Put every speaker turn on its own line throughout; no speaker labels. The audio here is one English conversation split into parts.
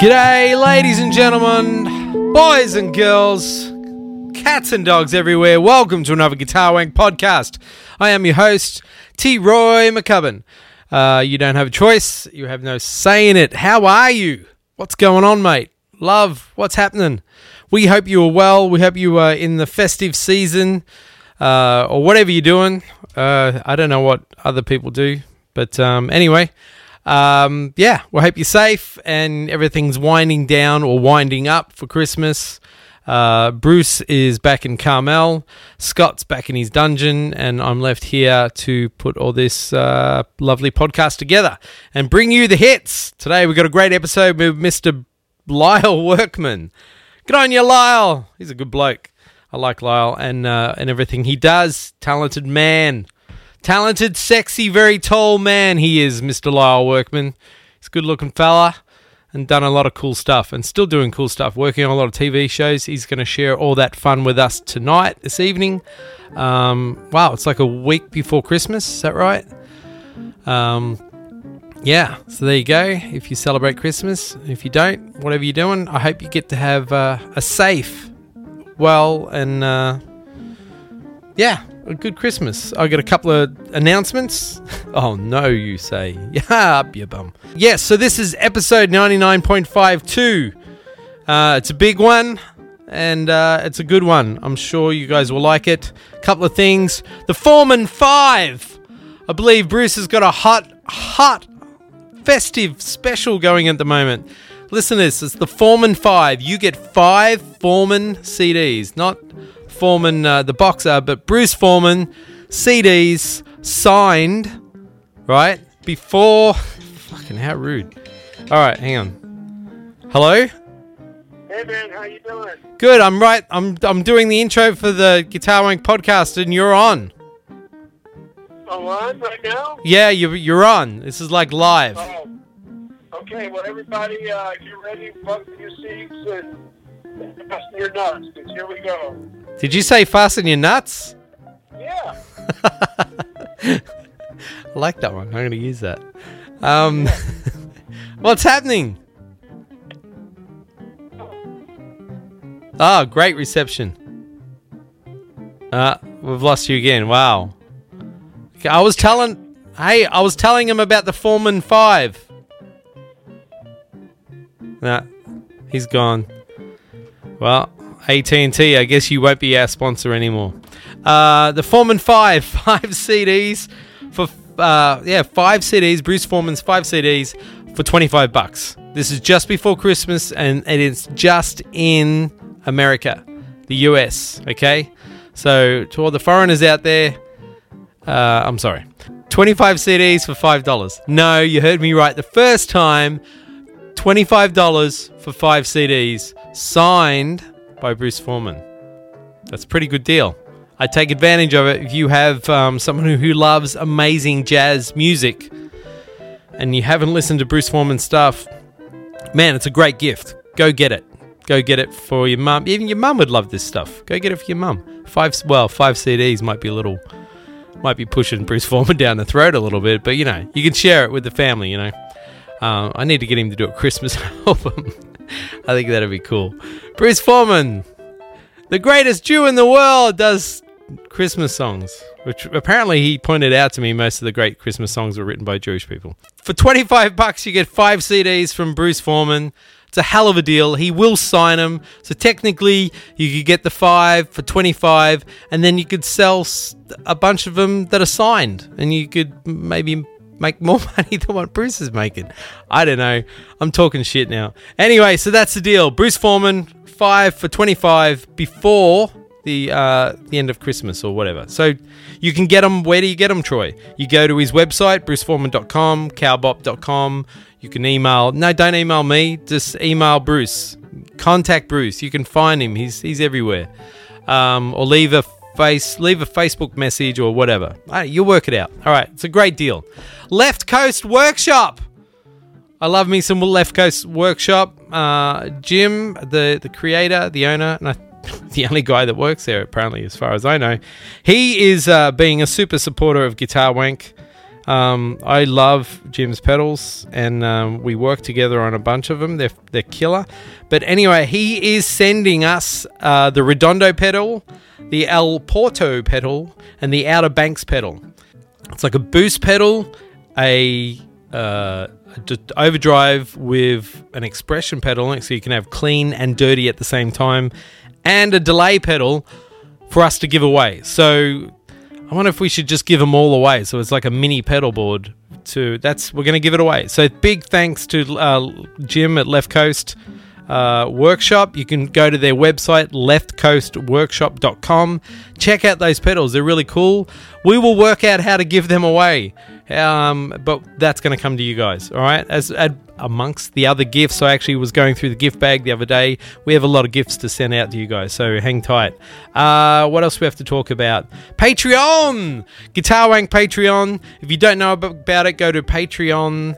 G'day, ladies and gentlemen, boys and girls, cats and dogs everywhere. Welcome to another Guitar Wank podcast. I am your host, T. Roy McCubbin. Uh, you don't have a choice, you have no say in it. How are you? What's going on, mate? Love, what's happening? We hope you are well. We hope you are in the festive season uh, or whatever you're doing. Uh, I don't know what other people do, but um, anyway, um, yeah, we hope you're safe and everything's winding down or winding up for Christmas. Uh, Bruce is back in Carmel, Scott's back in his dungeon, and I'm left here to put all this uh, lovely podcast together and bring you the hits. Today we've got a great episode with Mr. Lyle Workman. Good on you, Lyle. He's a good bloke. I like Lyle and uh, and everything he does. Talented man, talented, sexy, very tall man. He is Mr. Lyle Workman. He's a good-looking fella and done a lot of cool stuff and still doing cool stuff. Working on a lot of TV shows. He's going to share all that fun with us tonight, this evening. Um, wow, it's like a week before Christmas. Is that right? Um, yeah, so there you go. If you celebrate Christmas, if you don't, whatever you're doing, I hope you get to have uh, a safe, well, and uh, yeah, a good Christmas. I got a couple of announcements. Oh no, you say? Yeah, up your bum. Yes, so this is episode 99.52. Uh, it's a big one, and uh, it's a good one. I'm sure you guys will like it. A couple of things. The Foreman Five. I believe Bruce has got a hot, hot festive special going at the moment. Listen to this. It's the Foreman 5. You get five Foreman CDs. Not Foreman, uh, the boxer, but Bruce Foreman CDs signed, right? Before. Fucking how rude. All right, hang on. Hello?
Hey man, how you doing?
Good. I'm right. I'm, I'm doing the intro for the Guitar Wank podcast, and you're on.
I'm on right now.
Yeah, you're, you're on. This is like live.
Oh, okay. Well, everybody, uh, get ready, buckle your seats, and fasten your nuts. 'cause here we go.
Did you say fasten your nuts?
Yeah.
I like that one. I'm going to use that. Um, what's happening? Oh, great reception. Uh, we've lost you again. Wow. Okay, I was telling, hey, I was telling him about the Foreman Five. Nah, he's gone. Well, AT&T, I guess you won't be our sponsor anymore. Uh, the Foreman 5, five CDs for, uh, yeah, five CDs, Bruce Foreman's five CDs for 25 bucks. This is just before Christmas and it is just in America, the US, okay? So to all the foreigners out there, uh, I'm sorry. 25 CDs for $5. No, you heard me right the first time. $25 for five CDs signed by Bruce Foreman. That's a pretty good deal. I take advantage of it if you have um, someone who, who loves amazing jazz music and you haven't listened to Bruce Foreman stuff. Man, it's a great gift. Go get it. Go get it for your mum. Even your mum would love this stuff. Go get it for your mum. Five, well, five CDs might be a little, might be pushing Bruce Foreman down the throat a little bit, but you know, you can share it with the family, you know. Um, I need to get him to do a Christmas album. I think that'd be cool. Bruce Foreman, the greatest Jew in the world, does Christmas songs, which apparently he pointed out to me most of the great Christmas songs were written by Jewish people. For 25 bucks, you get five CDs from Bruce Foreman. It's a hell of a deal. He will sign them. So technically, you could get the five for 25, and then you could sell s- a bunch of them that are signed, and you could maybe make more money than what Bruce is making. I don't know. I'm talking shit now. Anyway, so that's the deal. Bruce Foreman, five for 25 before the uh, the end of Christmas or whatever. So you can get them. Where do you get them, Troy? You go to his website, bruceforeman.com, cowbop.com. You can email. No, don't email me. Just email Bruce. Contact Bruce. You can find him. He's he's everywhere. Um, or leave a face leave a Facebook message or whatever. All right, you'll work it out. All right, it's a great deal. Left Coast Workshop. I love me some Left Coast Workshop. Uh, Jim, the the creator, the owner, and I, the only guy that works there, apparently, as far as I know, he is uh, being a super supporter of Guitar Wank. Um, I love Jim's pedals, and um, we work together on a bunch of them. They're they're killer. But anyway, he is sending us uh, the Redondo pedal, the El Porto pedal, and the Outer Banks pedal. It's like a boost pedal, a uh, a d- overdrive with an expression pedal, on it, so you can have clean and dirty at the same time, and a delay pedal for us to give away. So I wonder if we should just give them all away. So it's like a mini pedal board. To that's we're going to give it away. So big thanks to uh, Jim at Left Coast uh, Workshop. You can go to their website leftcoastworkshop.com. Check out those pedals; they're really cool. We will work out how to give them away, um, but that's going to come to you guys. All right, as, as amongst the other gifts, I actually was going through the gift bag the other day. We have a lot of gifts to send out to you guys, so hang tight. Uh, what else we have to talk about? Patreon, Guitar Wank Patreon. If you don't know ab- about it, go to Patreon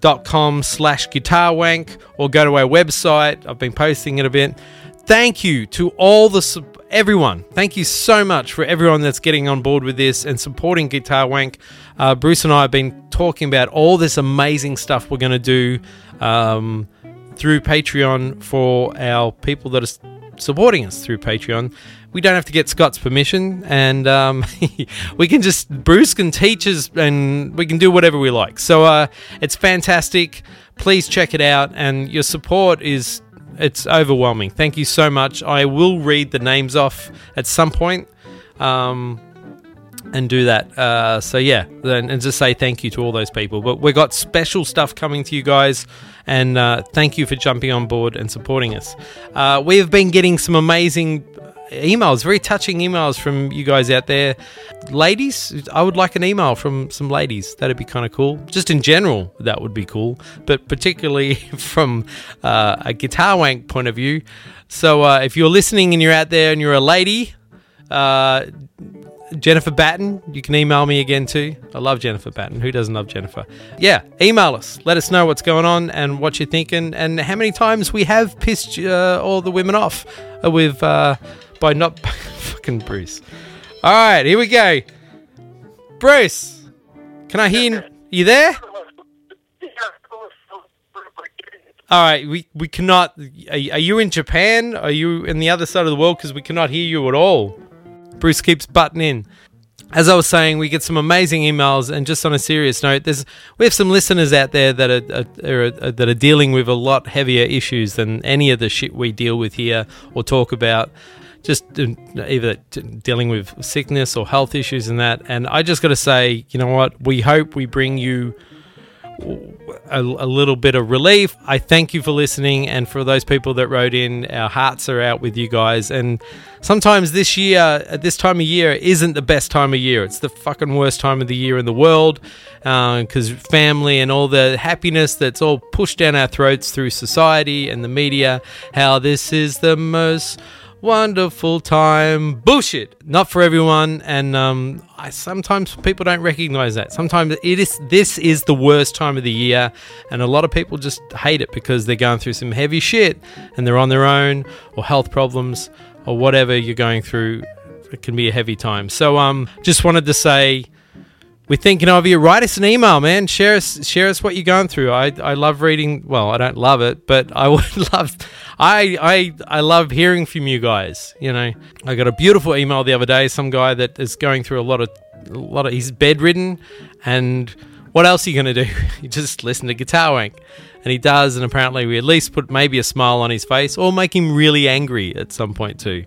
dot com slash guitar wank or go to our website i've been posting it a bit thank you to all the sup- everyone thank you so much for everyone that's getting on board with this and supporting guitar wank uh, bruce and i have been talking about all this amazing stuff we're going to do um, through patreon for our people that are s- supporting us through patreon we don't have to get scott's permission and um, we can just bruce can teach us and we can do whatever we like so uh, it's fantastic please check it out and your support is it's overwhelming thank you so much i will read the names off at some point um, and do that. Uh, so yeah, then and just say thank you to all those people. But we've got special stuff coming to you guys, and uh, thank you for jumping on board and supporting us. Uh, we have been getting some amazing emails, very touching emails from you guys out there, ladies. I would like an email from some ladies. That'd be kind of cool. Just in general, that would be cool, but particularly from uh, a guitar wank point of view. So uh, if you're listening and you're out there and you're a lady. Uh, Jennifer Batten. You can email me again too. I love Jennifer Batten. Who doesn't love Jennifer? Yeah, email us. Let us know what's going on and what you're thinking and how many times we have pissed uh, all the women off with uh, by not fucking Bruce. All right, here we go. Bruce, can I hear you there? All right, we, we cannot. Are, are you in Japan? Are you in the other side of the world? Because we cannot hear you at all. Bruce keeps butting in. As I was saying, we get some amazing emails, and just on a serious note, there's we have some listeners out there that are, are, are that are dealing with a lot heavier issues than any of the shit we deal with here or talk about. Just um, either t- dealing with sickness or health issues and that. And I just got to say, you know what? We hope we bring you a, a little bit of relief. I thank you for listening, and for those people that wrote in, our hearts are out with you guys. And sometimes this year, at this time of year, isn't the best time of year. It's the fucking worst time of the year in the world because family and all the happiness that's all pushed down our throats through society and the media. How this is the most wonderful time bullshit not for everyone and um, I, sometimes people don't recognize that sometimes it is this is the worst time of the year and a lot of people just hate it because they're going through some heavy shit and they're on their own or health problems or whatever you're going through it can be a heavy time so um just wanted to say we're thinking of you. Write us an email, man. Share us, share us what you're going through. I, I love reading. Well, I don't love it, but I would love, I, I, I love hearing from you guys. You know, I got a beautiful email the other day. Some guy that is going through a lot of, a lot of, he's bedridden, and what else are you gonna do? you just listen to Guitar Wank, and he does, and apparently we at least put maybe a smile on his face or make him really angry at some point too.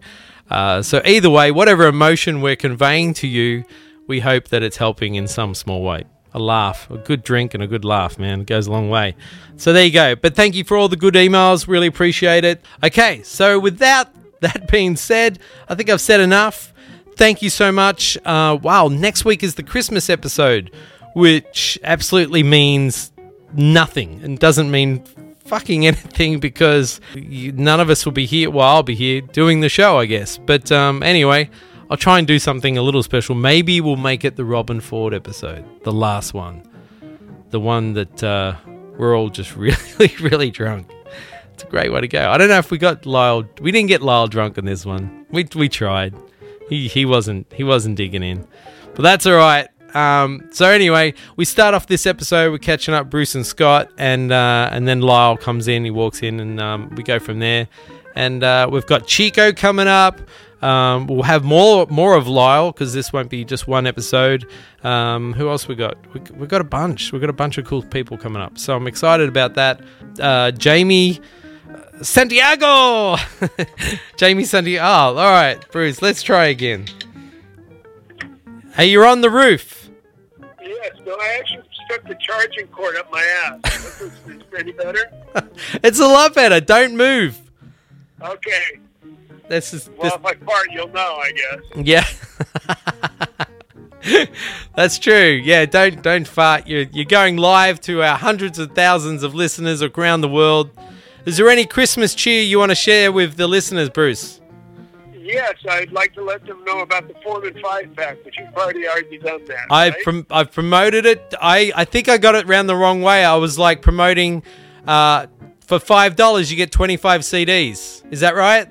Uh, so either way, whatever emotion we're conveying to you, we hope that it's helping in some small way. A laugh, a good drink, and a good laugh, man, it goes a long way. So there you go. But thank you for all the good emails. Really appreciate it. Okay, so without that being said, I think I've said enough. Thank you so much. Uh, wow, next week is the Christmas episode, which absolutely means nothing and doesn't mean fucking anything because you, none of us will be here. Well, I'll be here doing the show, I guess. But um, anyway, I'll try and do something a little special. Maybe we'll make it the Robin Ford episode, the last one, the one that uh, we're all just really, really drunk. It's a great way to go. I don't know if we got Lyle. We didn't get Lyle drunk on this one. We we tried. He he wasn't he wasn't digging in, but that's all right. Um, so anyway, we start off this episode. We're catching up Bruce and Scott, and uh, and then Lyle comes in. He walks in, and um, we go from there. And uh, we've got Chico coming up. Um, we'll have more more of Lyle because this won't be just one episode. Um, who else we got? We, we got a bunch. We've got a bunch of cool people coming up. So I'm excited about that. Uh, Jamie. uh, Santiago! Jamie Santiago. Oh, all right, Bruce, let's try again. Hey, you're on the roof.
Yes, no, I actually stuck the charging cord up my ass. Is this any better?
It's a lot better. Don't move.
Okay.
This is this,
Well, if I fart, you'll know, I guess.
yeah. That's true. Yeah, don't don't fart. You're you're going live to our hundreds of thousands of listeners around the world. Is there any Christmas cheer you want to share with the listeners, Bruce?
Yes, I'd like to let them know about the four and five pack, but you've already already done that.
I
right?
prom- I've promoted it. I, I think I got it round the wrong way. I was like promoting uh, for five dollars you get twenty five CDs. Is that right?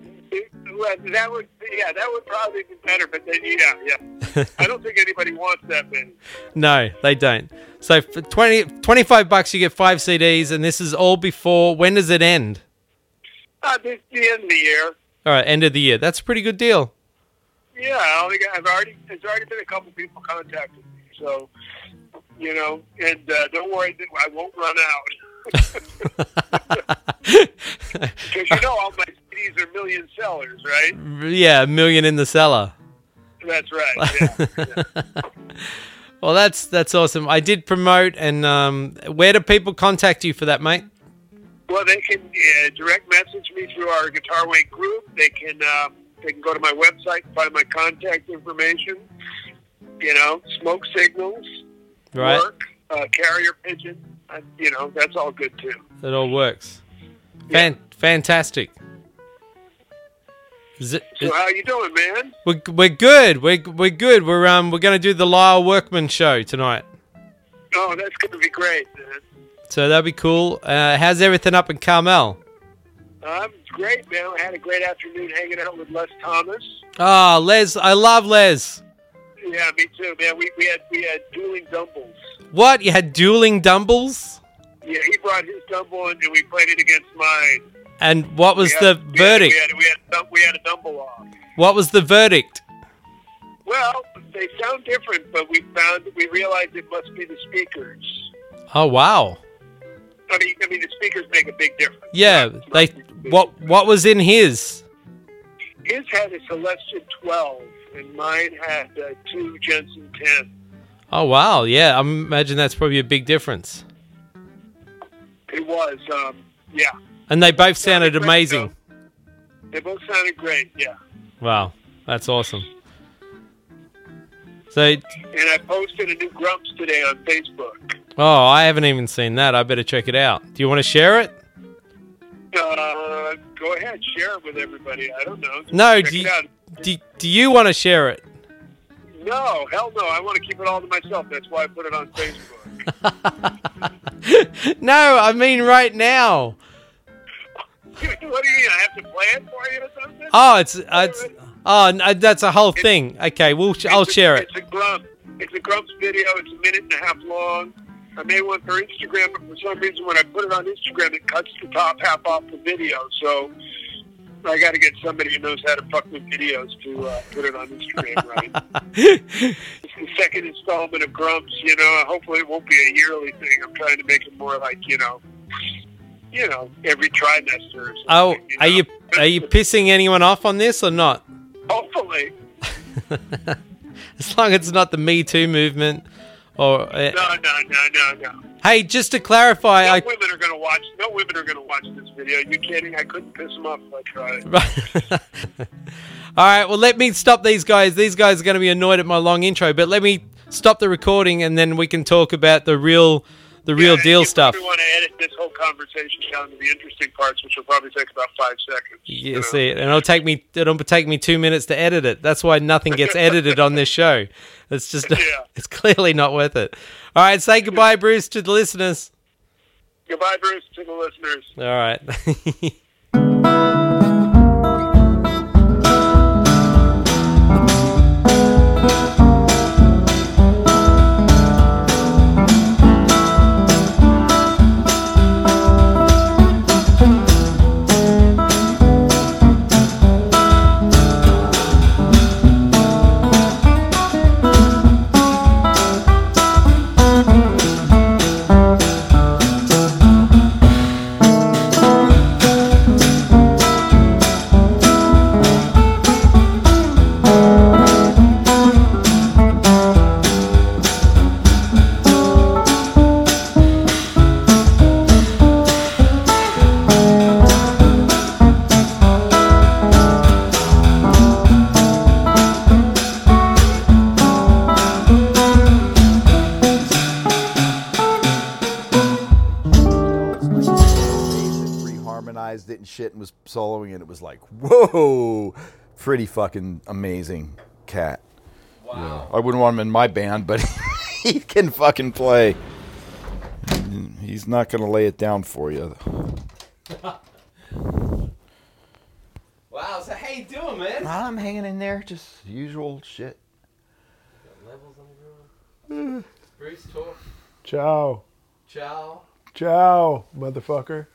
Well, that would yeah, that would probably be better. But then yeah, yeah. I don't think anybody wants that many.
No, they don't. So for 20, 25 bucks, you get five CDs, and this is all before. When does it end?
Uh, this is the end of the year.
All right, end of the year. That's a pretty good deal.
Yeah, I only got, I've already there's already been a couple people contacted me, so you know, and uh, don't worry, that I won't run out because you know all my CDs are million sellers, right?
yeah, a million in the cellar.
That's right. Yeah.
Well, that's that's awesome. I did promote, and um, where do people contact you for that, mate?
well, they can uh, direct message me through our Guitar Wank group. They can um, they can go to my website, find my contact information. You know, smoke signals,
Right,
work, uh, carrier pigeon. Uh, you know, that's all good too.
it all works. Fan- Fantastic. Is it-
So how you doing, man?
we're, we're good. We're, we're good. We're um we're gonna do the Lyle Workman show tonight.
Oh, that's going to be great. man.
So that'll be cool. Uh, how's everything up in Carmel?
I'm Um, great, man. I had a great afternoon hanging out with Les Thomas.
Ah, Les, I love Les.
Yeah, me too, man. We, we had we had dueling dumbles.
What? You had dueling dumbles?
Yeah, he brought his dumble in, and we played it against mine.
And what was
We
the
had- we had-
verdict?
We had, we, had, dum- we had a dumble off.
What was the verdict?
Well, they sound different, but we found we realized it must be the speakers.
Oh wow.
I mean, I mean the speakers make a big difference.
Yeah,
Must
they
be the
what what was in his?
speakers. His had a Celestion 12, and mine had uh, two Jensen 10.
Oh wow, yeah. I imagine that's probably a big difference.
It was, um, yeah.
And they both sounded
great
amazing.
They both sounded great, yeah.
Wow, that's awesome. So,
And I posted a new Grumps today on Facebook.
oh, I haven't even seen that. I better check it out. Do you want to share it?
Uh, go ahead, share it with everybody. I don't know.
No,
Check
do
it
you,
out.
do, do you want to share it?
no, hell no. I want to keep it all to myself. That's why I put it on Facebook.
no, I mean right now.
what do you mean? I have to play it for you or something?
Oh, it's it's oh, no, that's a whole thing. Okay, we'll sh- I'll
It's a-
share it.
It's a Grump. It's a Grumps video. It's a minute and a half long. I made one for Instagram, but for some reason, when I put it on Instagram, it cuts the top half off the video. So I got to get somebody who knows how to fuck with videos to uh, put it on Instagram right. It's the second installment of Grumps. You know, hopefully it won't be a yearly thing. I'm trying to make it more like you know, you know, every trimester. Or something,
oh, are
know?
you are you pissing anyone off on this or not?
Hopefully,
As long as it's not the Me Too movement. Or uh,
no, no, no, no, no.
hey, just to clarify,
No
I
women are gonna watch. No women are gonna watch this video. you kidding? I couldn't piss them off uh, if I tried.
All right, well, let me stop these guys. These guys are going to be annoyed at my long intro, but let me stop the recording and then we can talk about the real the real
Yeah,
deal
if
stuff.
We want to edit this whole conversation down to the interesting parts, which will probably take about five seconds.
Yeah,
know.
see, and it'll take me it'll take me two minutes to edit it. That's why nothing gets edited on this show. It's just
Yeah.
it's clearly not worth it. All right, say goodbye, Bruce, to the listeners.
Goodbye, Bruce, to the listeners.
All right.
it and shit and was soloing and it was like, whoa, pretty fucking amazing cat. Wow. I wouldn't want him in my band, but he can fucking play. He's not gonna lay it down for you.
Wow, so how you doing, man?
I'm hanging in there, just usual shit.
Levels on the ground. Bruce, talk.
Ciao.
Ciao.
Ciao, motherfucker.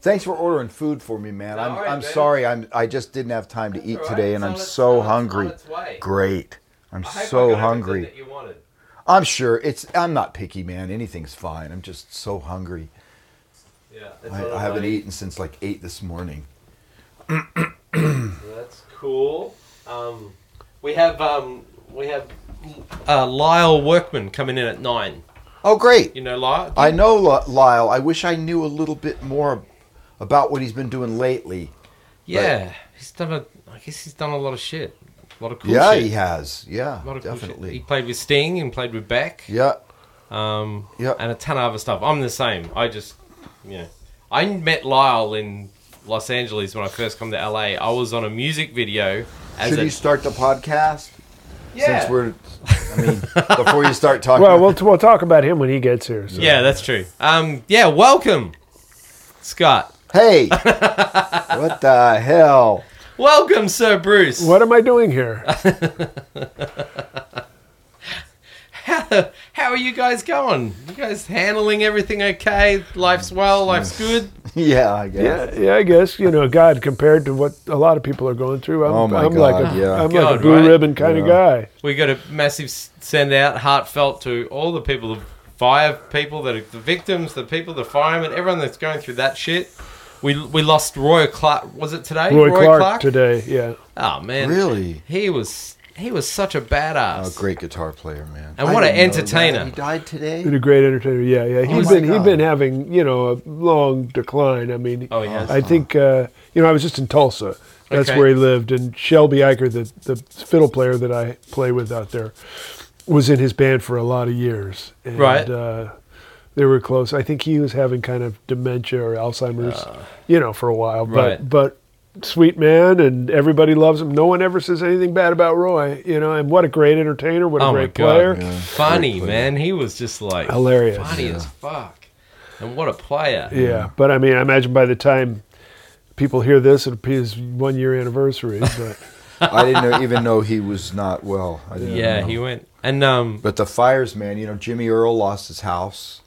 Thanks for ordering food for me, man. I'm,
all right,
I'm
man.
sorry. I'm I just didn't have time to eat
all right.
today, and
It's
I'm
on its-
so
on its- on
hungry.
its way.
Great. I'm
I hope I
so
got everything
hungry.
That you wanted.
I'm sure it's. I'm not picky, man. Anything's fine. I'm just so hungry.
Yeah, it's
I,
on
I
its
haven't
way.
eaten since like eight this morning.
That's cool. Um, we have um, we have uh, Lyle Workman coming in at nine.
Oh, great.
You know Lyle.
I know Li- Lyle. I wish I knew a little bit more about what he's been doing lately.
yeah, he's done a. I guess he's done a lot of shit. A lot of cool
yeah,
shit.
he has. Yeah,
A lot of cool shit. He
definitely.
played with Sting and played with Beck.
Yeah,
Um,
Yeah.
and a ton of other stuff. I'm the same. I just, you know, I met Lyle in Los Angeles when I first come to LA. I was on a music video as
Should
a
you start the podcast?
yeah.
Since we're, I mean, before you start talking.
Well, we'll we'll talk about him when he gets here. So.
yeah, that's true. Um, yeah, welcome, Scott.
hey, what the hell?
Welcome, Sir Bruce.
What am I doing here?
How, how are you guys going? You guys handling everything okay? Life's well, life's good.
yeah, I guess.
yeah, yeah, I guess you know, God, compared to what a lot of people are going through, I'm,
Oh my
I'm like
God,
a,
yeah.
am like
God,
a blue
right?
ribbon kind of guy.
We got a massive s- send out, heartfelt to all the people, the fire people that are the victims, the people, the firemen, everyone that's going through that shit. We we lost Roy Clark. Was it today?
Roy, Clark, today, yeah,
Oh man,
Really?
He was he was such a badass.
Oh, great guitar player, man.
And
I
what an
didn't know that.
entertainer.
He died today.
and a great entertainer. Yeah, yeah, he's
Oh my
been he's
God.
been having you know a long decline. I mean,
Oh, he has.
I think uh, you know I was just in Tulsa. That's
Okay.
where he lived, and Shelby Iker, the the fiddle player that I play with out there, was in his band for a lot of years. And,
Right.
Uh, they were close. I think he was having kind of dementia or Alzheimer's, you know, for a while.
Uh. Right.
But but sweet man, and everybody loves him. No one ever says anything bad about Roy, you know. And what a great entertainer! What a
Oh my
great
God.
player!
Yeah,
funny
great player.
man. He was just like
Hilarious.
funny as fuck, and what a player.
Yeah, but I mean, I imagine by the time people hear this, it'll be his one year anniversary. But
I didn't know, even know he was not well. I didn't
Yeah,
know.
he went and um
But the fires, man. You know, Jimmy Earl lost his house.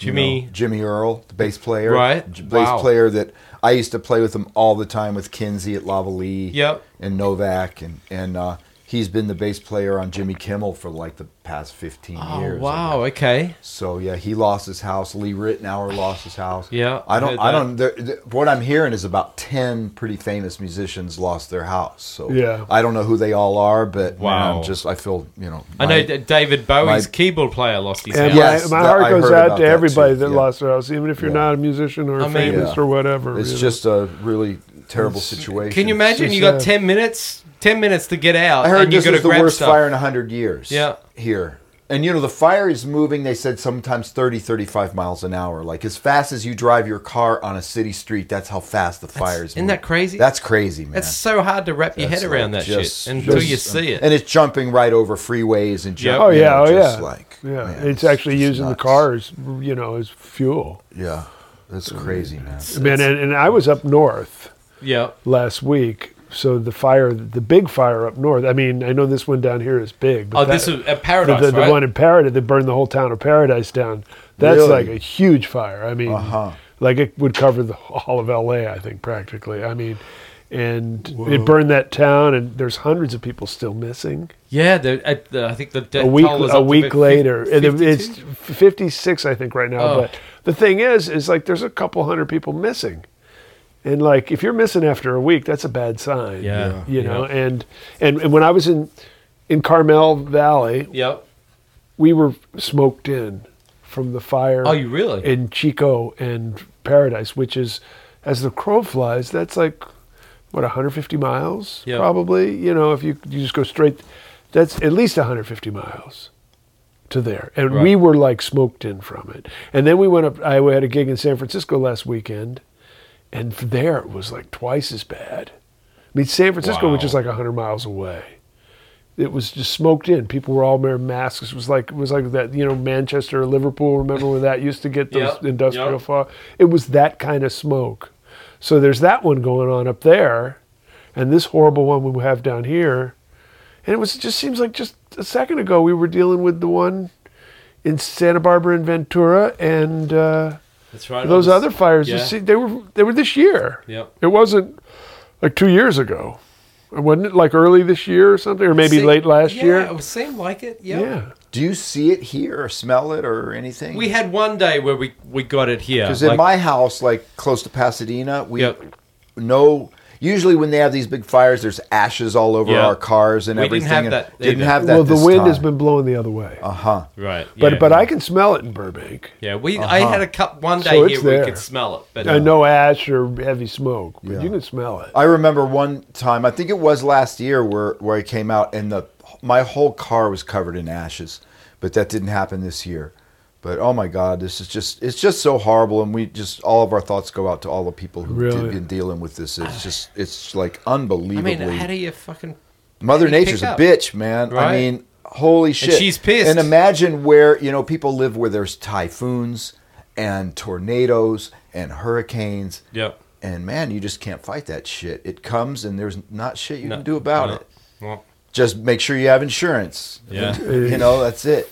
you
Jimmy.
know, Jimmy Earl, the bass player,
Right.
J- bass
Wow.
player that I used to play with him all the time with Kinsey at Lava Lee.
Yep.
And Novak, and and uh, he's been the bass player on Jimmy Kimmel for like the past fifteen
Oh
years. I
wow,
guess.
okay.
So yeah, he lost his house. Lee Ritenour lost his house.
Yeah,
I don't.
heard
I
that.
don't. There, th what I'm hearing is about ten pretty famous musicians lost their house. So
Yeah.
I don't know who they all are, but wow,
Wow.
just I feel you know.
I know
my-
that David Bowie's
my-
keyboard player lost his
and
house.
Yeah. Yes,
my, my
that- I
heart goes
heard about
out to
that
everybody
too,
that
yeah.
lost their house, even if you're
Yeah.
not a musician or
I mean-
famous
Yeah.
or whatever. you
It's
know.
just a really terrible situation.
Can you imagine?
so
You got
sad.
ten minutes. Ten minutes to get out.
I heard
and you
this
gotta
is the
grab
worst
stuff.
fire in 100 years.
Yeah.
Here. And you know, the fire is moving, they said sometimes 30, 35 miles an hour. Like as fast as you drive your car on a city street, that's how fast the fire is
isn't that crazy?
That's crazy, man.
It's so hard to wrap your
That's
head around
like
that
just-
shit until
just- um,
you see it.
And it's jumping right over freeways and
Yeah.
jumping.
oh yeah, oh yeah,
just Like,
yeah.
man,
it's actually
just
using
nuts.
the cars, you know, as fuel.
Yeah. That's crazy, man.
Man, and, and I was up north
yeah.
last week. So the fire, the big fire up north. I mean, I know this one down here is big. But
Oh,
that-
this is at
the,
Paradise,
the, the
right?
one in Paradise that burned the whole town of Paradise down. That's
Really?
like a huge fire. I mean,
Uh-huh.
like it would cover the all of L.A. I think practically. I mean, and it burned that town, and there's hundreds of people still missing.
yeah, the, at the, I think the death
a week
toll is
a
up to
week
about
later,
fif-
and it- it's
52?
56, I think, right now.
Oh.
But the thing is, is like there's a couple hundred people missing. And like, if you're missing after a week, that's a bad sign.
Yeah.
you know.
Yeah.
And, and and when I was in in Carmel Valley,
Yep.
we were smoked in from the fire
Oh, you really?
in Chico and Paradise, which is as the crow flies, that's like what 150 miles
Yeah.
probably. You know, if you you just go straight, that's at least 150 miles to there, and we
Right.
were like smoked in from it. And then we went up. I had a gig in San Francisco last weekend, And f- there it was like twice as bad. I mean, San Francisco, which
Wow.
is like 100 miles away, it was just smoked in. People were all wearing masks. It was like it was like that, you know, Manchester or Liverpool. Remember when that used to get those
Yep,
industrial
yep.
fog? It was that kind of smoke. So there's that one going on up there, and this horrible one we have down here. And it was just seems like just a second ago we were dealing with the one in Santa Barbara and Ventura and uh,
That's right.
those
on the-
other fires.
yeah.
You see, they were they were this year.
Yep.
It wasn't like two years ago. Wasn't it like early this year or something, or maybe
Se-
late last
yeah,
year?
It seemed like it. Yeah.
Yeah.
Do you see it here or smell it or anything?
We had one day where we we got it here.
Because
like-
in my house, like close to Pasadena, we
Yep.
no. Usually, when they have these big fires, there's ashes all over
Yeah.
our cars and
We didn't
everything.
have
and
that
Didn't
either.
have that.
Well, the wind has been blowing the other way,
Uh huh.
right.
but
yeah.
but I can smell it in Burbank,
Yeah, we. I had a cup one day
So
here.
it's
where We
there.
could smell it, but
and no ash or heavy smoke, but
Yeah. Uh,
you can smell it.
I remember one time. I think it was last year where where I came out and the my whole car was covered in ashes, but that didn't happen this year. But oh my God, this is just it's just so horrible, and we just all of our thoughts go out to all the people who've
Really?
been dealing with this. It's just it's like
I
unbelievably.
mean, how do you fucking?
Mother
How do you
Nature's
pick
a
up?
bitch, man. I
Right.
mean, holy shit.
she's pissed.
And imagine where, you know, people live where there's typhoons and tornadoes and hurricanes.
Yep.
And man, you just can't fight that shit. It comes and there's not shit you
No,
can do about
no.
it.
Well,
Just make sure you have insurance.
Yeah.
you know, that's it.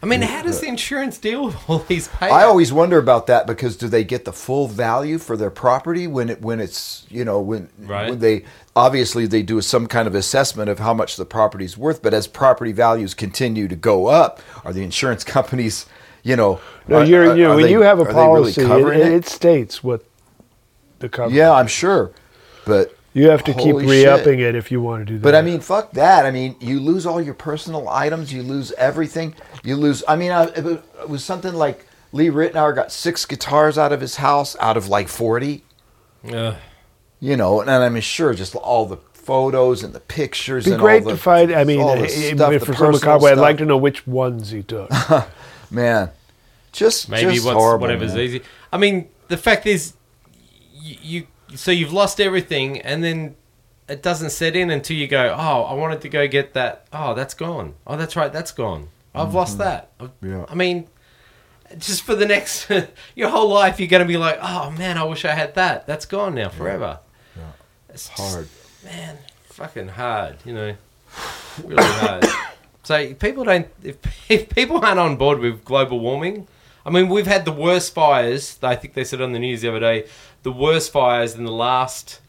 I mean, how does the insurance deal with all these payments?
I always wonder about that because do they get the full value for their property when it when it's you know when
Right.
when they obviously they do some kind of assessment of how much the property's worth, but as property values continue to go up, are the insurance companies you know?
No,
are-
you're,
are-
you know,
are
when
they-
you have a
are they really
policy, it-
covering
it,
it?
it states what the cover.
yeah, I'm sure, but
you have to keep
holy
re-upping
shit.
it if you want to do that.
But I mean, fuck that. I mean, you lose all your personal items. You lose everything. You lose. I mean, I, it was- it was something like Lee Ritenour got six guitars out of his house out of like forty.
Ugh.
you know, and I'm sure just all the photos and the pictures.
It'd
and
be great
all the,
to find. I mean,
all the
i- i-
stuff,
if
the
for some
personal
Cowboy, I'd
stuff.
like to know which ones he took.
Man, just
maybe
just
what's,
horrible,
whatever's
man.
easy. I mean, the fact is, you, you so you've lost everything, and then it doesn't set in until you go, oh, I wanted to go get that. Oh, that's gone. Oh, that's right, that's gone. I've lost that. I've-
Mm-hmm. Yeah.
I mean, just for the next your whole life, you're going to be like, oh man, I wish I had that. That's gone now forever. It's just-
Hard.
man, fucking hard, you know, really hard. So if people don't, if, if people aren't on board with global warming, I mean, we've had the worst fires. I think they said on the news the other day, the worst fires in the last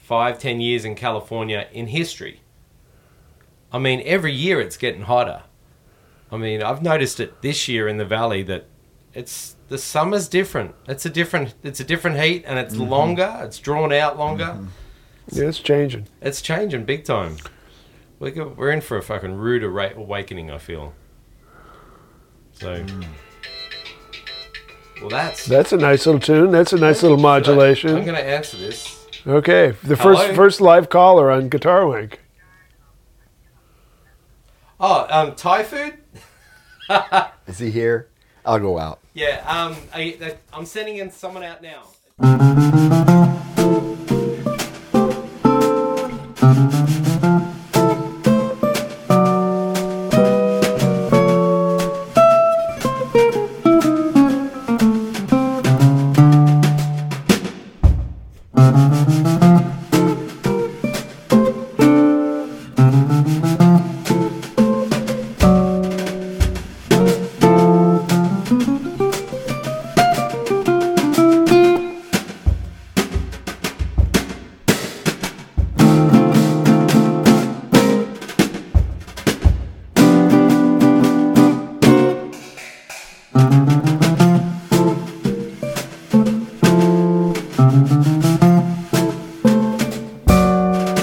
five, ten years in California in history. I mean, every year it's getting hotter. I mean, I've noticed it this year in the valley that it's the summer's different. It's a different, it's a different heat, and it's longer. It's drawn out longer.
yeah, it's changing.
It's changing big time. We're, go- we're in for a fucking rude ara- awakening, I feel. So. Well, that's.
That's a nice little tune. That's a nice little modulation.
I'm going to answer this.
Okay, the
Hello?
first first live caller on Guitar Wink.
Oh, um, Thai food?
Is he here? I'll go out.
Yeah, um, I, that, I'm sending in someone out now.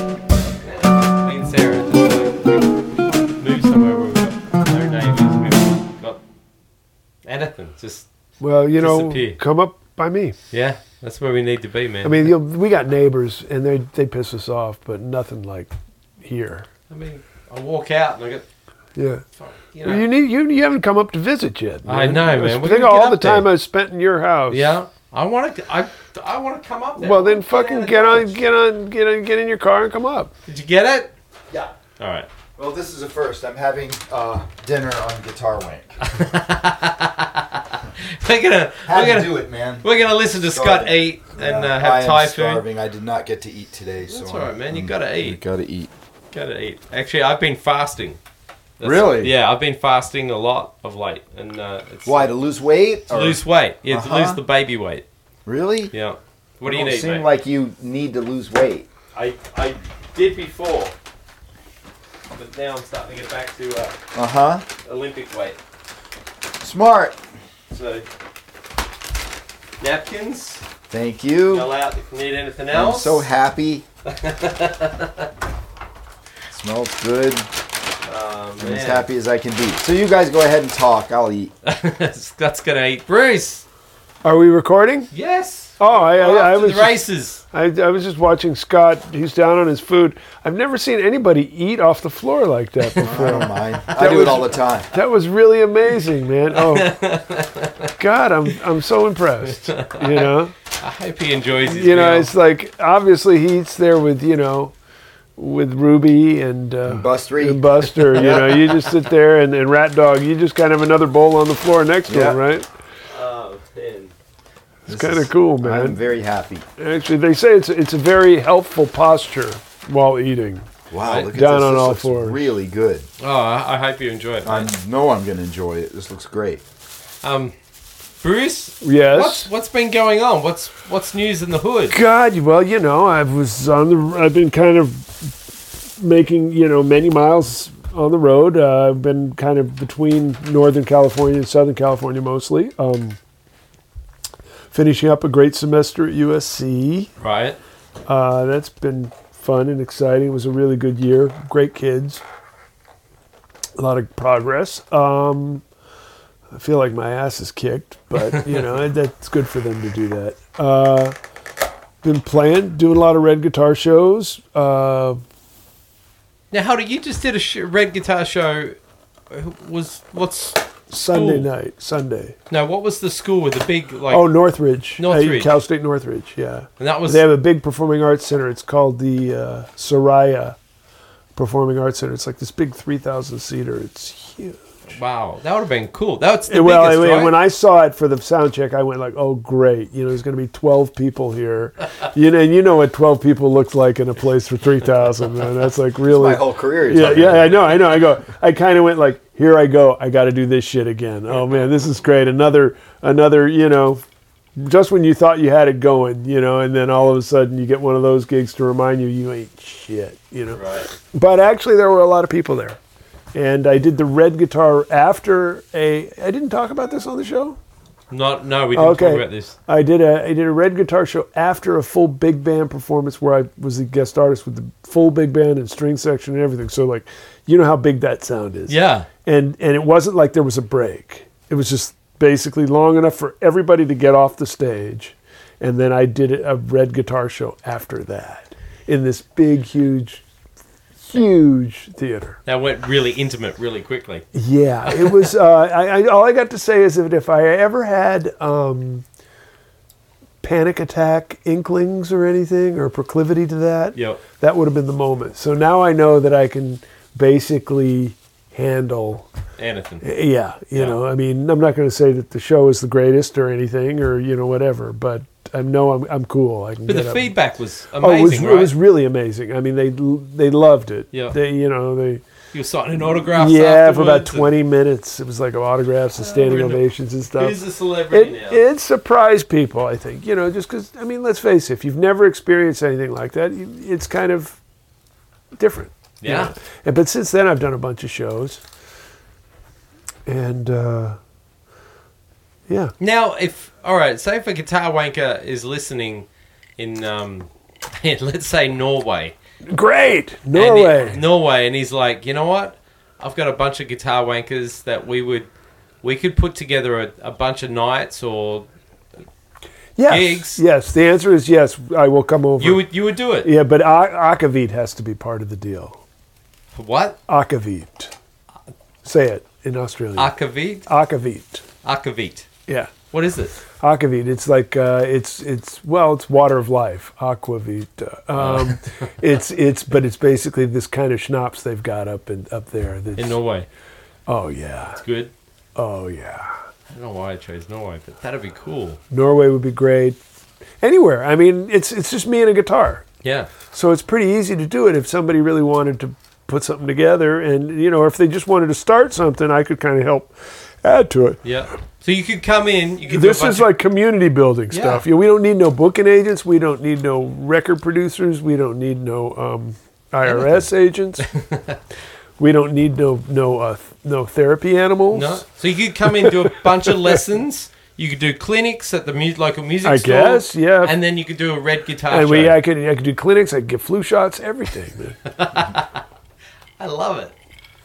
Me and Sarah just like, move somewhere where we've got no neighbours, we've got anything. Just,
Well, you know,
Disappear.
come up by me.
yeah, that's where we need to be, man.
I mean, you know, we got neighbors, and they they piss us off, but nothing like here.
I mean, I walk out and I get,
Yeah,
fuck, you know.
you need you, you haven't come up to visit yet.
I
man.
know, man. We're
Think
gonna
of
get
all
up
the time
there.
I spent in your house.
Yeah. I want to. I, I want to come up there.
Well, then fucking
Yeah,
get on, get on, get on, get in your car and come up.
Did you get it?
Yeah.
All right.
Well, this is a first. I'm having uh, dinner on Guitar Wank.
We're gonna.
How
we're
to
gonna
do it, man?
We're gonna listen to Scott
Starving.
eat and
Yeah,
uh, have
I
Thai
am
food.
starving. I did not get to eat today.
That's
so
all right, man. You gotta
You
eat.
gotta eat.
Gotta eat. Actually, I've been fasting. That's-
Really?
Yeah, I've been fasting a lot of late, and uh, it's
Why to lose weight?
to
or-
lose weight. Yeah, to
Uh-huh.
lose the baby weight.
Really?
Yeah. What do you
don't
need,
seem
mate?
like you need to lose weight.
I I did before, but now I'm starting to get back to uh,
Uh huh.
Olympic weight.
Smart.
So napkins.
Thank you.
Yell out if you need anything
I'm
else.
so happy. Smells good.
Oh,
I'm as
man.
happy as I can be. So you guys go ahead and talk. I'll eat.
Scott's gonna eat. Bruce.
Are we recording?
Yes.
Oh, I, I, I
After
was
the races.
I, I was just watching Scott. He's down on his food. I've never seen anybody eat off the floor like that
I
before.
don't mind. I do
was-
it all the time.
that was really amazing, man. Oh, God, I'm I'm so impressed. You know,
I hope he enjoys his
you know,
meal.
it's like obviously he eats there with you know, with Ruby and. Uh,
Bustery.
and Buster, you know, you just sit there and, and Rat Dog, you just kind of have another bowl on the floor next to
Yeah.
him, right?
Oh, man.
It's
kinda cool, man.
I'm very happy.
Actually, they say it's it's a very helpful posture while eating.
Wow, look at
Down
this.
on
this
all
looks
fours.
really good.
Oh, I, I hope you enjoyed it.
I know I'm going to enjoy it. This looks great.
Um, Bruce.
Yes.
What's what's been going on? What's what's news in the hood?
God, well, you know, I was on the. I've been kind of making you know many miles on the road. Uh, I've been kind of between Northern California and Southern California mostly. Um, finishing up a great semester at USC.
Right.
Uh, that's been fun and exciting. It was a really good year. Great kids. A lot of progress. Um, I feel like my ass is kicked, but you know that's good for them to do that. Uh, been playing, doing a lot of red guitar shows. Uh,
Now, Helder, you just did a sh- red guitar show. Uh, Was what's
Sunday
Cool.
night, Sunday.
no? What was the school with the big like?
Oh, Northridge, Uh,
Northridge.
Cal State Northridge. Yeah,
and that was
they have a big performing arts center. It's called the uh, Soraya Performing Arts Center. It's like this big three thousand seater. It's huge.
wow. That would have been cool. That's the
well,
biggest.
I
right?
when I saw it for the sound check, I went like, "Oh, great! You know, there's going to be 12 people here. you know, and you know what 12 people looks like in a place for 3,000. man. That's like really
My whole career is
yeah, yeah, I know, I know. I go. I kind of went like, "Here I go. I got to do this shit again." Oh man, this is great. Another, another. You know, just when you thought you had it going, you know, and then all of a sudden you get one of those gigs to remind you you ain't shit. You know.
right.
But actually, there were a lot of people there, and I did the red guitar after a. I didn't talk about this on the show.
Not no. We didn't
Okay.
talk about this.
I did a I did a red guitar show after a full big band performance where I was the guest artist with the full big band and string section and everything. So like, you know how big that sound is.
Yeah.
And and it wasn't like there was a break. It was just basically long enough for everybody to get off the stage, and then I did a red guitar show after that in this big huge huge theater.
That went really intimate, really quickly.
Yeah, it was. Uh, I, I, all I got to say is that if I ever had um, panic attack inklings or anything or proclivity to that,
Yep.
that would have been the moment. So now I know that I can basically handle.
Anything.
Yeah, you
Yeah.
know, I mean, I'm not going to say that the show is the greatest or anything or you know whatever, but I know I'm I'm cool. I can
But
get
the
up.
feedback was amazing,
Oh, it was,
right?
it was really amazing. I mean, they they loved it.
Yeah.
They, you know, they
you were signing autographs.
yeah, for about
afterwards and
20 minutes. It was like autographs and standing
we're in-
ovations and stuff.
Who's a celebrity
It,
now?
it surprised people, I think. You know, just because, I mean, let's face it, if you've never experienced anything like that, you- it's kind of different. you
Yeah.
know. And, but since then, I've done a bunch of shows. And, uh, yeah.
Now, if all right, say if a guitar wanker is listening in, um, in let's say Norway,
Great!
and he-
Norway.
Norway, and he's like, you know what? I've got a bunch of guitar wankers that we would we could put together a, a bunch of nights, or
yes.
gigs.
Yes. The answer is yes. I will come over.
you would you would do it.
yeah, but A- Akavit has to be part of the deal.
What
Akavit. Say it in Australia.
akavit
Akavit.
akavit?
Yeah.
What is it?
Aquavit. It's like uh, it's it's well, it's water of life. Aquavit. Um, it's it's but it's basically this kind of schnapps they've got up and up there. That's,
In Norway.
oh yeah,
It's good.
oh yeah.
I don't know why I chose Norway, but that'd be cool.
Norway would be great. Anywhere. I mean, it's it's just me and a guitar,
Yeah.
so it's pretty easy to do it if somebody really wanted to put something together, and you know, or if they just wanted to start something, I could kind of help add to it.
Yeah. So you could come in. You could do a
This
bunch
is
of-
like community building
Yeah.
stuff. You know, we don't need no booking agents. We don't need no record producers. We don't need no um, IRS agents. we don't need no no uh, th- no therapy animals.
no. So you could come in do a bunch of lessons. You could do clinics at the mu- local music
I
store.
guess, yeah.
And then you could do a red guitar
And
show.
we, I could, I could do clinics. I could get flu shots. Everything. man.
I love it.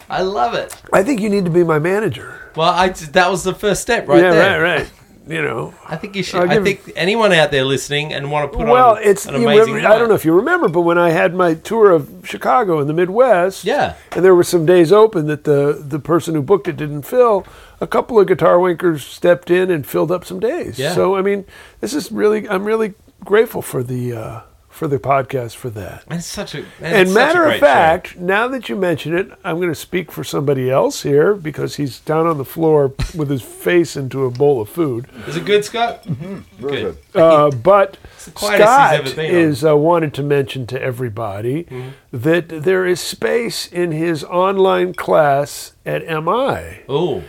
I love it.
I think you need to be my manager.
Well, I that was the first step right
yeah,
there.
right, right. You know.
I think you should.
I'll
I
give-
think anyone out there listening and want to put
well,
on
it's
an
you
amazing.
remember, I don't
night.
know if you remember, but when I had my tour of Chicago in the Midwest,
Yeah.
and there were some days open that the the person who booked it didn't fill. A couple of guitar winkers stepped in and filled up some days.
Yeah.
So I mean, this is really I'm really grateful for the uh, for the podcast for that.
And it's such a and,
And
it's such a
matter
great
of
show.
fact, now that you mention it, I'm going to speak for somebody else here because he's down on the floor with his face into a bowl of food.
is it good, Scott?
Really
Good.
good.
Uh, but
the quietest he's
Scott
ever been on. Mm-hmm.
is uh, wanted to mention to everybody that there is space in his online class at MI.
Oh,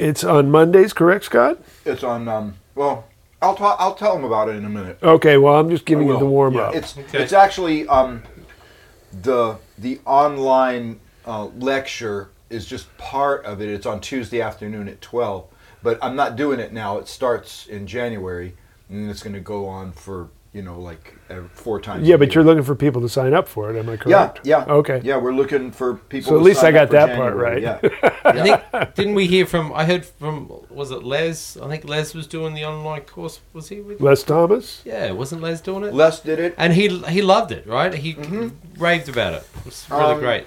It's on Mondays, correct, Scott?
It's on. Um, well, I'll ta- I'll tell them about it in a minute.
Okay, well, I'm just giving you the
will.
warm
Yeah,
up.
It's
Okay.
it's actually um, the the online uh, lecture is just part of it. It's on Tuesday afternoon at twelve, but I'm not doing it now. It starts in January, and it's going to go on for you know like ev- four times.
yeah,
a
but
year.
you're looking for people to sign up for it, am I
yeah,
correct?
yeah,
Okay.
Yeah, we're looking for people.
So at
to
least
sign
I got
up for
that part
January,
right.
I
Yeah.
think didn't we hear from? I heard from was it Les? I think Les was doing the online course. Was he with?
Les Thomas?
Yeah, wasn't Les doing it?
Les did it.
and he he loved it, right? He raved about it. It was really
Um,
great.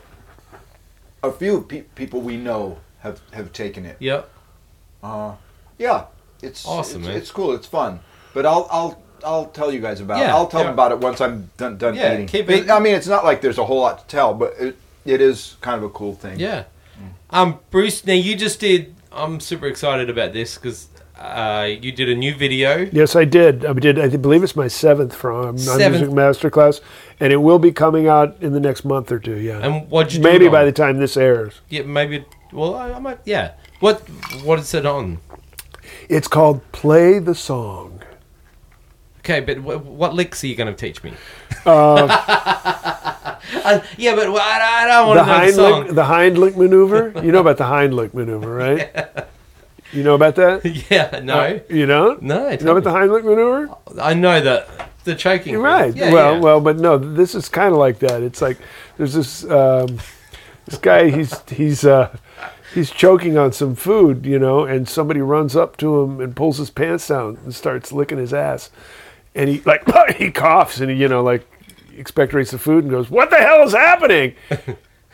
A few pe- people we know have have taken it.
Yep.
Uh, yeah, it's
Awesome, eh?
It's,
man.
it's cool. It's fun. But I'll I'll I'll tell you guys about. it.
Yeah,
I'll tell
yeah.
them about it once I'm done done
Yeah,
eating.
keep
But,
it-
I mean, it's not like there's a whole lot to tell, but it, it is kind of a cool thing.
Yeah. Um, Bruce, now you just did. I'm super excited about this because uh, you did a new video.
Yes, I did. I did. I believe it's my seventh from
Seventh.
Music Masterclass, and it will be coming out in the next month or two. Yeah,
And what'd you do
maybe
it
by
on?
the time this airs.
Yeah, maybe. Well, I, I might. Yeah. What What is it on?
It's called "Play the Song."
Okay, but wh- what licks are you going to teach me? Uh, yeah, but wh- I, I don't want
the
to know the
hind
song.
lick, the hind lick maneuver. You know about the hind lick maneuver, right? You know about that?
yeah, no,
You don't?
no.
Uh, You know about the hind lick maneuver?
I know the the choking.
You're right.
Yeah,
well,
yeah.
well, but no, this is kind of like that. It's like there's this um, this guy. He's he's uh, he's choking on some food, you know, and somebody runs up to him and pulls his pants down and starts licking his ass, and he like he coughs and he you know like expectorates the food and goes, "What the hell is happening?"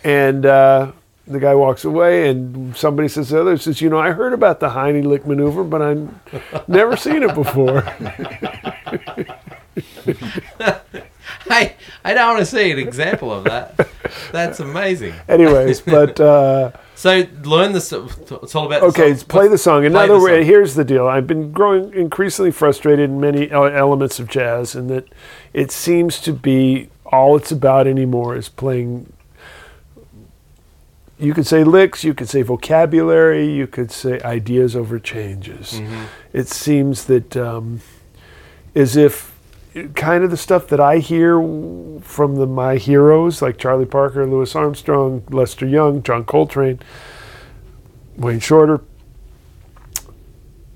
and uh, the guy walks away, and somebody says to the other says, "You know, I heard about the Heine lick maneuver, but I've never seen it before."
I I don't want to see an example of that. That's amazing.
Anyways, but. Uh,
So learn this. It's all about. the
Okay,
song.
it's play the song. In
Play
other
the
words,
song.
here's the deal. I've been growing increasingly frustrated in many ele- elements of jazz, and that it seems to be all it's about anymore is playing. You could say licks, you could say vocabulary, you could say ideas over changes.
Mm-hmm.
It seems that um, as if kind of the stuff that I hear w- from the my heroes like Charlie Parker, Louis Armstrong, Lester Young, John Coltrane, Wayne Shorter.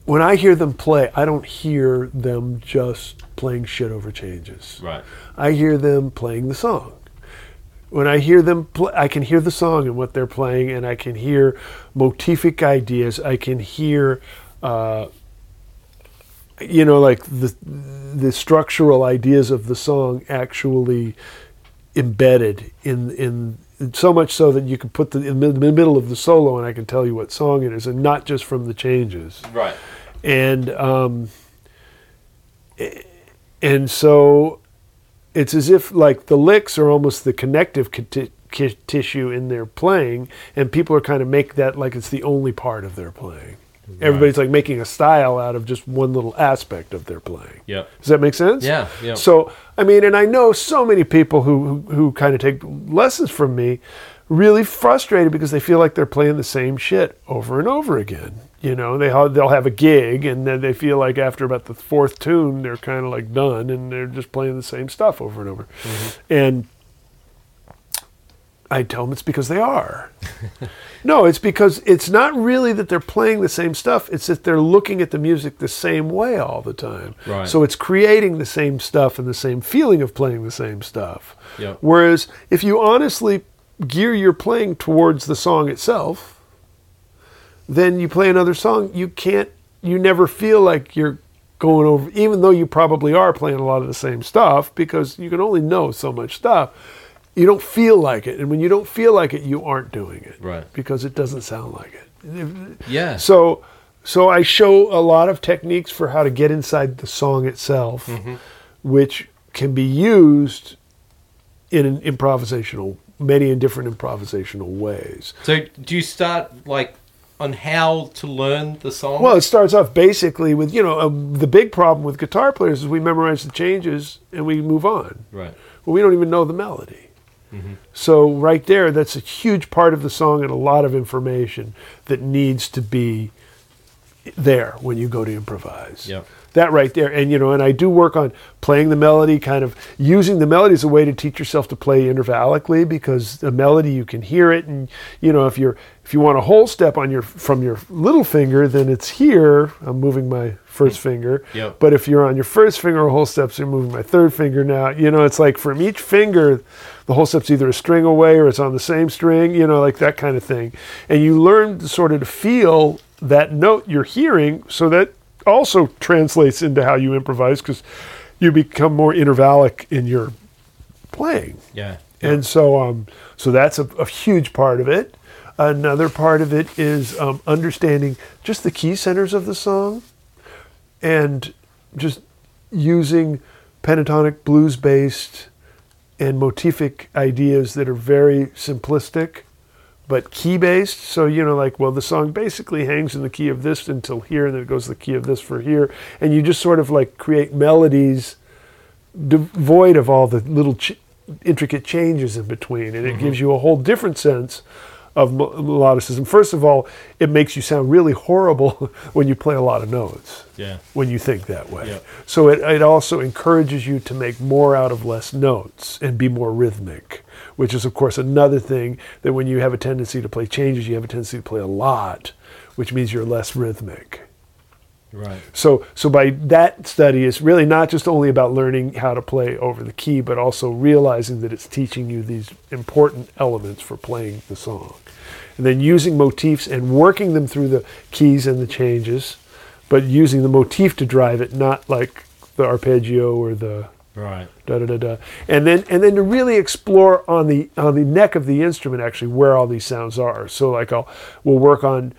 When I hear them play, I don't hear them just playing shit over changes.
Right.
I hear them playing the song. When I hear them play, I can hear the song and what they're playing, and I can hear motific ideas. I can hear, uh, you know, like the the structural ideas of the song actually embedded in in so much so that you can put the in the middle of the solo, and I can tell you what song it is, and not just from the changes
Right.
and um, a- and so it's as if like the licks are almost the connective conti- ki- tissue in their playing, and people are kind of make that like it's the only part of their playing. Everybody's like making a style out of just one little aspect of their playing.
Yep.
Does that make sense?
Yeah, yeah.
So I mean, and I know so many people who who, who kind of take lessons from me, really frustrated because they feel like they're playing the same shit over and over again. You know, they ha- they'll have a gig and then they feel like after about the fourth tune they're kind of like done and they're just playing the same stuff over and over,
Mm-hmm.
and. I tell them it's because they are. no, it's because it's not really that they're playing the same stuff. It's that they're looking at the music the same way all the time.
Right.
So it's creating the same stuff and the same feeling of playing the same stuff.
Yep.
Whereas if you honestly gear your playing towards the song itself, then you play another song, you can't, you never feel like you're going over, even though you probably are playing a lot of the same stuff because you can only know so much stuff. You don't feel like it. And when you don't feel like it, you aren't doing it.
Right.
Because it doesn't sound like it.
Yeah.
So, so I show a lot of techniques for how to get inside the song itself, which can be used in an improvisational, many and different improvisational ways.
So do you start like on how to learn the song?
Well, it starts off basically with you know um, the big problem with guitar players is we memorize the changes and we move on.
right.
But we don't even know the melody. So right there, that's a huge part of the song and a lot of information that needs to be there when you go to improvise.
Yep.
That right there, and you know, and I do work on playing the melody, kind of using the melody as a way to teach yourself to play intervallically because the melody you can hear it, and you know, if you're if you want a whole step on your from your little finger, then it's here. I'm moving my first finger,
Yep.
but if you're on your first finger, a whole step's you're moving my third finger now. You know, it's like from each finger, the whole step's either a string away or it's on the same string. You know, like that kind of thing, and you learn to sort of to feel that note you're hearing so that also translates into how you improvise because you become more intervallic in your playing
Yeah.
and so um, so that's a, a huge part of it another part of it is um, understanding just the key centers of the song and just using pentatonic blues based and motific ideas that are very simplistic but key based. So, you know, like, well, the song basically hangs in the key of this until here, and then it goes to the key of this for here. And you just sort of like create melodies devoid of all the little ch- intricate changes in between. And it gives you a whole different sense of mel- melodicism. First of all, it makes you sound really horrible when you play a lot of notes
Yeah.
when you think that way.
Yeah.
So it, it also encourages you to make more out of less notes and be more rhythmic, which is, of course, another thing that when you have a tendency to play changes, you have a tendency to play a lot, which means you're less rhythmic.
Right.
So, so by that study, it's really not just only about learning how to play over the key, but also realizing that it's teaching you these important elements for playing the song, and then using motifs and working them through the keys and the changes, but using the motif to drive it, not like the arpeggio or the
Right.
da da da da, and then and then to really explore on the on the neck of the instrument actually where all these sounds are. So like I'll we'll work on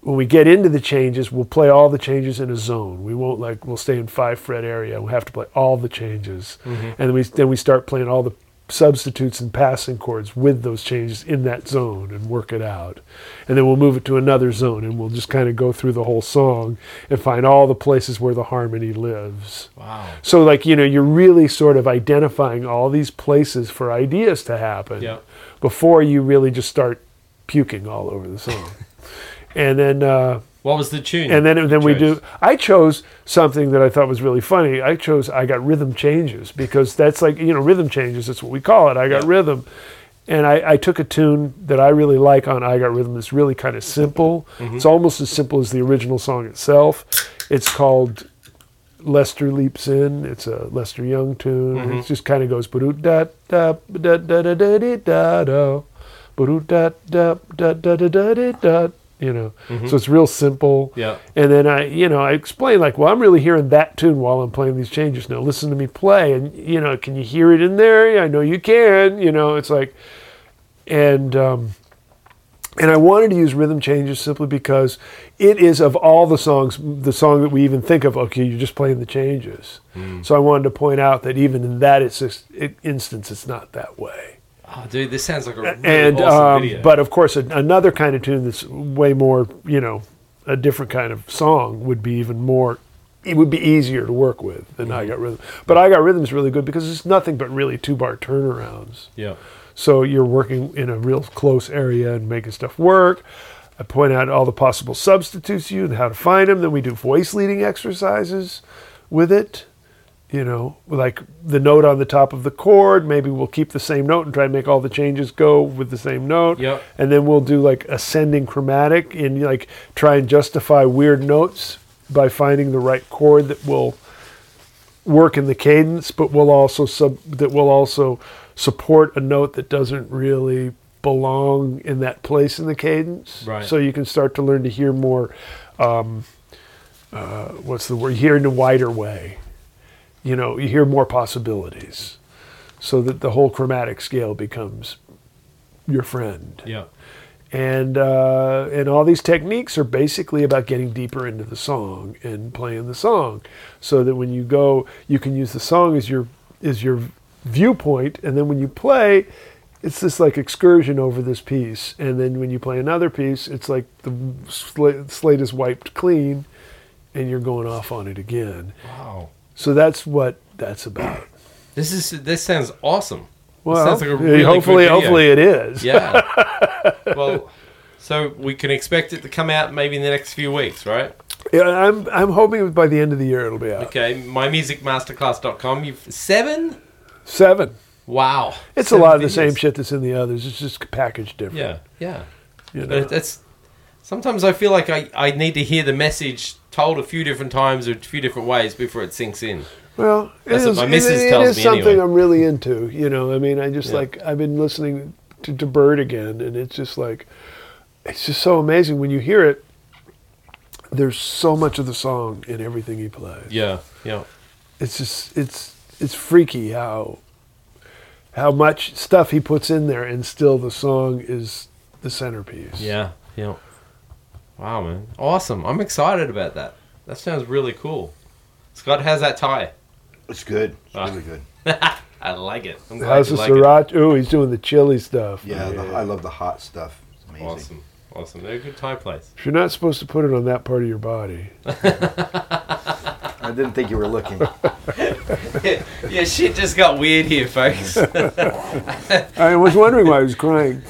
when we get into the changes, we'll play all the changes in a zone. We won't like we'll stay in five fret area. We have to play all the changes, and then we then we start playing all the substitutes and passing chords with those changes in that zone and work it out. And then we'll move it to another zone and we'll just kind of go through the whole song and find all the places where the harmony lives.
Wow.
So, like, you know, you're really sort of identifying all these places for ideas to happen
Yep.
before you really just start puking all over the song. and then, uh,
What was the tune?
and then, then we
Chose.
do. I chose something that I thought was really funny. I chose I got rhythm changes because that's like you know rhythm changes. That's what we call it. I got
Yeah.
rhythm, and I, I took a tune that I really like on I got rhythm. It's really kind of simple. It's almost as simple as the original song itself. It's called Lester leaps in. It's a Lester Young tune. It just kind of goes ba-doot da da da da da da dee da da ba-doot da da da da da da dee da. You know, so it's real simple.
Yeah.
And then I, you know, I explain like, well, I'm really hearing that tune while I'm playing these changes. Now listen to me play, and you know, can you hear it in there? I know you can. You know, it's like, and um, And I wanted to use rhythm changes simply because it is of all the songs, the song that we even think of. Okay, you're just playing the changes.
Hmm.
So I wanted to point out that even in that it's just, it, instance, it's not that way.
Oh, dude, this sounds like a really
And
awesome
um,
video.
but of course, a, another kind of tune that's way more, you know, a different kind of song would be even more. It would be easier to work with than
Hmm.
I Got Rhythm. But I Got Rhythm is really good because it's nothing but really two bar turnarounds.
yeah,
So you're working in a real close area and making stuff work. I point out all the possible substitutes to you and how to find them. Then we do voice leading exercises with it. You know, like the note on the top of the chord. Maybe we'll keep the same note and try to make all the changes go with the same note.
Yep.
And then we'll do like ascending chromatic and like try and justify weird notes by finding the right chord that will work in the cadence, but will also sub that will also support a note that doesn't really belong in that place in the cadence.
Right.
So you can start to learn to hear more. Um, uh, what's the word? Hear in a wider way. You know, you hear more possibilities, so that the whole chromatic scale becomes your friend
yeah.
and uh, and all these techniques are basically about getting deeper into the song and playing the song, so that when you go, you can use the song as your as your viewpoint, and then when you play, it's this like excursion over this piece, and then when you play another piece, it's like the sla- slate is wiped clean, and you're going off on it again.
Wow,
So that's what that's about.
this is this sounds awesome.
Well, eh,
sounds like a really good
hopefully,
video.
hopefully it is.
Yeah. well, so we can expect it to come out maybe in the next few weeks, right?
Yeah, I'm I'm hoping by the end of the year it'll be out.
Okay, mymusicmasterclass.com. You've seven?
Seven.
Wow.
It's
Seven
a lot of the
videos.
same shit that's in the others. It's just packaged different.
Yeah, yeah.
you
But
know?
that's sometimes I feel like I, I need to hear the message told a few different times or a few different ways before it sinks in.
Well, it
That's what
is,
my
it-
missus
it
tells
is
me
something
anyway.
I'm really into. You know, I mean, I just
Yeah.
like I've been listening to, to Bird again, and it's just like it's just so amazing when you hear it. There's so much of the song in everything he plays.
Yeah, yeah.
It's just it's it's freaky how how much stuff he puts in there, and still the song is the centerpiece.
Yeah, yeah. Wow, man. Awesome. I'm excited about that. That sounds really cool. Scott, how's that tie?
It's good. It's
Ah.
really good.
I like it. I'm glad
How's
you
the
like it.
sriracha? Ooh, he's doing the chili stuff.
Yeah, the, I love the hot stuff. It's amazing.
Awesome. Awesome. They're a good tie place.
You're not supposed to put it on that part of your body.
I didn't think you were looking.
yeah, shit just got weird here, folks.
I was wondering why I was crying.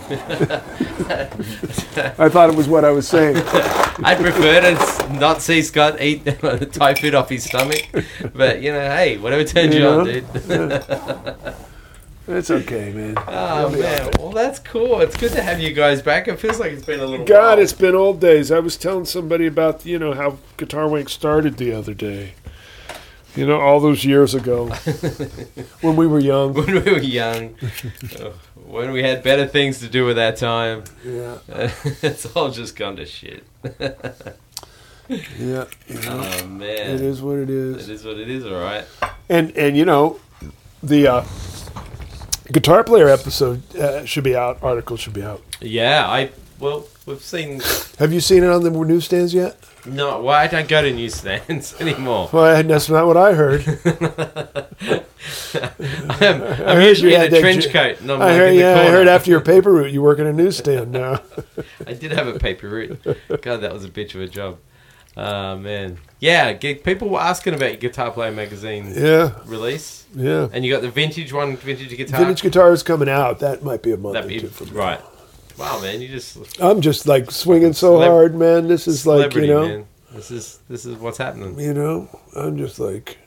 I thought it was what I was saying.
I'd prefer to s- not see Scott eat Thai food off his stomach, but you know, hey, whatever turns you,
You
on,
know?
dude.
It's okay, man.
oh man, well that's cool. It's good to have you guys back. It feels like it's been a little.
God,
while.
it's been old days. I was telling somebody about, you know, how Guitar Wank started the other day. You know, all those years ago when we were young.
when we were young, uh, when we had better things to do with our time.
Yeah,
it's all just gone to shit.
yeah. You know,
Oh man,
it is what
It
it is.
is what it is. All right.
And, and you know, the uh, guitar player episode uh, should be out, article should be out.
Yeah, I well, we've seen.
Have you seen it on the newsstands yet?
No, well, I don't go to newsstands anymore.
Well, that's not what I heard.
I'm, I'm
heard
usually
you
in
had
a
that
trench
ju-
coat. And I'm
I
like
heard,
in the
yeah, I
corner.
heard after your paper route, you work in a newsstand now.
I did have a paper route. God, that was a bitch of a job. Oh, man. Yeah, g- people were asking about your Guitar Player magazine
yeah,
release.
yeah.
And you got the vintage one, vintage guitar.
Vintage guitar is coming out. That might be a month
That'd
or
be-
two from now.
right. Wow, man, you just
I'm just like swinging so
Celeb-
hard, man. This is like
celebrity,
you know,
man. This is this is what's happening.
you know. I'm just like,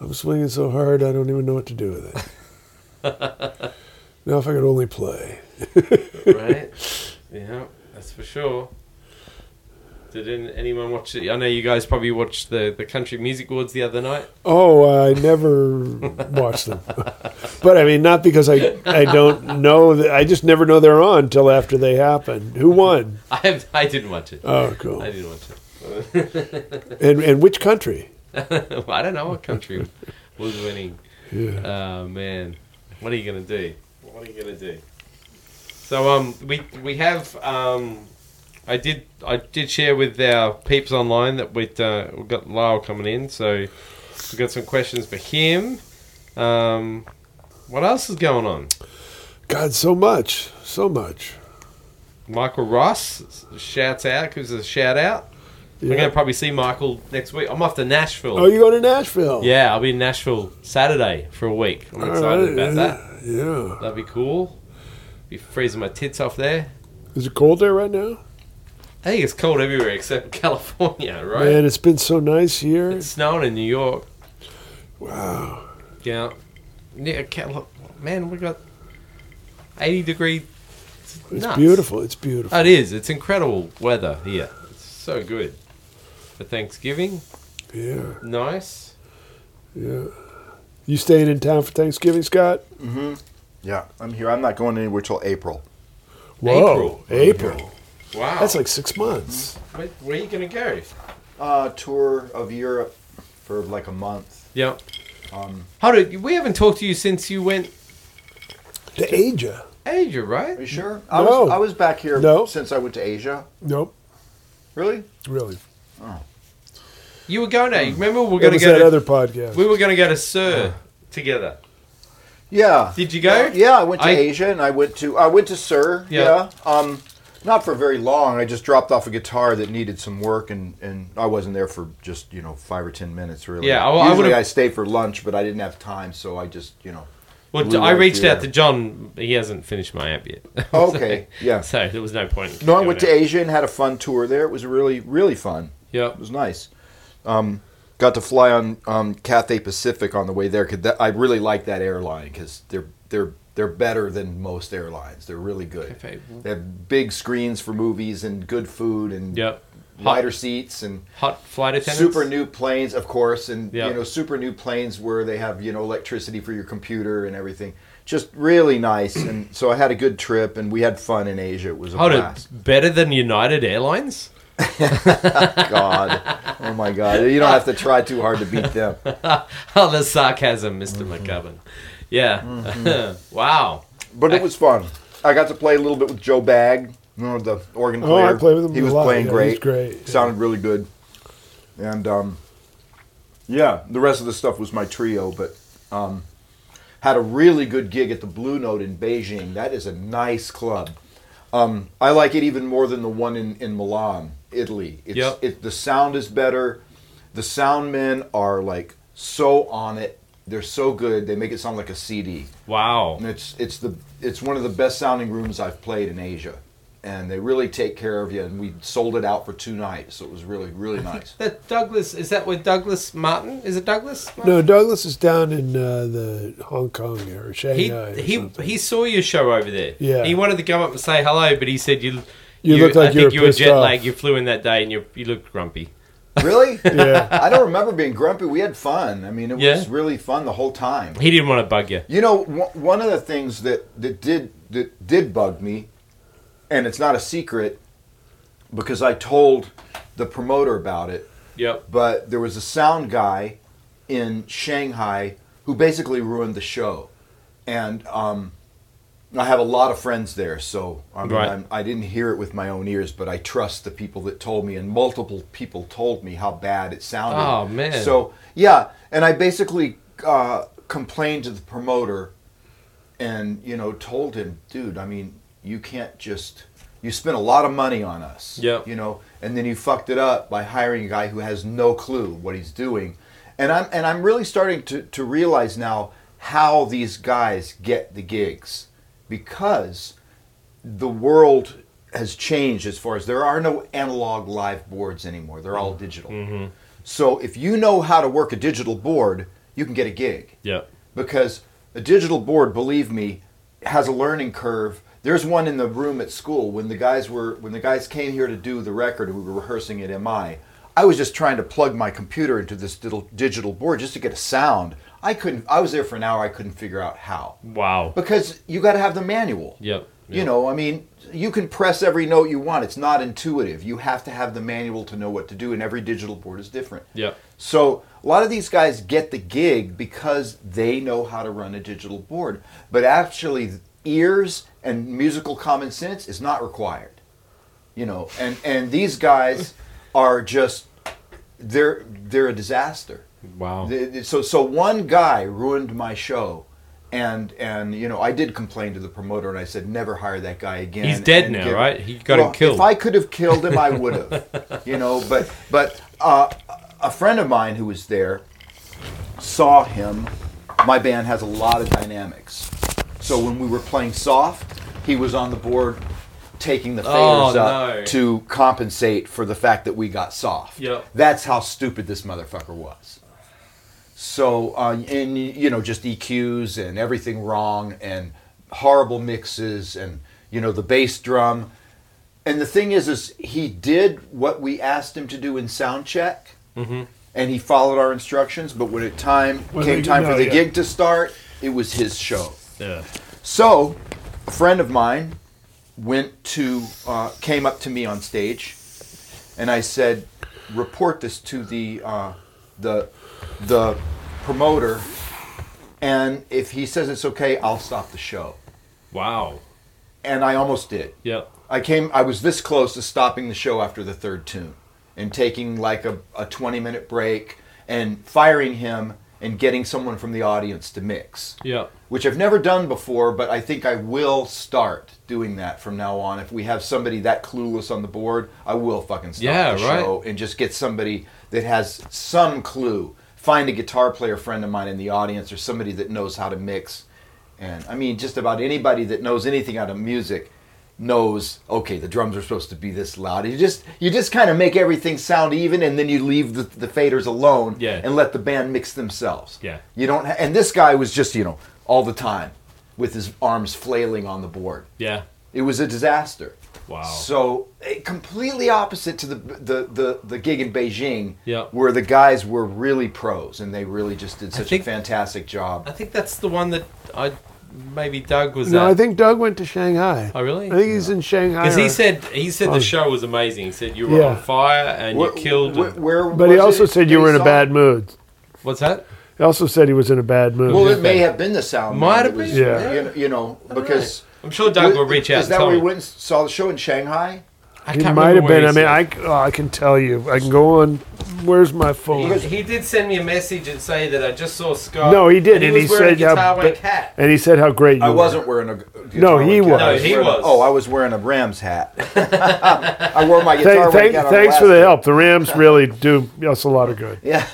I'm swinging so hard, I don't even know what to do with it. now, if I could only play,
right? Yeah, that's for sure. Did an- anyone watch it? I know you guys probably watched the, the Country Music Awards the other night.
oh, I never watched them. but I mean, not because I I don't know. That, I just never know they're on until after they happen. Who won?
I have, I didn't watch it.
Oh, cool.
I didn't watch it.
And and which country?
I don't know what country was winning.
Yeah.
Oh man, what are you gonna do? What are you gonna do? So um, we we have um, I did I did share with our peeps online that we'd uh, we got Lyle coming in, so we got some questions for him. Um, what else is going on?
God, so much, so much.
Michael Ross shouts out gives us a shout out. We're
Yeah.
gonna probably see Michael next week. I'm off to Nashville.
Oh, you go to Nashville?
yeah, I'll be in Nashville Saturday for a week. I'm
All
excited
right,
about that.
yeah, Yeah.
That'd be cool. Be freezing my tits off there.
Is it cold there right now?
I think it's cold everywhere except California, right?
Man, it's been so nice here.
It's snowing in New York.
wow.
Yeah. Yeah, Cal- man, we got 80 degree.
It's
nuts.
beautiful. It's beautiful.
Oh, It is. It's incredible weather here. It's so good. For Thanksgiving,
yeah.
nice.
Yeah. You staying in town for Thanksgiving, Scott?
Yeah, I'm here. I'm not going anywhere till April.
Whoa.
April.
April.
Wow.
That's like six months.
where, where are you going to go?
Uh, tour of Europe for like a month.
Yeah.
Um,
Hold on. We haven't talked to you since you went
To Asia.
Asia,
are
right?
you sure? I
No.
was I was back here
No.
since I went to Asia.
Nope.
Really?
Really.
You were going to.
Um,
Remember, we were
It
going to
was
go.
that
To,
other podcast.
We were going to go to Sir together.
Yeah.
Did you go?
Yeah, I went to
I-
Asia and I went to I went to Sir.
Yeah.
Yeah. Um, not for very long. I just dropped off a guitar that needed some work, and, and I wasn't there for just you know five or ten minutes really.
Yeah, I- I
usually
would've-
I, stay for lunch, but I didn't have time, so I just you know.
Well,
Blue
I
Light
reached out
Theater.
to John. He hasn't finished my app yet.
Oh, Okay. yeah.
so there was no point. in
No, I
doing
went to
it.
Asia and had a fun tour there. It was really really fun.
Yep.
It was nice. Um, got to fly on um, Cathay Pacific on the way there. 'cause that, I really like that airline because they're they're they're better than most airlines. They're really good.
Cathay.
They have big screens for movies and good food and
Yep.
wider seats and
Hot flight attendants.
super new planes, of course, and
Yep.
you know super new planes where they have you know electricity for your computer and everything. Just really nice, and so I had a good trip, and we had fun in Asia. It was a
Hold it.
blast.
Better than United Airlines?
God, oh my God, you don't have to try too hard to beat them.
oh, the sarcasm, mister
Mm-hmm.
McGovern. Yeah. wow.
But it was fun. I got to play a little bit with Joe Bagg, you know, the organ
Oh, I
player.
played with him
He
a
was
lot.
playing
Yeah, he
great.
was great.
Sounded really good. And um, yeah, the rest of the stuff was my trio, but um, had a really good gig at the Blue Note in Beijing. That is a nice club. Um, I like it even more than the one in, in Milan, Italy. It's,
Yep.
it, the sound is better. The sound men are like so on it. They're so good. They make it sound like a CD.
Wow.
And it's it's the it's one of the best sounding rooms I've played in Asia, and they really take care of you. And we sold it out for two nights, so it was really really nice.
That Douglas, is that where Douglas Martin? Is it Douglas?
No,
Martin?
Douglas is down in uh, the Hong Kong or
He,
Shanghai. or
he,
something.
he saw your show over there.
Yeah.
He wanted to come up and say hello, but he said you.
You looked like
I
you
think
were
you were
pissed
jet
off.
lagged. You flew in that day and you you looked grumpy.
really?
Yeah.
I don't remember being grumpy. We had fun. I mean, it
Yeah.
was really fun the whole time.
He didn't want to bug you.
You know, w- one of the things that that did that did bug me, and it's not a secret, because I told the promoter about it.
Yep.
but there was a sound guy in Shanghai who basically ruined the show. And um, I have a lot of friends there, so I, mean,
Right.
I'm, I didn't hear it with my own ears, but I trust the people that told me, and multiple people told me how bad it sounded.
Oh, man.
So yeah, and I basically uh, complained to the promoter, and you know told him, dude, I mean, you can't just you spent a lot of money on us.
Yep.
You know, and then you fucked it up by hiring a guy who has no clue what he's doing. And I'm and I'm really starting to, to realize now how these guys get the gigs because the world has changed as far as there are no analog live boards anymore. They're all digital. So if you know how to work a digital board, you can get a gig
Yep.
because a digital board, believe me, has a learning curve. There's one in the room at school when the guys were when the guys came here to do the record and we were rehearsing at MI. I was just trying to plug my computer into this diddle- digital board just to get a sound. I couldn't. I was there for an hour. I couldn't figure out how
Wow.
because you got to have the manual.
Yep.
You know, I mean, you can press every note you want. It's not intuitive. You have to have the manual to know what to do, and every digital board is different.
Yep.
So a lot of these guys get the gig because they know how to run a digital board, but actually ears and musical common sense is not required. You know, and and these guys are just they're they're a disaster.
Wow.
The- the- So so one guy ruined my show, and and you know I did complain to the promoter and I said never hire that guy again.
He's dead
and
now, right? He got him killed.
If I could have killed him, I would have. you know, but but uh, a friend of mine who was there saw him. My band has a lot of dynamics, so when we were playing soft, he was on the board taking the
Oh,
faders up
no.
to compensate for the fact that we got soft.
Yep.
That's how stupid this motherfucker was. So, uh, and you know, just EQs and everything wrong and horrible mixes and, you know, the bass drum. And the thing is, is he did what we asked him to do in sound check and he followed our instructions. But when it time
When
came
they-
time
no,
for the
yeah.
gig to start, it was his show. So, a friend of mine went to uh, came up to me on stage, and I said, "Report this to the uh, the the promoter, and if he says it's okay, I'll stop the show."
Wow.
And I almost did.
Yep.
I came. I was this close to stopping the show after the third tune, and taking like a, a twenty minute break, and firing him, and getting someone from the audience to mix.
Yep.
Which I've never done before, but I think I will start doing that from now on. If we have somebody that clueless on the board, I will fucking stop
Yeah,
the
right.
show and just get somebody that has some clue. Find a guitar player friend of mine in the audience or somebody that knows how to mix. And I mean, just about anybody that knows anything out of music knows okay the drums are supposed to be this loud you just you just kind of make everything sound even and then you leave the, the faders alone
Yeah.
and let the band mix themselves
Yeah.
you don't. Ha- and this guy was just you know all the time with his arms flailing on the board.
Yeah.
It was a disaster.
Wow.
So eh, completely opposite to the the the, the gig in Beijing,
Yeah.
where the guys were really pros and they really just did such
think-
a fantastic job.
I think that's the one that I maybe Doug was
No,
at.
I think Doug went to Shanghai.
Oh, really?
I think he's in Shanghai.
because
or-
he said he said the show was amazing. He said you were
Yeah.
on fire and you killed.
Where,
and-
where
but he
was
also
it
said you
that
were
he
in
saw
a bad
it?
mood.
what's that?
He also said he was in a bad mood.
Well, it may have been the sound.
Might
man
have
that was-
been, yeah.
You know, you know, because.
I'm sure Doug will reach out.
Is
and
that
tell
where we
me.
went and saw the show in Shanghai?
I
He
can't
might have
remember where
been. I
he
mean, I, oh, I can tell you. I can go on. Where's my phone?
said- He, he did send me a message and say that I just saw Scott.
no, he did,
and
and,
he was
he
wearing
said, uh,
a guitar
yeah,
and a
but-
cap.
and he said how great you
I
were.
wasn't wearing a. g- guitar
No, he
like that.
was.
No, he
wearing a-
was.
oh, I was wearing a Rams hat. I wore my
Thank-
guitar.
thank-
wank out on
thanks for the
last-
help. The Rams really do us a lot of good. Yeah,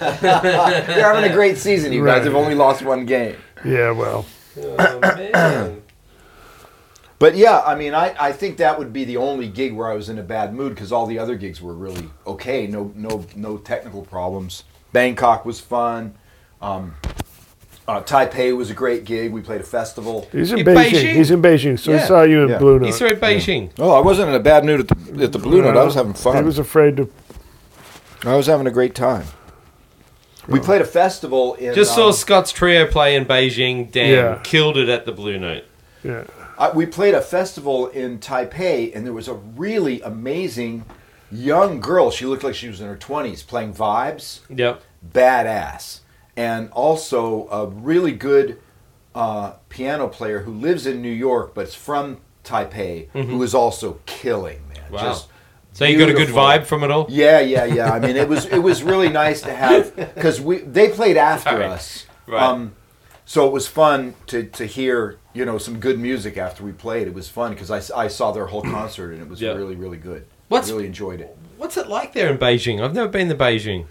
You're having a great season, you
Right.
guys. Have only lost one game.
well,
Oh, man.
But yeah, I mean, I, I think that would be the only gig where I was in a bad mood because all the other gigs were really okay. No no no technical problems. Bangkok was fun. Um, uh, Taipei was a great gig. We played a festival.
he's in,
In
Beijing.
Beijing?
He's in Beijing, so
Yeah.
he saw you in
Yeah.
Blue Note.
He saw Beijing.
Oh, I wasn't in a bad mood at the, at the Blue Note. I was having
He
fun.
was afraid to.
I was having a great time. We played a festival in.
Just saw
um,
Scott's trio play in Beijing. Damn,
Yeah.
killed it at the Blue Note.
Yeah.
I, we played a festival in Taipei, and there was a really amazing young girl. She looked like she was in her 20s playing vibes.
Yep.
Badass. And also a really good uh, piano player who lives in New York but is from Taipei, who is also killing, man.
Mm-hmm. Wow.
Just
So you got a good
beautiful.
vibe from it all.
Yeah, yeah, yeah. I mean, it was it was really nice to have because we they played after
Sorry.
us, Um,
Right.
so it was fun to to hear you know some good music after we played. It was fun because I, s- I saw their whole concert and it was
Yeah.
really really good.
What's-
really enjoyed it.
What's it like there in Beijing? I've never been to Beijing.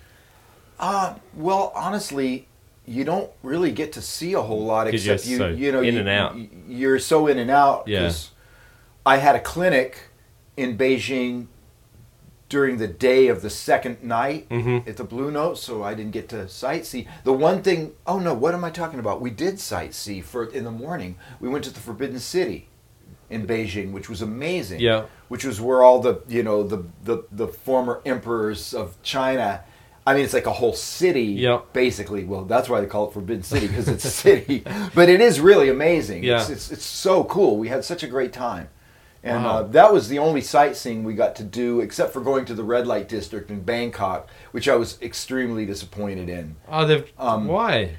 Uh, well, honestly, you don't really get to see a whole lot
'Cause you're
except you
so
you know
in
you,
and out.
you- You're so in and out.
Yeah.
'cause I had a clinic in Beijing during the day of the second night
Mhm.
at the Blue Note, so I didn't get to sightsee. The one thing, oh no, what am I talking about? We did sightsee for in the morning. We went to the Forbidden City in Beijing, which was amazing.
Yeah.
Which was where all the you know the the, the former emperors of China. I mean, it's like a whole city,
Yeah.
basically. Well, that's why they call it Forbidden City because it's a city. But it is really amazing.
Yeah.
It's, it's it's so cool. We had such a great time, and
Wow.
uh, that was the only sightseeing we got to do, except for going to the red light district in Bangkok, which I was extremely disappointed in.
Oh, they've
Um,
why?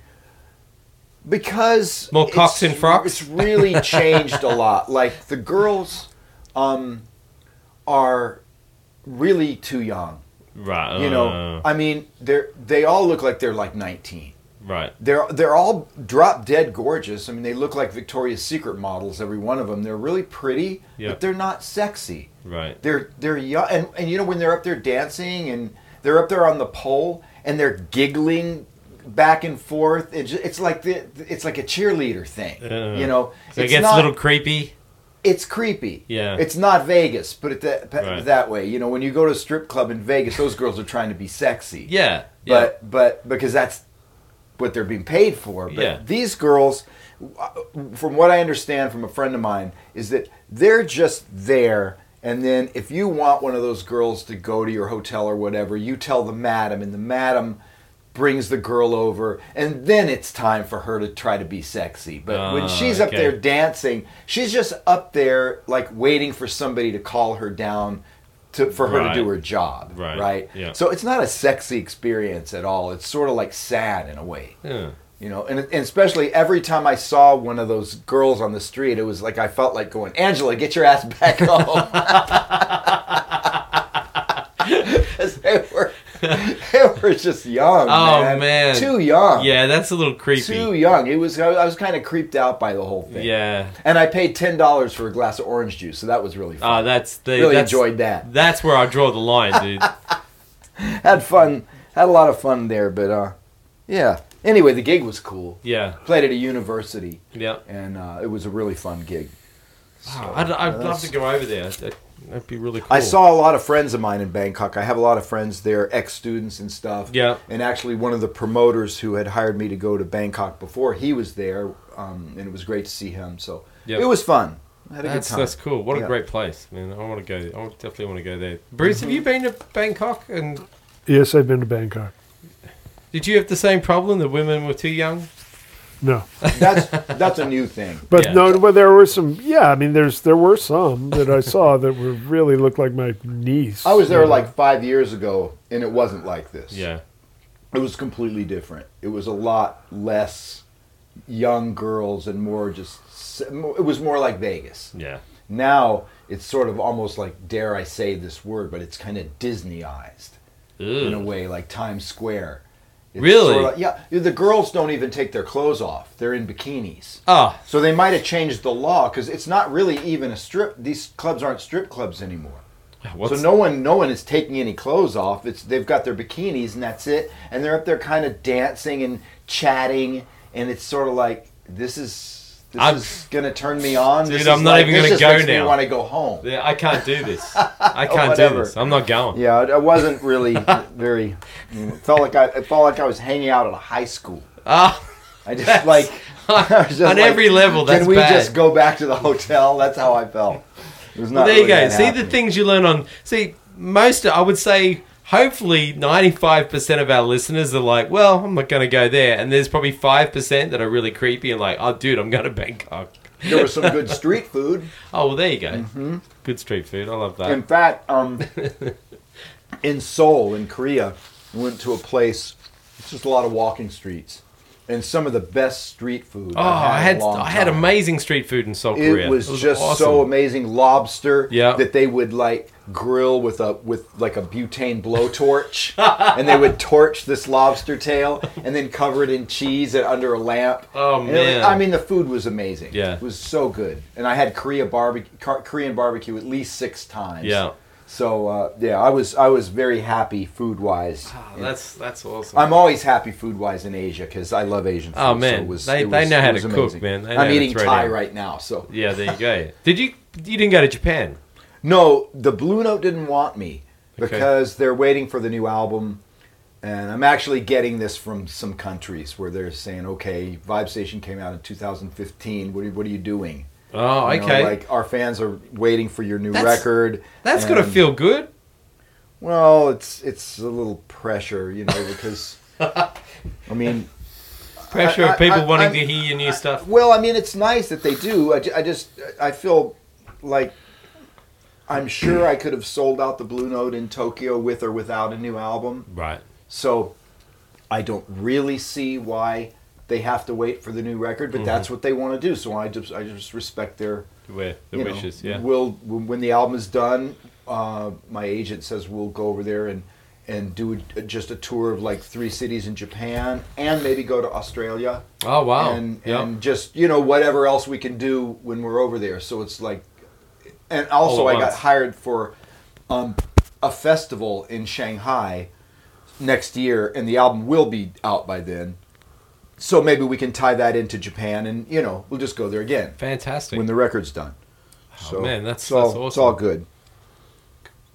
because
More
it's-
cocks and frocks?
It's really changed a lot. Like the girls, um, are really too young.
Right.
You
Oh.
know,
uh,
I mean, they're they all look like they're like nineteen.
right.
They're they're all drop dead gorgeous. I mean, they look like Victoria's Secret models. Every one of them. They're really pretty,
Yeah.
but they're not sexy.
Right.
They're they're young, and, and you know when they're up there dancing and they're up there on the pole and they're giggling back and forth. It ju it's like the it's like a cheerleader thing.
Yeah.
you know,
Uh, So it
it's
gets
not,
a little creepy.
It's creepy.
Yeah.
it's not Vegas, but it that pa-
Right.
that way, you know, when you go to a strip club in Vegas, those girls are trying to be sexy.
Yeah. yeah.
but but because that's what they're being paid for. But
Yeah.
these girls, w- from what I understand from a friend of mine, is that they're just there. And then if you want one of those girls to go to your hotel or whatever, you tell the madam, and the madam brings the girl over, and then it's time for her to try to be sexy. But
Ah,
when she's up
okay.
there dancing, she's just up there like waiting for somebody to call her down. To, for her
Right.
to do her job,
Right.
right?
Yeah.
So it's not a sexy experience at all. It's sort of like sad in a way,
yeah.
you know. And, and especially every time I saw one of those girls on the street, it was like I felt like going, Angela, get your ass back home. Because they were, they were just young.
Oh,
man.
man.
too young.
Yeah, that's a little creepy.
too young. It was. I was- I was kind of creeped out by the whole thing.
Yeah.
And I paid ten dollars for a glass of orange juice, so that was really fun.
Oh, that's the
really
that's,
enjoyed that.
That's where I draw the line, dude.
had fun had a lot of fun there but uh yeah anyway the gig was cool
yeah.
played at a university
Yeah.
and uh, it was a really fun gig
Wow, I'd, I'd love to go over there. That, that'd be really cool.
i saw a lot of friends of mine in bangkok i have a lot of friends there ex-students and stuff
Yeah.
and actually one of the promoters who had hired me to go to bangkok before he was there um, and it was great to see him so
Yeah.
it was fun I had a
That's
good time
that's cool. What a
Yeah. Mm-hmm.
great place, man. I want to go. I definitely want to go there. Bruce, have you been to Bangkok? And
Yes, I've been to Bangkok.
did you have the same problem? The women were too young.
No,
that's that's a new thing
but
Yeah.
no, but there were some. Yeah, I mean, there's there were some that I saw that were really looked like my niece.
i was there
you know.
like five years ago and it wasn't like this
Yeah.
it was completely different. It was a lot less young girls and more just. It was more like Vegas.
Yeah.
Now it's sort of almost like dare I say this word, but it's kind of Disneyized in a
Ew.
way, like Times Square. It's
Really?
sorta- yeah. The girls don't even take their clothes off. They're in bikinis.
Ah.
So they might have changed the law because it's not really even a strip. These clubs aren't strip clubs anymore.
What's
So no one, no one is taking any clothes off. It's they've got their bikinis and that's it, and they're up there kind of dancing and chatting, and it's sort of like this is this
I'm-
is gonna turn me on.
Dude,
This
I'm
is
not
like-
even
this
gonna
just
go
makes
now.
Me want to go home.
Yeah, I can't do this. I can't do
Whatever.
this. I'm not going.
Yeah, I I wasn't really very. it felt like I it felt like I was hanging out at a high school.
Ah.
I just
That's-
like I was just
on
like,
every level, that's
Can we
bad.
just go back to the hotel? That's how I felt. It was not
Well, there you
really
go.
that
See the
happening.
things you learn on. See, most I would say, hopefully, ninety-five percent of our listeners are like, "Well, I'm not going to go there," and there's probably five percent that are really creepy and like, "Oh, dude, I'm going to Bangkok."
There was some good street food.
Oh, well, there you go.
Mm-hmm.
Good street food. I love that.
In fact, um, in Seoul, in Korea, we went to a place. It's just a lot of walking streets, and some of the best street food.
oh, I
I've had
had
in a long
I had
time.
amazing street food in South Korea.
It was, just so amazing. Lobster
Yeah.
that they would like grill with a with like a butane blowtorch, and they would torch this lobster tail and then cover it in cheese and under a lamp.
Oh,
And it was-
man.
I mean, the food was amazing.
Yeah.
it was so good, and I had Korea barbecue, Korean barbecue at least six times.
Yeah.
So uh, yeah, I was I was very happy food wise.
Oh, that's that's awesome.
I'm always happy food wise in Asia because I love Asian food.
Oh,
so
man.
it was-
They-
it
they
was-
know
it
how
was
to cook,
amazing.
man. They know how
I'm
to
eating
throw
Thai
down.
right now, so
yeah, there you go. Did you you didn't go to Japan?
no, the Blue Note didn't want me
Okay.
because they're waiting for the new album, and I'm actually getting this from some countries where they're saying, "Okay, Vibe Station came out in 2015. What are, what are you doing?
Oh,
You know,
okay.
like our fans are waiting for your new
That's-
record.
that's gonna
and-
feel good.
Well, it's it's a little pressure, you know, because I mean,
Pressure
I-
of people
I-
wanting
I'm-
to hear your new stuff.
well, I mean, it's nice that they do. I, ju- I just I feel like I'm sure I could have sold out the Blue Note in Tokyo with or without a new album.
Right.
So I don't really see why they have to wait for the new record, but that's what they want to do. So I just I just respect their
Where the
you know,
wishes, yeah.
We'll when when the album is done, uh, my agent says we'll go over there and and do a, just a tour of like three cities in Japan and maybe go to Australia
oh wow.
and
yeah.
and just you know whatever else we can do when we're over there. So it's like, and also
All at
I got
once.
hired for um, a festival in Shanghai next year, and the album will be out by then. So maybe we can tie that into Japan, and you know we'll just go there again
Fantastic.
when the record's done. So
Oh, man, that's-
it's all,
that's
It's all
awesome.
good.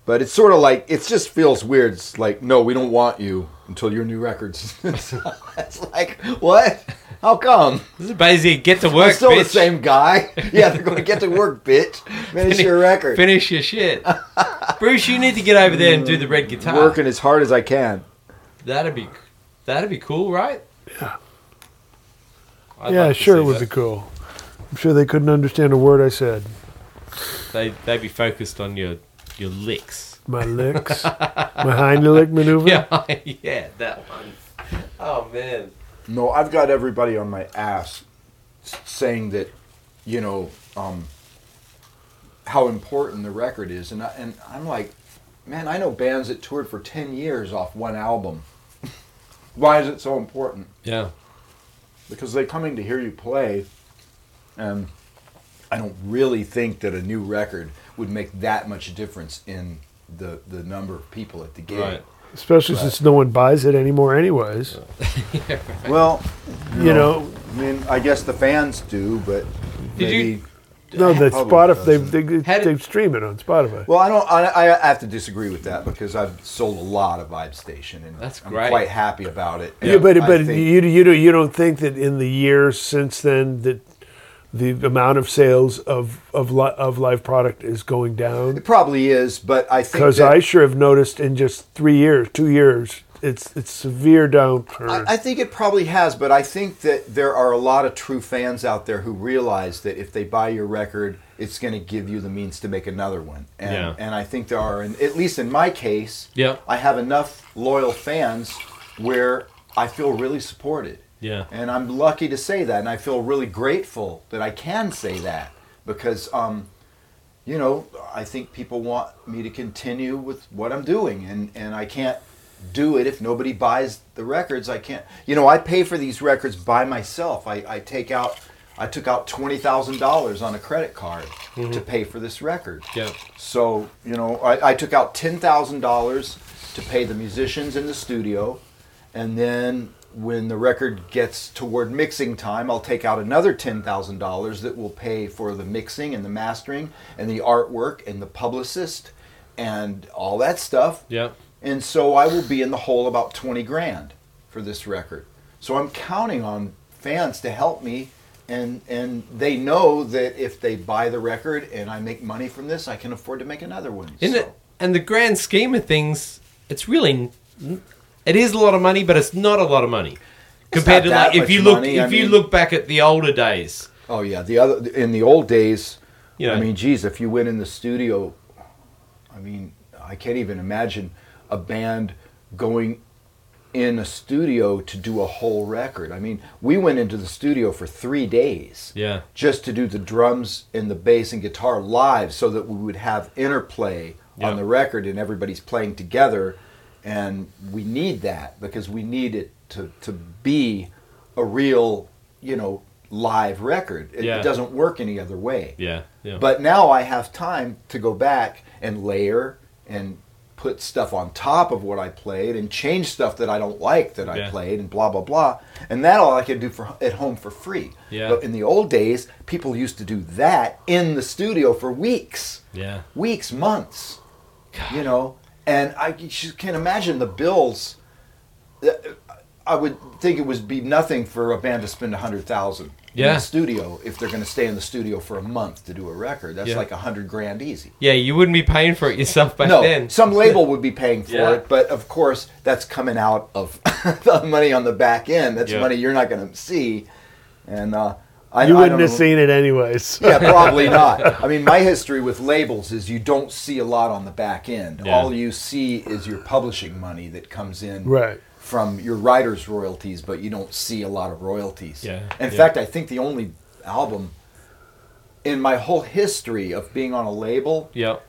But it's sort of like it just feels weird. It's like no, we don't want you until your new records. it's like what? How come?
this is basically get to work.
I'm still
bitch.
the same guy. Yeah, they're going to get to work, bitch. Finish
Fini-
your record.
Finish your shit. Bruce, you need to get over there and do the red guitar.
Mm, Working as hard as I can.
That'd be that'd be cool, right? Yeah.
yeah, sure, it would be cool. I'm sure they couldn't understand a word I said.
They they'd be focused on your your licks.
My licks, my hind lick maneuver.
Yeah, yeah, that one. Oh man.
No, I've got everybody on my ass s- saying that, you know, um, how important the record is, and I, and I'm like, man, I know bands that toured for ten years off one album. Why is it so important?
Yeah.
because they're coming to hear you play, and I don't really think that a new record would make that much difference in the the number of people at the gig.
Right.
Especially since no one buys it anymore, anyways.
Well,
You know,
I mean, I guess the fans do, but
Did you-
maybe.
no, that
Public
Spotify they they,
Had it-
they stream it on Spotify.
Well, I don't. I, I have to disagree with that because I've sold a lot of Vibe Station, and
That's
I'm
great.
quite happy about it.
yeah, but
I
but
think-
you you don't you don't think that in the years since then that the amount of sales of of li- of live product is going down?
it probably is, but I think
Because
that,
I sure have noticed in just three years, two years, it's it's severe downturn.
I, I think it probably has, but I think that there are a lot of true fans out there who realize that if they buy your record, it's going to give you the means to make another one. And,
Yeah.
and I think there are, and at least in my case,
Yeah.
I have enough loyal fans where I feel really supported.
Yeah.
And I'm lucky to say that, and I feel really grateful that I can say that because, um, you know, I think people want me to continue with what I'm doing, and, and I can't do it if nobody buys the records. I can't, you know, I pay for these records by myself. I, I take out, I took out twenty thousand dollars on a credit card to pay for this record.
Yeah.
So you know, I, I took out ten thousand dollars to pay the musicians in the studio, and then when the record gets toward mixing time, I'll take out another ten thousand dollars that will pay for the mixing and the mastering and the artwork and the publicist and all that stuff.
Yeah.
And so I will be in the hole about 20 grand for this record. So I'm counting on fans to help me and and they know that if they buy the record and I make money from this, I can afford to make another one.
Isn't
so,
it? And the grand scheme of things, it's really, it is a lot of money, but it's not a lot of money compared to
not that
like if
much
you look
money, I
if you
mean-
look back at the older days.
Oh yeah, the other in the old days,
Yeah.
I mean, geez, if you went in the studio, I mean, I can't even imagine a band going in a studio to do a whole record. I mean, we went into the studio for 3 days.
Yeah.
just to do the drums and the bass and guitar live so that we would have interplay
Yeah.
on the record and everybody's playing together and we need that because we need it to, to be a real you know live record it,
Yeah.
it doesn't work any other way
Yeah. Yeah.
but now i have time to go back and layer and put stuff on top of what i played and change stuff that i don't like that i
Yeah.
played and blah blah blah and that all i could do for at home for free
Yeah.
but in the old days, people used to do that in the studio for weeks,
yeah.
weeks, months, you know. And I just can't imagine the bills. uh, I would think it would be nothing for a band to spend a hundred thousand in
Yeah.
the studio if they're going to stay in the studio for a month to do a record. That's
Yeah.
like a hundred grand easy.
Yeah, you wouldn't be paying for it yourself back
no,
then.
some label would be paying for
Yeah.
it, but of course that's coming out of the money on the back end. That's
Yeah.
money you're not going to see, and uh, I
you
I
wouldn't
don't
have
know-
seen it anyways.
yeah, probably not. I mean, my history with labels is you don't see a lot on the back end.
Yeah.
All you see is your publishing money that comes in
Right.
from your writer's royalties, but you don't see a lot of royalties.
Yeah,
In
yeah.
fact, I think the only album in my whole history of being on a label,
Yep.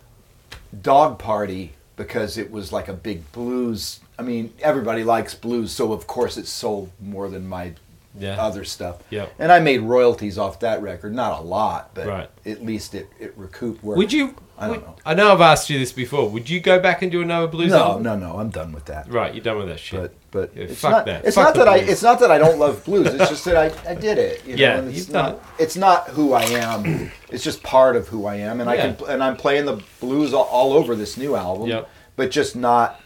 Dog Party, because it was like a big blues. I mean, everybody likes blues, so of course it sold more than my
Yeah.
other stuff.
Yep.
And I made royalties off that record, not a lot, but
Right.
at least it it recouped where
Would you?
I don't
would-
know.
I know I've asked you this before. Would you go back and do another blues?
No,
album?
no, no, I'm done with that.
Right, you're done with that shit.
But but
Yeah,
it's
fuck
not
that.
it's
Fuck
not
the
that I
blues.
it's not that I don't love blues. It's just that I, I did it. You
Yeah,
know, and it's
you've done
not it's not who I am. It's just part of who I am, and I
Yeah.
can and I'm playing the blues all, all over this new album,
Yep.
but just not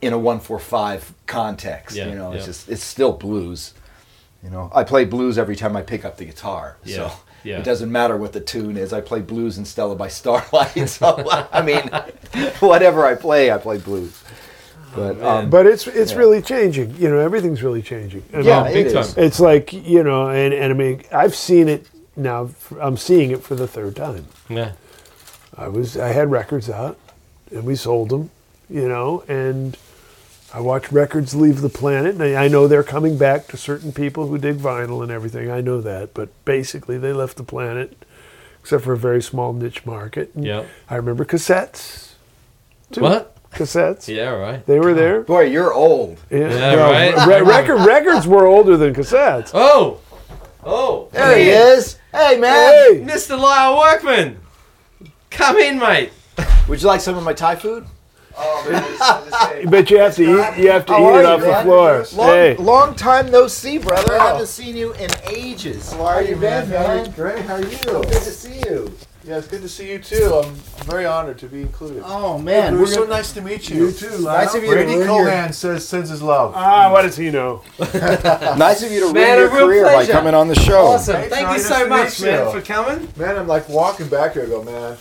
in a one four five context.
Yeah,
you know,
yeah.
it's just it's still blues. You know, I play blues every time I pick up the guitar.
Yeah,
So
yeah.
it doesn't matter what the tune is. I play blues in Stella by Starlight. So I mean, whatever I play, I play blues.
Oh,
But um,
But it's it's
Yeah.
really changing. You know, everything's really changing. And
yeah,
I'm-
it
big time.
is.
it's like you know, and, and I mean, I've seen it now. I'm seeing it for the third time.
Yeah.
I was I had records out, and we sold them, you know, and I watched records leave the planet, and I, I know they're coming back to certain people who dig vinyl and everything. I know that, but basically they left the planet, except for a very small niche market. And
Yep.
I remember cassettes. too.
What?
cassettes?
Yeah. Right.
They were there.
Boy, you're old.
Yeah,
Yeah, right.
re- record, records were older than cassettes.
Oh. Oh.
There he is. Hey, man.
Hey,
Mr. Lyle Workman. Come in, mate.
Would you like some of my Thai food?
Oh,
but you have to eat. You have to eat it off the floor.
Long,
hey,
long time no see, brother.
Oh.
I
I haven't
haven't
seen you in ages.
How are you been, man?
Great. How are you?
Good to see you.
Yeah, it's good to see you too. I'm, I'm very honored to be included.
Oh man,
It was
we're
so
gonna-
nice to meet you.
You too, Lyle.
Nice of you to
Brady
ruin your,
Cohan says sends his love.
ah, what does he know?
nice of you to ruin
Man, a
your
real
career
pleasure.
by coming on the show.
Awesome.
Hey,
Thank you
Charlie,
so much,
nice to meet
man,
you.
for coming.
Man, I'm like walking back here. I go, man.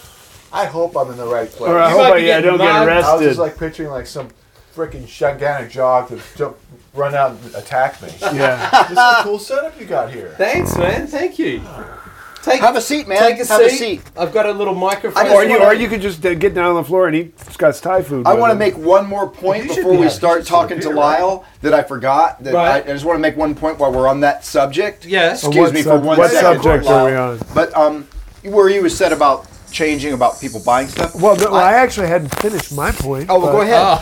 I hope I'm in the right
Oh,
place.
Or I
You
hope
might
I,
be
yeah, I don't
getting
get
mugged.
I was
arrested.
just like picturing like some freaking gigantic dog to jump, run out and attack me. this
yeah.
is a cool setup you got here.
Thanks, man. Thank you. Take
Have a seat, man.
Take a
Have
seat.
a seat.
I've got a little microphone.
I just
Or you,
wanna-
or you could just uh, get down on the floor and eat Scott's Thai food.
I
with
want to
him.
make one more point
You should
before
be
we
happy.
start
You should
talking to
be, right?
Lyle that I forgot. That
Right.
I, I just want to make one point while we're on that subject.
Yeah.
Excuse
What
me
sub-
for one
what
second,
subject
Lyle.
are we on?
But um, where you said about changing about people buying stuff.
Well, no, well, I actually hadn't finished my point.
Oh, well,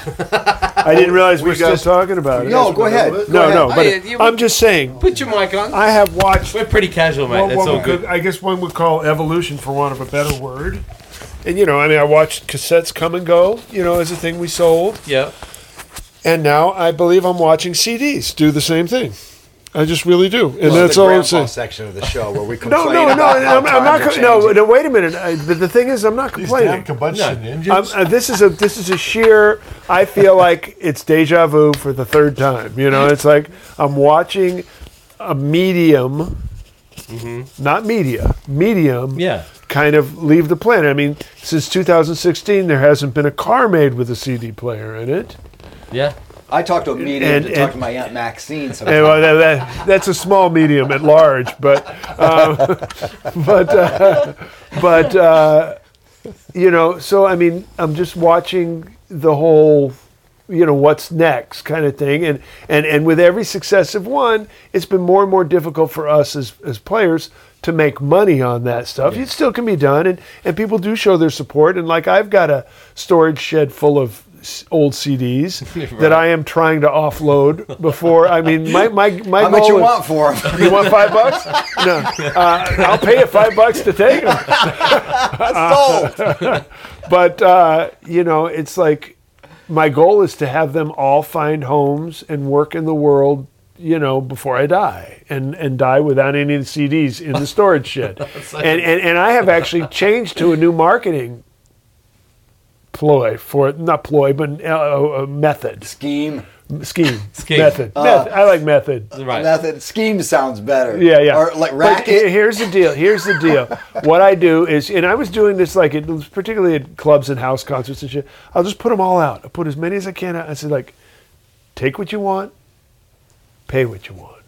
go
but
ahead.
I didn't realize we were
you guys-
still talking about it.
no, go ahead.
No,
Go
no,
ahead.
no.
Oh,
But
yeah, you-
I'm just saying,
Put your mic on.
I have watched
We're pretty casual, mate.
Well,
That's
what
all
we
good.
could- I guess one would call evolution, for want of a better word. And you know, I mean, I watched cassettes come and go. You know, as a thing we sold,
Yeah.
and now I believe I'm watching CDs do the same thing. I just really do, and
Well,
that's
the
all I'm
grandpa
saying.
section of the show where we complain.
No, no, no,
about how
I'm, I'm
times
not.
are
Co- no,
changing.
no, wait a minute. I, but the thing is, I'm not
These damn
complaining.
combustion
I'm,
engines.
uh, this is a this is a sheer. I feel like it's deja vu for the third time. You know, it's like I'm watching a medium,
Mm-hmm.
not media, medium.
Yeah.
kind of leave the planet. I mean, since 2016, there hasn't been a car made with a CD player in it.
Yeah.
I talked to a medium
And-
to talk
and-
to my aunt Maxine.
And,
Sometimes.
well, that, that- that's a small medium at large, but um, but uh, but uh, you know. So I mean, I'm just watching the whole you know what's next kind of thing and and and with every successive one it's been more and more difficult for us as as players to make money on that stuff it still can be done and and people do show their support and like i've got a storage shed full of s- old cds that i am trying to offload before i mean my my my
How much
goal
you
is-
want for them?
you want five bucks? No, uh, I'll pay you five bucks to take them.
Sold.
But uh, you know, it's like my goal is to have them all find homes and work in the world. You know, before I die, and and die without any of the CDs in the storage shed, and, and and I have actually changed to a new marketing ploy for it, not ploy, but uh, uh, method,
Scheme.
scheme,
Scheme.
method. Meth- I like method.
Right.
Nothing. Scheme sounds better.
Yeah, yeah.
Or like
But he-
racket.
here's the deal. Here's the deal. what I do is, and I was doing this like it was particularly at clubs and house concerts and shit. I'll just put them all out. I put as many as I can out. I said like, take what you want, pay what you want,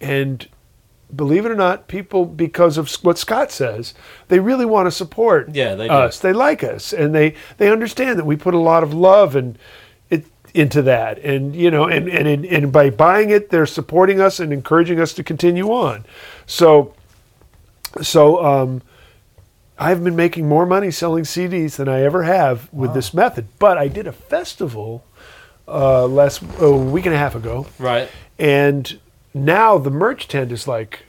and believe it or not, people because of what Scott says, they really want to support Oh,
Yeah, they do.
us. They like us, and they they understand that we put a lot of love and it into that and you know and, and and and by buying it they're supporting us and encouraging us to continue on so so um I've been making more money selling CDs than I ever have with this method but I did a festival uh last a week and a half ago
Right.
and now the merch tent is like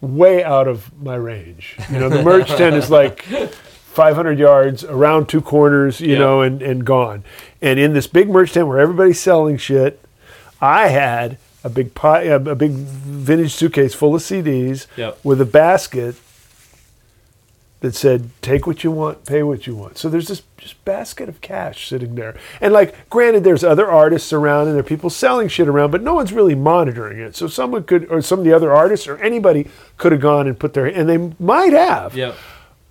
way out of my range. You know, the merch tent is like 500 yards around two corners, you
Yeah.
know, and, and gone. And in this big merch tent where everybody's selling shit, I had a big pie, a, a big vintage suitcase full of CDs
Yep.
with a basket that said take what you want pay what you want so there's this just basket of cash sitting there and like granted there's other artists around and there are people selling shit around but no one's really monitoring it so someone could or some of the other artists or anybody could have gone and put their and they might have
Yep.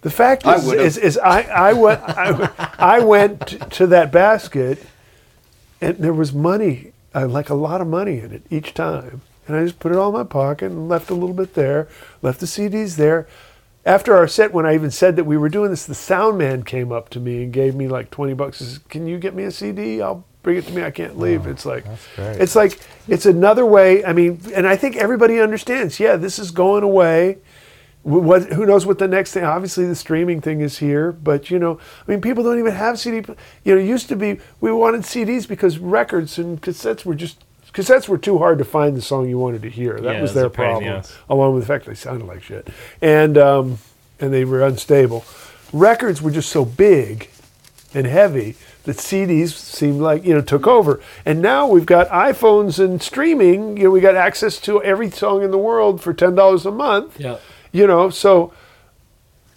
the fact
I
is,
would've.
is, is I, I went I, I went t- to that basket and there was money uh, like a lot of money in it each time and I just put it all in my pocket and left a little bit there left the CDs there after our set when I even said that we were doing this the sound man came up to me and gave me like 20 bucks He says, can you get me a CD I'll bring it to me I can't leave it's like
great.
it's like it's another way I mean and I think everybody understands yeah this is going away Wh- what who knows what the next thing obviously the streaming thing is here but you know i mean people don't even have cd pl- you know it used to be we wanted cds because records and cassettes were just cassettes were too hard to find the song you wanted to hear that
Yeah,
was
it was
their
a pain in the
problem
ass.
along with the fact they sounded like shit and um, and they were unstable records were just so big and heavy that CDs seemed like you know took over. And now we've got iPhones and streaming. You know, we got access to every song in the world for ten dollars a month.
Yeah.
You know, so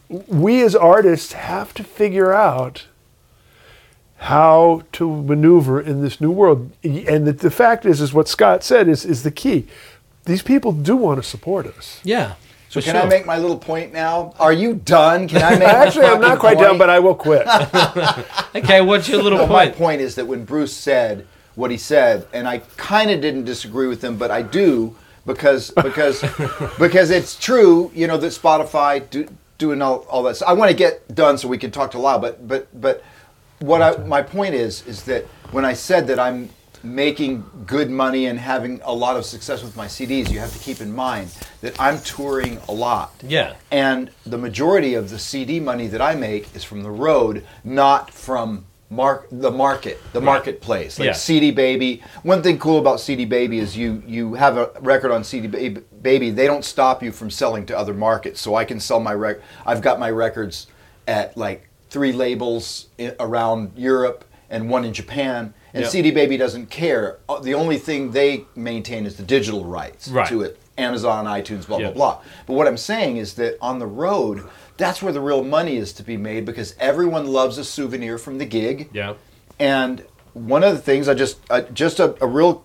we as artists have to figure out how to maneuver in this new world. And the, the fact is, is what Scott said is is the key. These people do want to support us.
Yeah.
So can I make my little point now? Are you done? Can I make? my
Actually, I'm not
fucking
quite done,
point?
but I will quit.
Okay, what's your little
Well, my
point?
point is that when Bruce said what he said, and I kind of didn't disagree with him, but I do because because because it's true. You know that Spotify do, doing all, all that. So I want to get done so we can talk to Lau. But but but what I, my point is is that when I said that I'm making good money and having a lot of success with my CDs, you have to keep in mind that I'm touring a lot.
Yeah.
And the majority of the CD money that I make is from the road, not from mark the market, the marketplace. Like
Yeah.
CD Baby. One thing cool about CD Baby is you you have a record on CD Ba- Baby. They don't stop you from selling to other markets. So I can sell my rec. I've got my records at like three labels i- around Europe and one in Japan. And
Yep.
CD Baby doesn't care. Uh, The only thing they maintain is the digital rights
Right.
to it. Amazon, iTunes, blah
Yeah.
blah blah. But what I'm saying is that on the road, that's where the real money is to be made because everyone loves a souvenir from the gig.
Yeah.
And one of the things I just I, just a, a real,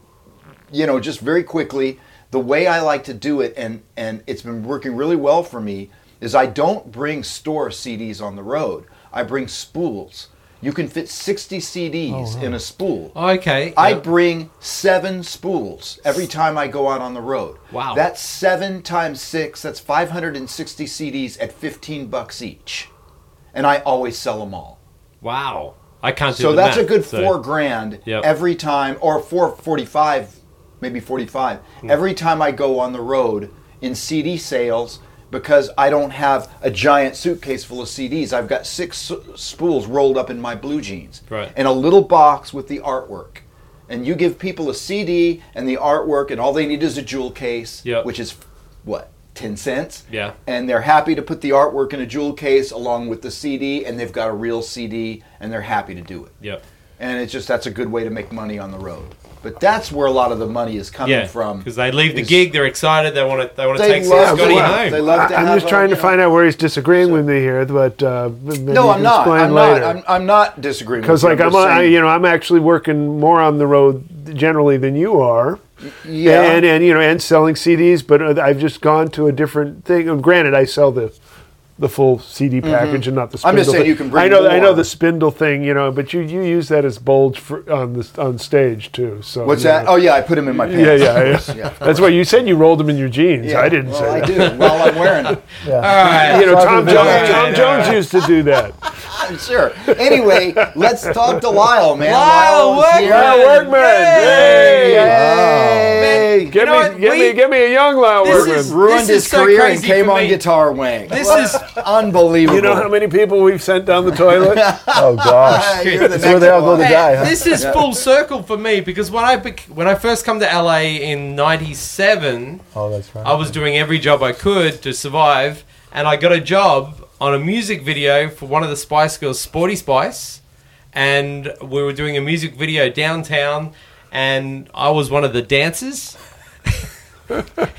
you know, just very quickly, the way I like to do it, and and it's been working really well for me, is I don't bring store CDs on the road. I bring spools. You can fit 60 CDs in a spool.
Okay. Uh,
I
yeah.
bring seven spools every time I go out on the road.
Wow.
That's seven times six. That's 560 CDs at 15 bucks each. And I always sell them all.
wow. I can't do
So
the
that's
math,
a good
so-
four grand
Yep.
every time, or 445, maybe 45,
Hmm.
every time I go on the road in CD sales because I don't have a giant suitcase full of CDs. I've got six s- spools rolled up in my blue jeans
Right.
and a little box with the artwork. And you give people a CD and the artwork, and all they need is a jewel case,
Yep.
which is what? 10 cents?
Yeah.
and they're happy to put the artwork in a jewel case along with the CD, and they've got a real CD, and they're happy to do it.
Yep.
And it's just that's a good way to make money on the road. But that's where a lot of the money is coming
Yeah.
from.
Because they leave the
is-
gig, they're excited, they want to they want to
They
take
love,
Scotty
they,
home.
love, they love to
I, am
have
just
a,
trying
you
to
know-
find out where he's disagreeing with me here, but uh, maybe
No,
you
I'm
can
not.
explain
I'm
later.
not. I'm, I'm not disagreeing. with
Because
you.
like
I'm
I'm,
just
on, I,
saying-
you know, I'm actually working more on the road generally than you are,
yeah.
and and you know, and selling CDs. But uh, I've just gone to a different thing. And granted, I sell the the full CD package and not the.
Mm-hmm.
Spindle
I'm just saying
thing.
you can bring
I know. I know
more.
the spindle thing, you know, but you you use that as bulge for, on the on stage too. So
What's
you
that?
know.
Oh yeah, I put him in my pants.
Yeah, yeah, yeah.
Yeah, of
That's why you said you rolled them in your jeans. I didn't
well,
say
I
that.
do. Well, I'm wearing. it.
All right.
You know, Tom
All
Jones,
right,
Tom
all
Jones
right.
used to do that.
I'm sure. Anyway, let's talk to Lyle, man.
Lyle
is
Workman!
here.
Lyle Workman!
Yay!
Hey!
Get
You know
me,
what?
get
We-
me, get me a young Lyle
This
Workman.
is-
Ruined
This
his
so
career and
crazy
came
for
on
me.
guitar wank.
This is
unbelievable.
you know how many people we've sent down the toilet?
Oh
Ah,
gosh,
you're the
that's
next
where they all go
one.
to die. Huh?
This is full circle for me because when I bec- when I first come to LA in '97,
Oh, that's right.
I was doing every job I could to survive, and I got a job on a music video for one of the Spice Girls, Sporty Spice, and we were doing a music video downtown, and I was one of the dancers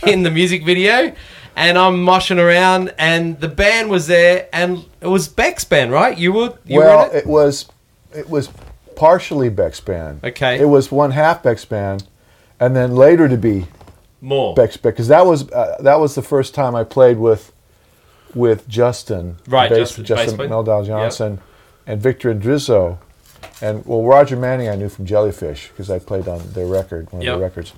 in the music video, and I'm moshing around, and the band was there, and it was Beck's band, right? You were, you were
well,
in
it? was it was partially Beck's band.
Okay.
It was one half Beck's band, and then later to be
more.
Beck's Beck because that was uh, that was the first time I played with with Justin,
Right,
bass-
Justin- bass
Justin
player.
Meldal Johnson, and Victor and Drizzo, and well Roger Manning I knew from Jellyfish because I played on their record, one of
Yep.
their records.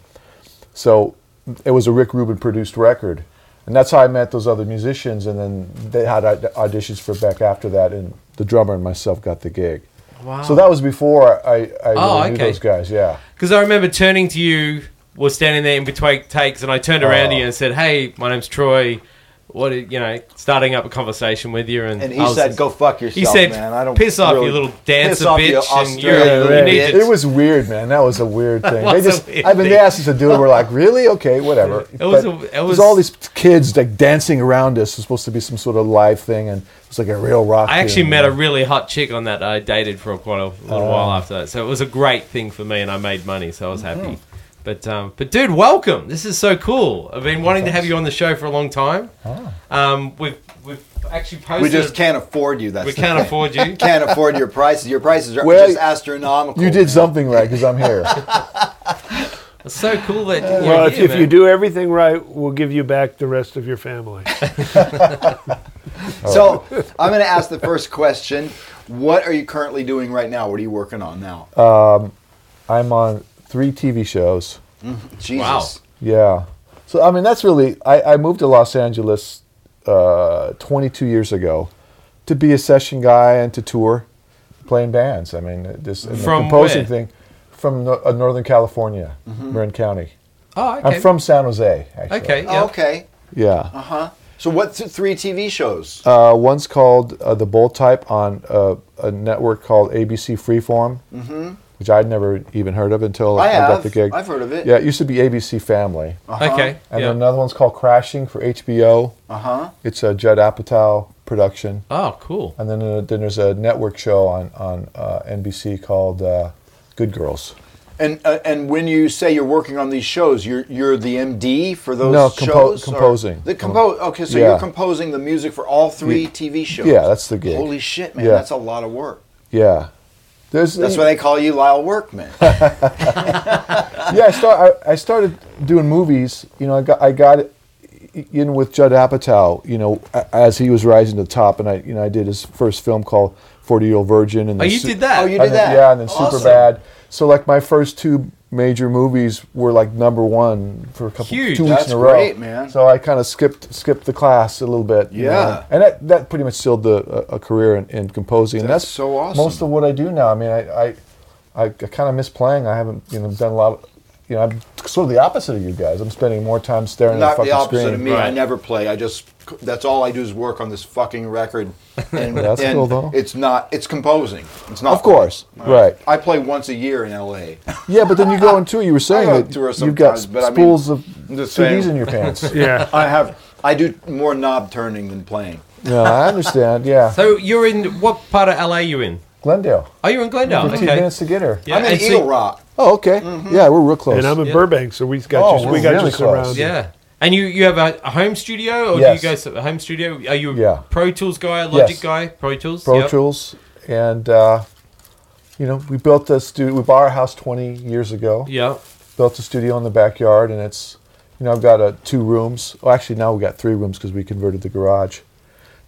So it was a Rick Rubin produced record. And that's how I met those other musicians, and then they had aud- auditions for Beck after that, and the drummer and myself got the gig. Wow! So that was before I, I really
Oh,
knew
okay.
those guys. Yeah,
Because I remember turning to you, was standing there in between takes, and I turned
Oh.
around to you and said, "Hey, my name's Troy." What are- you know, starting up a conversation with you, and
And he
I was
said,
just-
"Go fuck yourself,
He said,
man. I don't
piss off,
really-
you little dancer
piss off, you
bitch, and you're,
Australian
you
little
need
bitch."
to-
It was weird, man. That was a weird thing. they
was a
just,
weird
I mean,
thing.
they asked us to do it. We're like, really? Okay, whatever. It
was a- it
there's
was-
all these kids like dancing around us. It was supposed to be some sort of live thing, and it was like a real rock.
I actually
thing.
met a really hot chick on that I dated for quite a little
Oh.
while after that, so it was a great thing for me, and I made money, so I was happy.
Oh.
But um, but dude, welcome. This is so cool. I've been wanting to have you on the show for a long time.
Oh.
Um, we've we've actually posted.
We just can't afford you. That's
we
the
can't
thing.
afford you.
Can't afford your prices. Your prices are
Well,
just astronomical.
You
man.
did something right because I'm here.
It's so cool that you're
Well, if,
here,
if you
man.
do everything right, we'll give you back the rest of your family.
So I'm going to ask the first question. What are you currently doing right now? What are you working on now?
Uh,
I'm on three TV shows.
Jesus.
wow.
Yeah. So I mean, that's really. I, I moved to Los Angeles uh, 22 years ago to be a session guy and to tour, playing bands. I mean, this and the
From
composing
where?
thing from no, uh, Northern California,
Mm-hmm.
Marin County.
Oh, okay.
I'm from San Jose. Actually.
Okay.
Oh,
yeah.
okay.
Yeah.
Huh? So what th- three TV shows?
Uh, one's called uh, the Bold Type on uh, a network called ABC Freeform, mm-hmm. which I'd never even heard of until
I
I,
have.
got the gig.
I've heard of it.
Yeah, it used to be ABC Family.
Okay.
Uh-huh. And
yeah.
then another one's called Crashing for HBO.
Uh huh.
It's a Judd Apatow production.
oh, cool.
And then uh, then there's a network show on on uh, NBC called uh, Good Girls.
And uh, and when you say you're working on these shows, you're you're the MD for those
No, compo-
shows. or-
composing.
The compose. Okay, so
Yeah.
you're composing the music for all three TV shows.
Yeah, that's the gig.
Holy shit, man!
Yeah.
That's a lot of work.
Yeah. There's,
That's why they call you Lyle Workman. That's
yeah, I, start, I, I started doing movies. You know, I got I got in with Judd Apatow. You know, a- as he was rising to the top, and I you know I did his first film called Forty Year Old Virgin. And
Oh,
then
you
Su-
did that.
Oh, you
and
did
then-
that?
Yeah, and then
Awesome.
Super Bad. So like my first two major movies were like number one for a couple
Huge.
two weeks
That's
in a row.
great, man.
So I kind of skipped skipped the class a little bit. you
Yeah.
know. and that, that pretty much sealed the a, a career in, in composing. and
That's
that's
so awesome.
Most of what I do now. I mean, I I, I, I kind of miss playing. I haven't you know done a lot. Of, you know, I'm sort of the opposite of you guys. I'm spending more time staring at
Not
the fucking
the opposite
screen.
of me. I
Right.
never play. I just that's all I do is work on this fucking record. And,
That's
and
cool, though.
It's not. It's composing. It's not.
Of course,
playing.
right.
I play once a year in L.A.
Yeah, but then you go on tour. You were saying
go on
that
tour
you've got
sometimes, but I mean,
spools
I'm
of CDs
just saying.
in your pants.
yeah.
I have. I do more knob turning than playing.
no, I understand. Yeah,
So you're in what part of LA? You in?
Glendale.
Oh, you're in Glendale.
15
Okay.
minutes to get her.
Yeah,
I'm in
and so-
Eagle Rock.
Oh, okay.
Mm-hmm.
Yeah, we're real close.
And I'm in
Yeah.
Burbank, so we got
Oh,
you.
we're
We got
really
you
close.
surrounded.
Yeah. And you, you have a, a home studio, or
Yes.
do you guys a home studio? Are you a
Yeah.
Pro Tools guy, a Logic
Yes.
guy, Pro Tools?
Pro
Yep.
Tools, and uh, you know, we built a studio. We bought our house 20 years ago.
Yeah.
Built a studio in the backyard, and it's you know I've got uh, two rooms. Well, actually now we got three rooms because we converted the garage.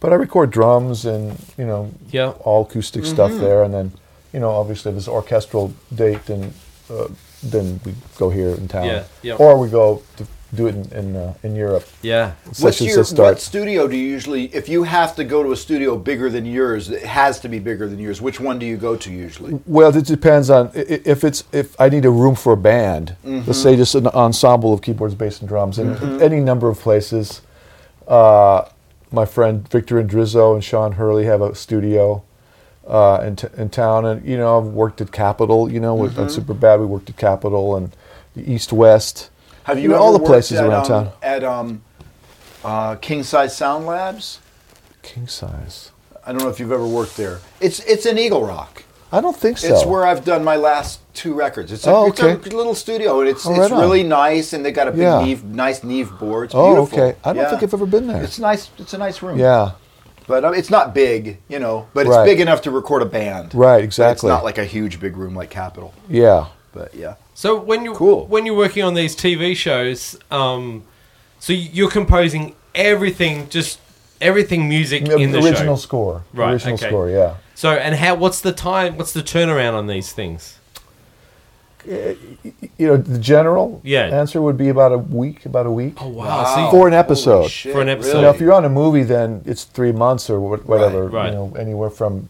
But I record drums and you know
Yeah.
all acoustic stuff
Mm-hmm.
there, and then you know obviously if there's an orchestral date, then uh, then we go here in town,
Yeah, yeah.
or we go to do it in in, uh, in Europe.
Yeah.
Sessions
What's your
that start.
what studio do you usually? If you have to go to a studio bigger than yours, it has to be bigger than yours. Which one do you go to usually?
Well, it depends on i- i- if it's if I need a room for a band.
Mm-hmm.
Let's say just an ensemble of keyboards, bass, and drums, and any number of places. Uh, my friend Victor and Drizzo and Sean Hurley have a studio uh, in, t- in town, and you know I've worked at Capitol. You know, with
Mm-hmm.
on Super Bad, we worked at Capitol and the East West.
Have
know,
ever
all the
worked
places
at,
around
um,
town?
at um, uh, King Size Sound Labs?
King size.
I don't know if you've ever worked there. It's it's in Eagle Rock.
I don't think so.
It's where I've done my last two records. It's a,
Oh,
it's a
okay.
little studio, and it's
Oh,
it's
right on.
really nice, and they got a big
Yeah.
Neve, nice Neve board. It's
Oh,
beautiful.
okay. I don't think I've ever been there.
It's nice. It's a nice room.
yeah.
but um, it's not big, you know. But it's
Right.
big enough to record a band.
Right,
But
exactly.
it's not like a huge big room like Capitol.
Yeah.
But yeah,
So when you
Cool.
when you're working on these TV shows, um, so you're composing everything, just everything music in the
original
show.
score.
Right,
Original
okay.
score. Yeah.
So and how? What's the time? What's the turnaround on these things?
you know, the general
Yeah.
answer would be about a week, about a week.
Oh wow!
Wow.
So you-
For an episode.
Holy shit,
For an episode.
You know, if you're on a movie, then it's three months or wha- whatever.
Right.
You know, anywhere from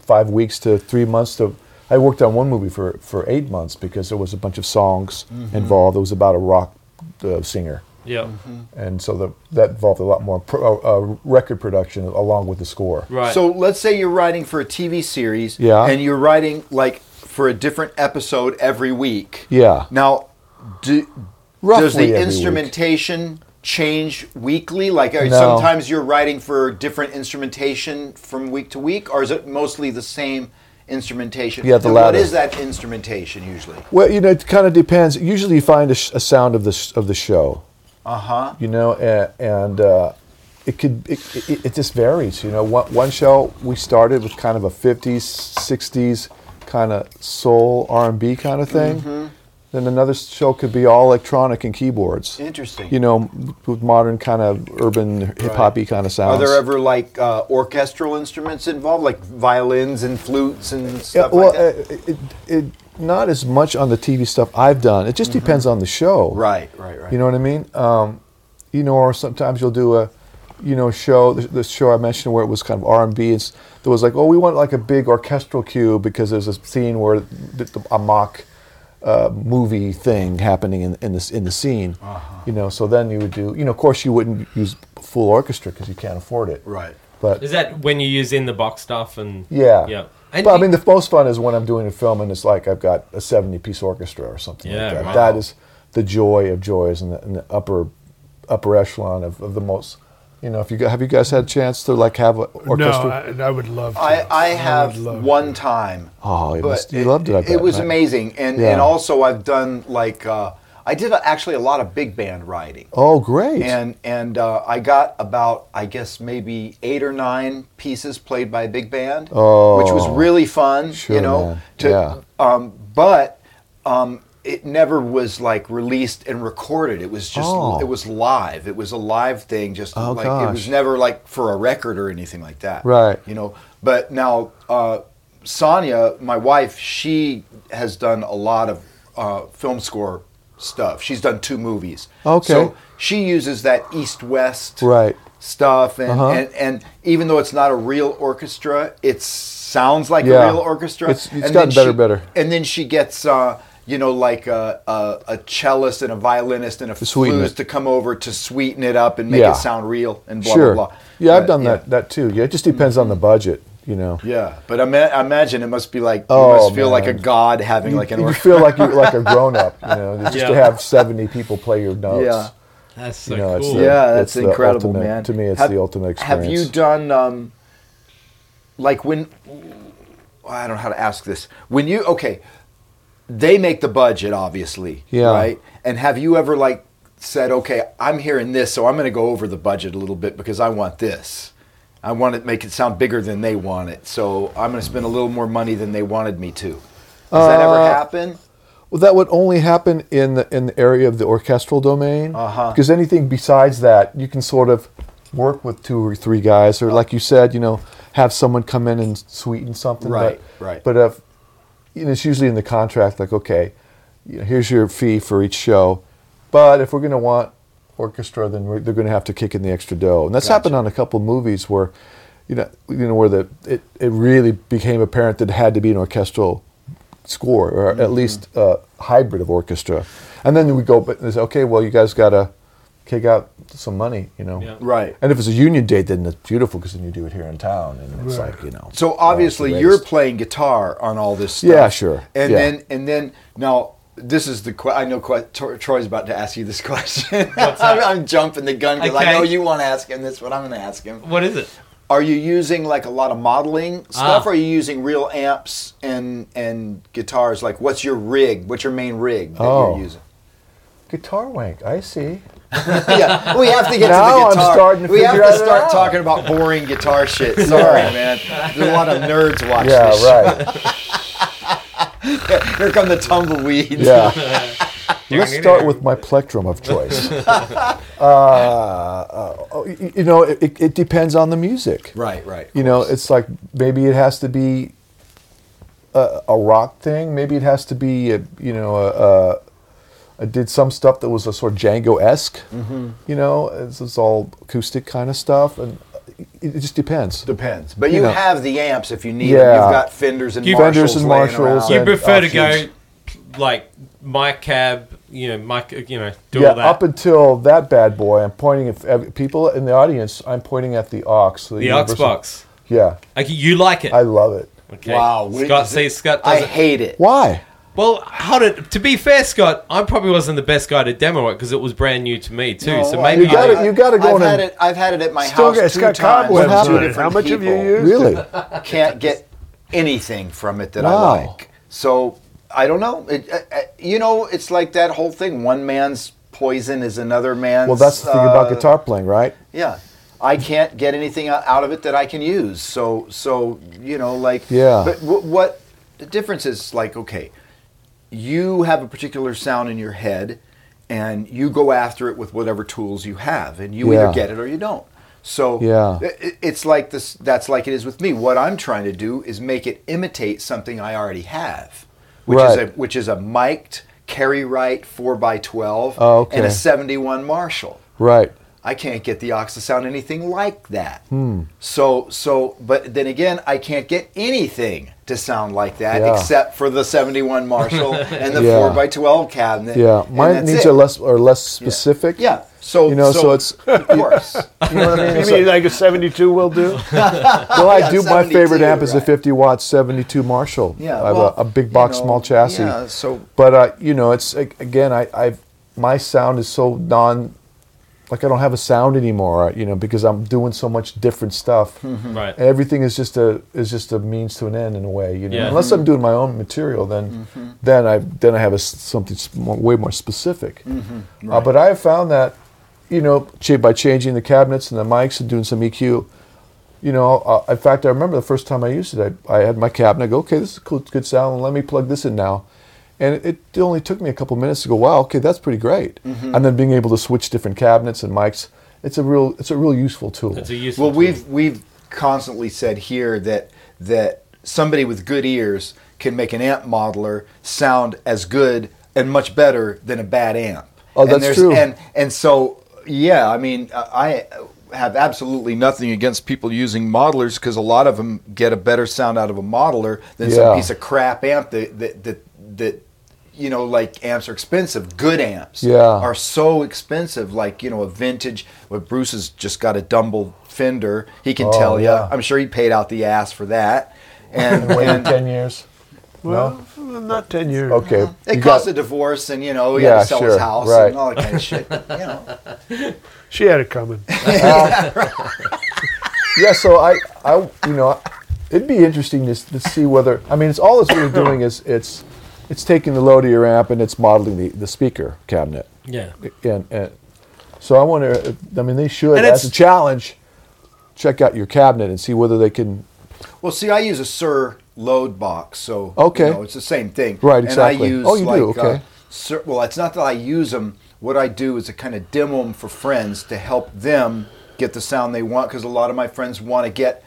five weeks to three months to. I worked on one movie for, for eight months because there was a bunch of songs
Mm-hmm.
involved. It was about a rock uh, singer,
yeah.
and so the, that involved a lot more pro, uh, uh, record production along with the score.
Right.
So let's say you're writing for a TV series,
Yeah.
and you're writing like for a different episode every week.
Yeah.
Now, do,
Roughly
does the
every
instrumentation change weekly? Like are
No.
sometimes you're writing for different instrumentation from week to week, or is it mostly the same instrumentation?
Yeah, the
And
latter.
What is that instrumentation usually?
Well, you know, it kind of depends. Usually, you find a, sh- a sound of the sh- of the show.
Uh huh.
you know, and, and uh, it could it, it, it just varies. You know, one, one show we started with kind of a '50s, '60s kind of soul R&B kind of thing.
Mm-hmm.
Then another show could be all electronic and keyboards.
Interesting.
You know, m- with modern kind of urban hip hoppy kind
Are
of sounds.
there ever like uh, orchestral instruments involved, like violins and flutes and
Yeah,
stuff
well,
like that?
uh, it, it, it, not as much on the TV stuff I've done. It just depends on the show.
Mm-hmm. right, right, right.
You know what I mean? Um, you know, or sometimes you'll do a, you know, show. The, the show I mentioned where it was kind of R and B. It's there was like, oh, we want like a big orchestral cue because there's a scene where the, the, a mock uh, movie thing happening in, in this in the scene.
Uh-huh.
You know, so then you would do. You know, of course you wouldn't use full orchestra because you can't afford it.
right.
But
is that when you use in the box stuff and
yeah.
yeah?
but I mean, the most fun is when I'm doing a film and it's like I've got a 70 piece orchestra or something
Yeah,
like that.
wow.
That is the joy of joys and the, in the upper upper echelon of, of the most. You know, if you gu- have you guys had a chance to like have an
No,
orchestra?
I, and I would love to.
I, I
would
have
love
one time.
Oh, you
but
must- you loved it, I bet,
it was
right?
amazing, and
Yeah.
and also I've done like uh, I did actually a lot of big band writing,
oh, great!
and and uh, I got about I guess maybe eight or nine pieces played by a big band, which was
Oh.
really fun.
Sure,
you know,
man.
to-
Yeah.
um, but um, it never was like released and recorded. It was just
Oh.
it was live. It was a live thing. Just
Oh,
like it
gosh.
was never like for a record or anything like that.
Right.
You know. But now uh, Sonia, my wife, she has done a lot of uh, film score stuff. She's done two movies.
Okay.
So she uses that East West
Right.
stuff and,
Uh-huh.
and and even though it's not a real orchestra it sounds like
Yeah.
a real orchestra
It's- it's
And
gotten
then
better,
she-
better.
and then she gets uh you know like a, a, a cellist and a violinist and a
sweeten
flute
it.
to come over to sweeten it up and make
Yeah.
it sound real and blah
sure.
blah blah
Yeah, I've
But, Mm-hmm.
done that that too. Yeah, it just depends on the budget. You know.
yeah but I, ma- I imagine it must be like
Oh,
you must feel like a
man.
god having like an
you
orchestra
feel like you're like a grown up. You know, just to
Yeah.
have 70 people play your notes.
Yeah.
That's so
you know, it's
cool.
the-
yeah, that's
it's the
incredible,
ultimate-
man.
to me, it's the ultimate
Have you
experience.
done um, like when? I don't know how to ask this. When you okay, they make the budget, obviously.
Yeah.
Right. And have you ever like said, okay, I'm hearing this, so I'm going to go over the budget a little bit because I want this. I want to make it sound bigger than they want it, so I'm going to spend a little more money than they wanted me to. Does that ever
Uh,
happen?
Well, that would only happen in the in the area of the orchestral domain,
Uh-huh.
because anything besides that, you can sort of work with two or three guys,
Uh-huh.
or like you said, you know, have someone come in and sweeten something.
Right,
but,
right.
But if you know, it's usually in the contract, like okay, you know, here's your fee for each show, But if we're going to want orchestra, then we're, they're going to have to kick in the extra dough. And that's happened on a couple movies where, you know, you know where the it, it really became apparent that it had to be an orchestral score or at
Mm-hmm.
least a hybrid of orchestra. And then we go, but they say, okay, well, you guys got to kick out some money, you know.
Yeah.
Right.
And if it's a union date, then it's beautiful because then you do it here in town, and it's like you know.
So obviously
the
you're
latest.
playing guitar on all this stuff.
Yeah, sure.
And
Yeah.
then and then now this is the que- I know que- Tor- Troy's about to ask you this question. I'm, I'm jumping the gun because I
Okay.
know you want to ask him this, but I'm going to ask him.
What is it?
Are you using like a lot of modeling
Ah.
stuff? Or are you using real amps and and guitars? Like, what's your rig? What's your main rig that
Oh.
you're using?
guitar wank. I see.
yeah, we have to get to
Now
the
I'm
guitar.
starting to
we have
figure
to
it
start
out.
talking about boring guitar shit. Sorry, man. There's a lot of nerds watch
Yeah,
this. shit.
right.
Here come the tumbleweeds.
Yeah. Let's start with my plectrum of choice. uh, uh, oh, y- you know, it, it- it depends on the music.
Right, right.
You know, it's like maybe it has to be a, a rock thing. Maybe it has to be, a, you know, a, a, I did some stuff that was a sort of Django esque.
Mm-hmm.
You know, it's, it's all acoustic kind of stuff, and it, it just depends.
Depends. But you,
You know.
have the amps if you need them.
Yeah.
You've got fenders and
You've-
Marshalls.
Fenders and
laying
Marshalls
around.
You
and
prefer to
options.
go like my cab, you know, my c- you know, do
yeah,
all that.
up until that bad boy, I'm pointing at ev- people in the audience. I'm pointing at the aux.
the aux box.
Yeah,
Okay, you like it.
I love it.
okay.
Wow, what
Scott
is it?
says Scott
I
doesn't.
hate it.
Why?
Well, hold it. To be fair, Scott, I probably wasn't the best guy to demo it because it was brand new to me too. so maybe
You gotta- you gotta go
I've
in
had
and-
it. I've had it at my
Still
house.
got- it's
two
got
times
cobwebs
with two
on it.
different
How much have you
people.
used?
Really?
Can't get anything from it that
Wow.
I like. So I don't know. It, uh, uh, you know, it's like that whole thing. One man's poison is another man's.
Well, that's the thing about
uh,
guitar playing, right?
Yeah. I can't get anything o- out of it that I can use. So, so you know, like,
Yeah.
But w- what the difference is, like, okay, you have a particular sound in your head, and you go after it with whatever tools you have, and you
Yeah.
either get it or you don't. So,
Yeah.
i- i- it's like this. That's like it is with me. What I'm trying to do is make it imitate something I already have, which is a
Right.
which is a mic'd carry right four x twelve
Oh, okay.
and a seventy one Marshall.
Right.
I can't get the ox to sound anything like that.
Hmm.
So so but then again I can't get anything to sound like that
Yeah.
except for the 71 Marshall and the
Yeah.
4x12 cabinet.
Yeah,
and
mine
that's
needs
it.
are less are less specific.
Yeah. So
you know, so, it's
of course.
you know what I mean.
You
It's
mean like
like-
a 72 will do?
well, I
yeah,
do. My
72,
favorite amp is a
right.
50 watt 72 Marshall.
Yeah,
I have
well,
a, a big
you
box
know,
small chassis.
yeah, so-
but uh, you know, it's like, again, I I my sound is so non. Like I don't have a sound anymore, uh, you know, because I'm doing so much different stuff.
Mm-hmm.
Right.
everything is just a is just a means to an end in a way. You know,
Yeah. Mm-hmm.
unless I'm doing my own material, then then I then I have a s something s- more, way more specific.
Mm-hmm.
Uh, but I have found that you know cha- by changing the cabinets and the mics and doing some EQ. You know, uh, in fact, I remember the first time I used it. I, I had my cabinet. I go, okay, this is cool, good sound. Let me plug this in now, and it, it only took me a couple minutes to go, wow, okay, that's pretty great.
Mm-hmm.
And then being able to switch different cabinets and mics, it's a real, it's a real useful tool.
It's a useful
well,
tool.
we've we've constantly said here that that somebody with good ears can make an amp modeler sound as good and much better than a bad amp.
Oh,
and
that's
there's-
true.
And and so yeah, I mean, uh, I I have absolutely nothing against people using modelers because a lot of them get a better sound out of a modeler than some
Yeah.
piece of crap amp that that that. that you know, like amps are expensive. Good amps
Yeah.
are so expensive. Like you know, a vintage. Well, Bruce has just got a Dumble Fender. He can
Oh,
tell you.
yeah.
I'm sure he paid out the ass for that. And, and
ten years.
Well, not 10 years.
Okay.
it
you
cost
got-
a divorce, and you know he had
Yeah,
to sell his
sure,
house
right.
and all that kind of shit. You know,
She had it coming.
yeah. So I, I, you know, it'd be interesting to, s- to see whether. I mean, it's all it's really doing is it's, it's taking the load of your amp and it's modeling the, the speaker cabinet.
yeah.
And, and so I wonder. If, I mean, they should
And it's-
as a challenge, check out your cabinet and see whether they can.
well, see, I use a Sir load box, so you
Okay.
know, it's the same thing.
Right,
And I
exactly.
use
Oh, you
like,
do,
Uh,
okay.
Sir, well, it's not that I use them. What I do is I kind of demo them for friends to help them get the sound they want because a lot of my friends want to get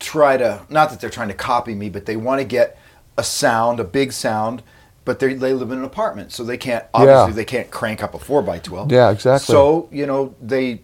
try to not that they're trying to copy me, but they want to get a sound, a big sound, but they they live in an apartment, so they can't obviously
Yeah.
they can't crank up a four by twelve.
Yeah, exactly.
So you know they,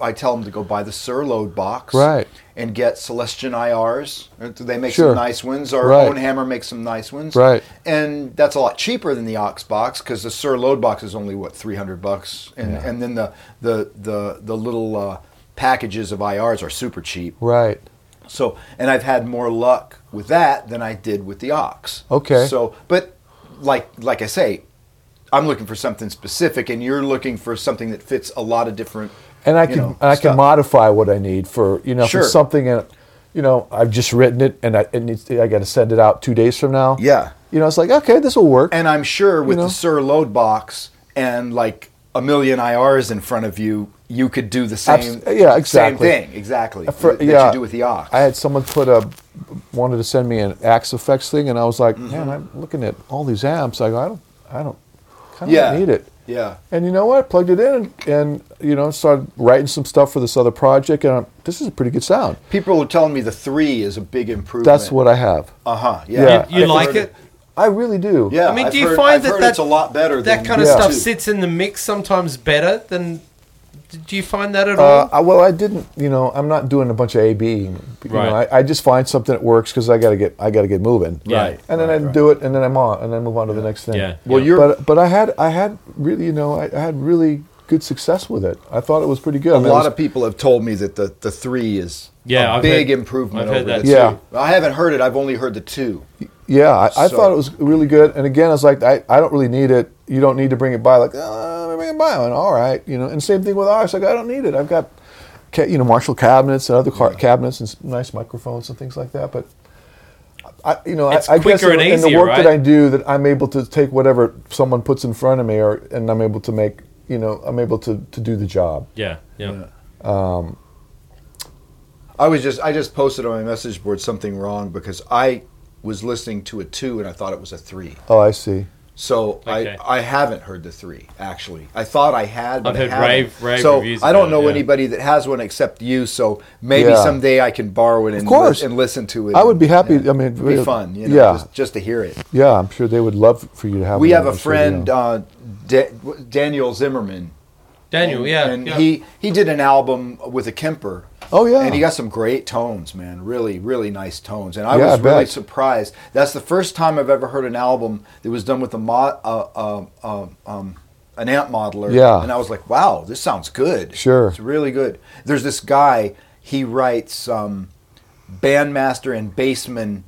I tell them to go buy the Surload box,
Right.
and get Celestian IRs. Uh, They make
Sure.
some nice ones. Our
Right.
own hammer makes some nice ones,
Right.
And that's a lot cheaper than the Ox box because the Surload box is only what three hundred bucks, and and then the the the the little uh, packages of IRs are super cheap.
Right.
So, and I've had more luck with that than I did with the ox.
Okay.
So, but like like I say, I'm looking for something specific, and you're looking for something that fits a lot of different.
and I
you
can
know,
and I
stuff.
can modify what I need for you know
Sure.
for something and you know I've just written it and I it needs to, I got to send it out two days from now.
Yeah.
you know it's like okay this will work.
And I'm sure with
know?
the Sir Load box and like a million IRs in front of you, you could do the same.
Abs- yeah, exactly.
Same thing, exactly.
For-
that you do with the ox.
I had someone put a wanted to send me an Axe Effects thing and I was
Mm-hmm.
like man I'm looking at all these amps I go I don't I don't kind of
Yeah.
need it.
yeah.
And you know what? Plugged it in and, and you know started writing some stuff for this other project and I'm, this is a pretty good sound.
People are telling me the three is a big improvement.
That's what I have.
Uh huh.
Yeah.
Yeah.
You
I've
like
heard
it?
I really do.
Yeah.
I mean,
I've
do you
heard-
find
I've
that
heard
that-
it's a lot better?
That
than
kind of
Yeah.
stuff
two.
sits in the mix sometimes better than. Do you find that at
Uh,
all?
I, well, I didn't. You know, I'm not doing a bunch of A B. You know,
Right.
I, I just find something that works because I gotta get I gotta get moving.
Yeah. Right,
And then I do it, and then I'm on, and then move on to the next thing.
Yeah.
Well, you're-
But but I had I had really you know I, I had really good success with it. I thought it was pretty good. I
A
mean, it
lot
was-
of people have told me that the, the three is
Yeah,
a
I've
big
heard-
improvement
I've heard
over
that
the
too.
two. I haven't heard it. I've only heard the two.
Yeah, I, I
So-
thought it was really good. And again, I was like, I, I don't really need it. You don't need to bring it by. Like, uh, bring it by. I went, all right, you know. And same thing with ours. Like, I don't need it. I've got, ca- you know, Marshall cabinets and other car- cabinets and s- nice microphones and things like that. But I, you know,
It's
I, I guess
quicker
in,
and
in the
easier,
work that
right?
I do, that I'm able to take whatever someone puts in front of me, or and I'm able to make, you know, I'm able to to do the job.
yeah, yeah.
I was just I just posted on my message board something wrong because I was listening to a two and I thought it was a three.
Oh, I see.
So
Okay.
I I haven't heard the three actually. I thought I had,
I've
but I
heard
haven't.
rave- rave
so
reviews
I don't
about it,
know
yeah.
anybody that has one except you. So maybe
Yeah.
someday I can borrow it and, li-
course.
and listen to it.
I would be
and-
happy.
yeah.
I mean, uh,
It'd be fun. You know,
yeah,
just, just to hear it.
yeah. I'm sure they would love for you to have.
We
one
have
on
a
the
friend,
studio.
uh, da- Daniel Zimmerman.
Daniel, yeah.
and
yeah.
he he did an album with a Kemper.
Oh, yeah.
and he got some great tones, man. Really, really nice tones. And I
Yeah,
was
I
really
bet.
surprised. That's the first time I've ever heard an album that was done with a mod, uh, uh, uh, um, an amp modeler.
Yeah.
and I was like, wow, this sounds good.
Sure.
it's really good. There's this guy. He writes um, bandmaster and bassman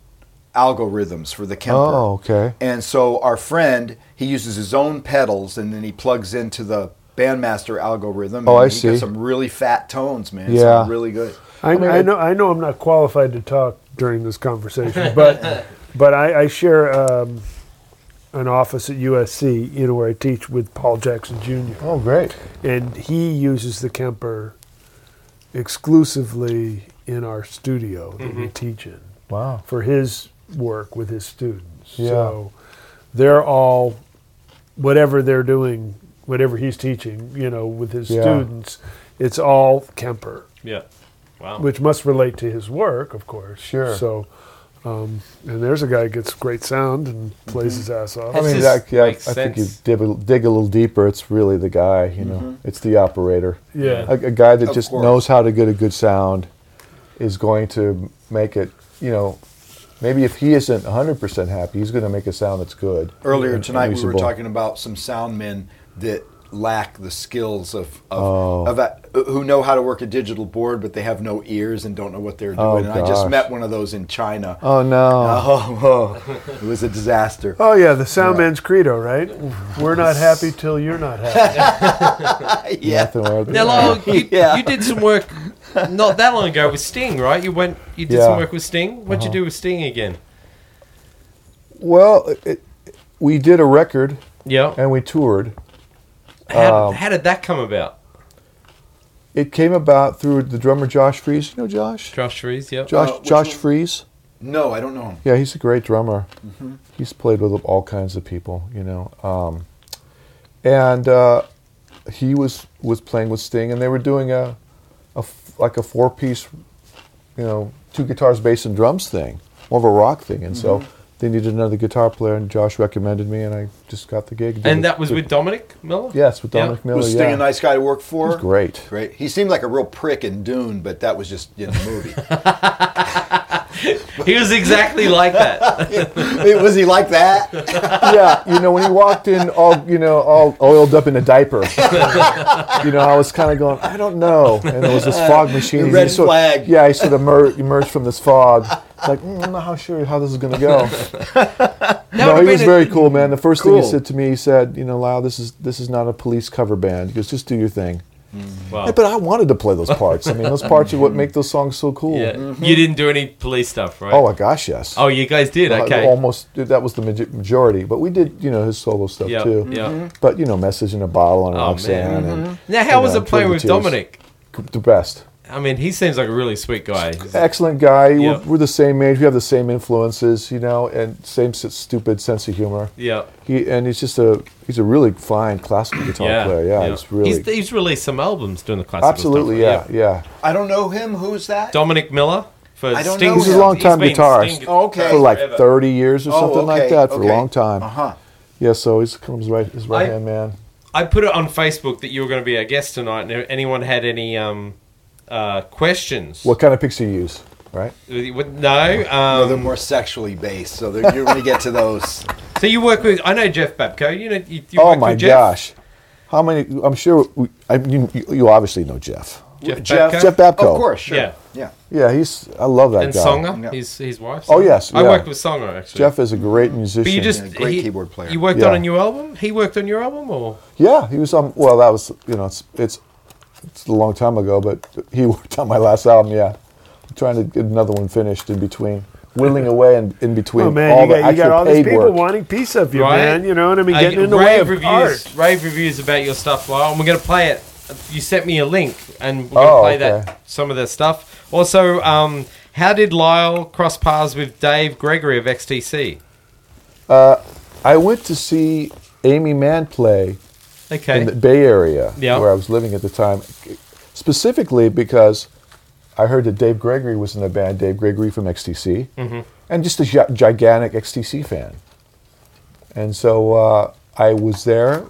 algorithms for the Kemper.
Oh, okay.
And so our friend, he uses his own pedals and then he plugs into the Bandmaster algorithm.
Oh,
and
I
he
see.
Gets some really fat tones, man. Some
Yeah.
really good.
I, I know I know I'm not qualified to talk during this conversation, but but I, I share um, an office at USC, you know, where I teach with Paul Jackson Jr.
Oh, great.
and he uses the Kemper exclusively in our studio that
Mm-hmm.
we teach in
Wow.
for his work with his students.
Yeah.
So they're all whatever they're doing, whatever he's teaching, you know, with his
Yeah.
students, it's all Kemper
yeah.
Oh.
Wow.
which must relate to his work, of course.
Sure.
So, um, and there's a guy that gets great sound and plays his ass off.
I
It's
mean,
just
that, yeah, I
makes
think you
sense.
dig a, dig a little deeper. It's really the guy, you know. It's the operator.
Yeah.
A, a guy that
Mm-hmm. Of
just
course.
knows how to get a good sound is going to make it, you know, maybe if he isn't 100% happy, he's going to make a sound that's good.
Earlier
and-
tonight,
and
we were
usable.
talking about some sound men that lack the skills of, of,
Oh.
of a, who know how to work a digital board, but they have no ears and don't know what they're doing.
Oh,
and I just
gosh.
met one of those in China.
Oh, no.
Oh, oh, it was a disaster.
Oh yeah, the sound man's credo, right? We're not happy till you're not happy.
yeah.
Nothing wrong with
Now,
that.
Lyle, you,
Yeah.
you did some work not that long ago with Sting, right? You went, you did
Yeah. Uh-huh.
some work with Sting. What'd you do with Sting again?
Well, it, it- we did a record
Yeah.
and we toured.
How,
Um,
how did that come about?
It came about through the drummer Josh Fries. You know Josh?
Josh Rees, yeah.
Josh,
Uh, which
Josh
one?
Fries.
No, I don't know him.
Yeah, he's a great drummer.
Mm-hmm.
He's played with all kinds of people, you know. Um, and uh, he was was playing with Sting, and they were doing a, a f- like a
Mm-hmm.
four piece, you know, two guitars, bass, and drums thing, more of a rock thing. And so they needed another guitar player, and Josh recommended me, and I just got the gig. Did
And
it-
that was
did-
with Dominic Miller?
yes, with
Yeah.
Dominic Miller.
Was Sting
yeah.
a nice guy to work for?
He's great.
Great. He seemed like a real prick in Dune, but that was just in the movie.
He was exactly like that.
was he like that?
yeah, you know, when he walked in, all you know, all oiled up in a diaper. you know, I was kind of going, I don't know. And there was this fog machine.
The
and
red
he sort-
flag.
yeah, he sort of emer- emerged from this fog. Like, mm, I'm not how sure how this is going to go. no,
would've
he was
been a-
very cool, man. The first thing he
Cool.
said to me, he said, you know, Lau, this is this is not a police cover band. He goes, just do your thing.
Wow.
Oh.
Yeah, but I wanted to play those parts. I mean, those parts are what make those songs so cool.
Yeah. You didn't do any police stuff, right?
Oh my gosh, yes.
Oh, you guys did.
Uh,
Okay.
Almost that was the majo- majority, but we did you know his solo stuff
Yeah,
too.
yeah.
Mm-hmm.
But you know, message in a bottle and
Oh,
Roxanne
Now, how
you
was
know,
it playing with
Twitter tears.
Dominic?
and the best.
I mean, he seems like a really sweet guy.
Excellent guy.
Yeah.
We're, we're the same age. We have the same influences, you know, and same s- stupid sense of humor.
Yeah.
He and he's just a he's a really fine classical guitar
Yeah.
player. Yeah, he's really
He's, he's released some albums doing the classical
absolutely.
stuff,
Yeah, yeah.
I don't know him. Who's that?
Dominic Miller for
I don't
Sting.
know
He's a
him.
long time
been
guitarist.
Sting-
Oh, okay.
For like
Forever.
thirty years or
Oh,
something like
okay,
that. For
okay.
a long time.
Uh huh.
Yeah. So he's comes right his right hand man.
I put it on Facebook that you were going to be our guest tonight, and if anyone had any um, uh, questions?
What kind of picks you use? Right.
What- No.
Oh, they're
Um,
more sexually based, so they're- you're going to get to those.
so you work with? I know Jeff Babco. You know. You, you
Oh
work
my
with Jeff?
gosh. How many? I'm sure we, I, you, you obviously know Jeff.
Jeff. Babco?
Jeff Babco.
Of course, sure.
Yeah.
yeah.
Yeah, he's. I love that
and
guy.
Songer,
Yeah.
his his wife.
Oh,
Songer.
yes,
I
yeah.
worked with Songer actually.
Jeff is a great musician.
but you just
Yeah, great keyboard player.
You worked
Yeah.
on a new album. He worked on your album, or
Yeah, he was on. Well, that was you know it's it's it's a long time ago, but he worked on my last album. Yeah, I'm trying to get another one finished in between, whittling away and in between
Oh man,
all
you
the
got, you
actual
got all these
paid
people
work.
wanting piece of you,
Right.
man. You know what I mean?
Uh,
Getting in the way of
reviews,
art.
rave reviews about your stuff, Lyle, and we're going to play it. You sent me a link, and we're going to
Oh,
play
okay.
that some of their stuff. Also, um, how did Lyle cross paths with Dave Gregory of XTC?
I went to see Amy Mann play
Okay,
in the Bay Area
Yeah.
where I was living at the time, specifically because I heard that Dave Gregory was in a band, Dave Gregory from XTC,
Mm-hmm.
and just a gi- gigantic XTC fan. And so uh, I was there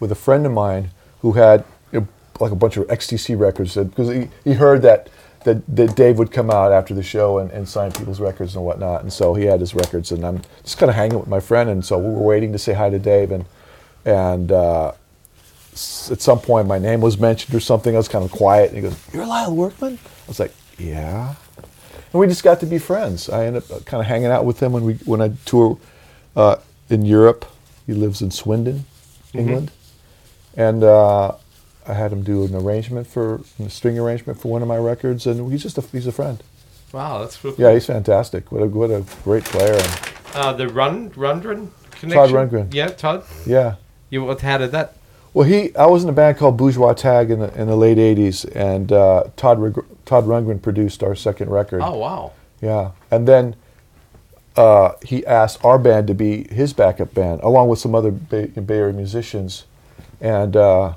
with a friend of mine who had you know, like a bunch of XTC records because he, he heard that, that that Dave would come out after the show and, and sign people's records and whatnot, and so he had his records, and I'm just kind of hanging with my friend, and so we were waiting to say hi to Dave, and and uh, s- at some point my name was mentioned or something. I was kind of quiet, and he goes, "You're Lyle Workman?" I was like, "Yeah." and we just got to be friends. I ended up kind of hanging out with him when we when I tour uh, in Europe. He lives in Swindon, England, and uh, I had him do an arrangement for a string arrangement for one of my records, and he's just a, he's a friend.
wow, that's real cool.
Yeah, he's fantastic. What a what a great player. And,
Uh, the Run Rundgren connection.
Rundgren.
Yeah, Todd.
yeah.
You what- how did that?
Well, he I was in a band called Bourgeois Tag in the in the late '80s, and uh, Todd Reg- Todd Rundgren produced our second record.
Oh wow.
Yeah, and then uh, he asked our band to be his backup band, along with some other Bay, Bay Area musicians, and uh,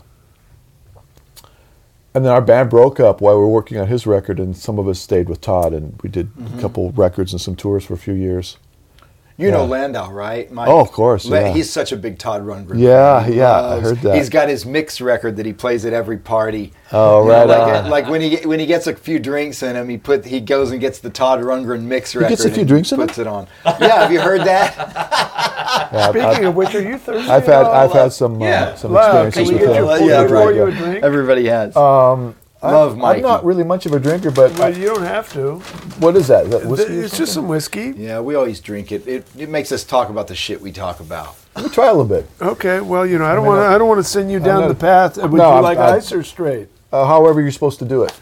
and then our band broke up while we were working on his record, and some of us stayed with Todd, and we did
Mm-hmm.
a couple records and some tours for a few years.
You know
Yeah.
Landau, right? Mike?
Oh, of course, yeah.
He's such a big Todd Rundgren.
Yeah,
fan. He
yeah, I heard that.
He's got his mix record that he plays at every party.
Oh,
You know,
right
like,
on.
like when he when he gets a few drinks in him, he put he goes and gets the Todd Rundgren mix record.
gets a few
and
drinks in him?
puts it on. Yeah, have you heard that?
Yeah, I've,
Speaking of which, are you thirsty?
I've had
at all?
I've had some uh,
Yeah.
some
Lyle, can
experiences
we
with
get your
him.
full
Yeah,
pour
right.
you a drink?
Everybody has. Um, Love
I'm,
Mikey.
I'm not really much of a drinker, but
Well, you don't have to.
what is that? Is that whiskey? or
It's just some whiskey.
Yeah, we always drink it. It it makes us talk about the shit we talk about.
something? try a little bit.
Okay. Well, you know, I don't want to. I don't want to send you down
not-
the path. Would you
No, I'm-
like
I'm-
ice or straight?
Uh, however, you're supposed to do it.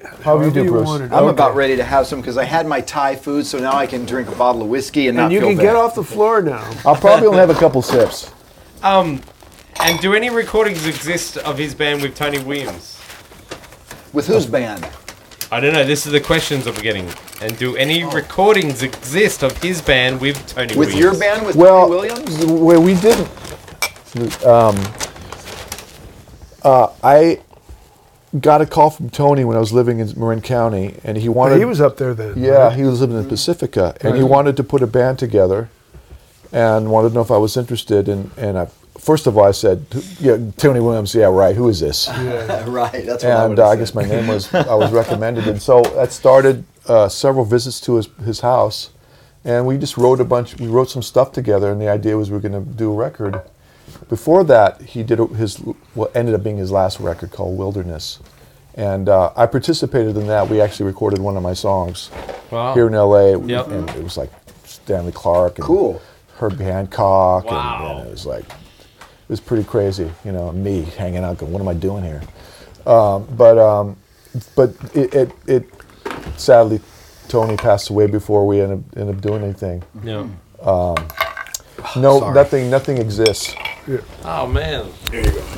However, you
However
do,
you
Bruce.
want it.
I'm
Okay.
about ready to have some because I had my Thai food, so now I can drink a bottle of whiskey and,
And
not
you
feel
can
bad.
get off the floor now.
I'll probably only have a couple sips.
And do any recordings exist of his band with Tony Williams?
with whose band?
I don't know. This is the questions I'm getting. And do any recordings exist of his band with Tony Williams?
Oh. With your band with
Well,
Tony Williams?
where we didn't. Um, uh, I got a call from Tony when I was living in Marin County, and he wanted.
he was up there then.
Yeah, he was living in Pacifica, and he wanted to put a band together, and wanted to know if I was interested. And and I, first of all, I said, "Yeah, Tony Williams. Yeah, right. Who is this?"
right. That's what I
and
would
uh, I guess my name was I was recommended, and so that started uh, several visits to his his house, and we just wrote a bunch. We wrote some stuff together, and the idea was we were going to do a record. Before that, he did a- his what ended up being his last record called Wilderness, and uh, I participated in that. We actually recorded one of my songs
Wow.
here in L.A.
Yep.
and it was like Stanley Clark and
Cool.
Herb Hancock, and-
Wow.
and it was like it was pretty crazy. You know, me hanging out, going, "What am I doing here?" but um, but it, it it sadly Tony passed away before we ended up, ended up doing anything.
Yeah.
No,
Sorry.
nothing nothing exists.
Oh man.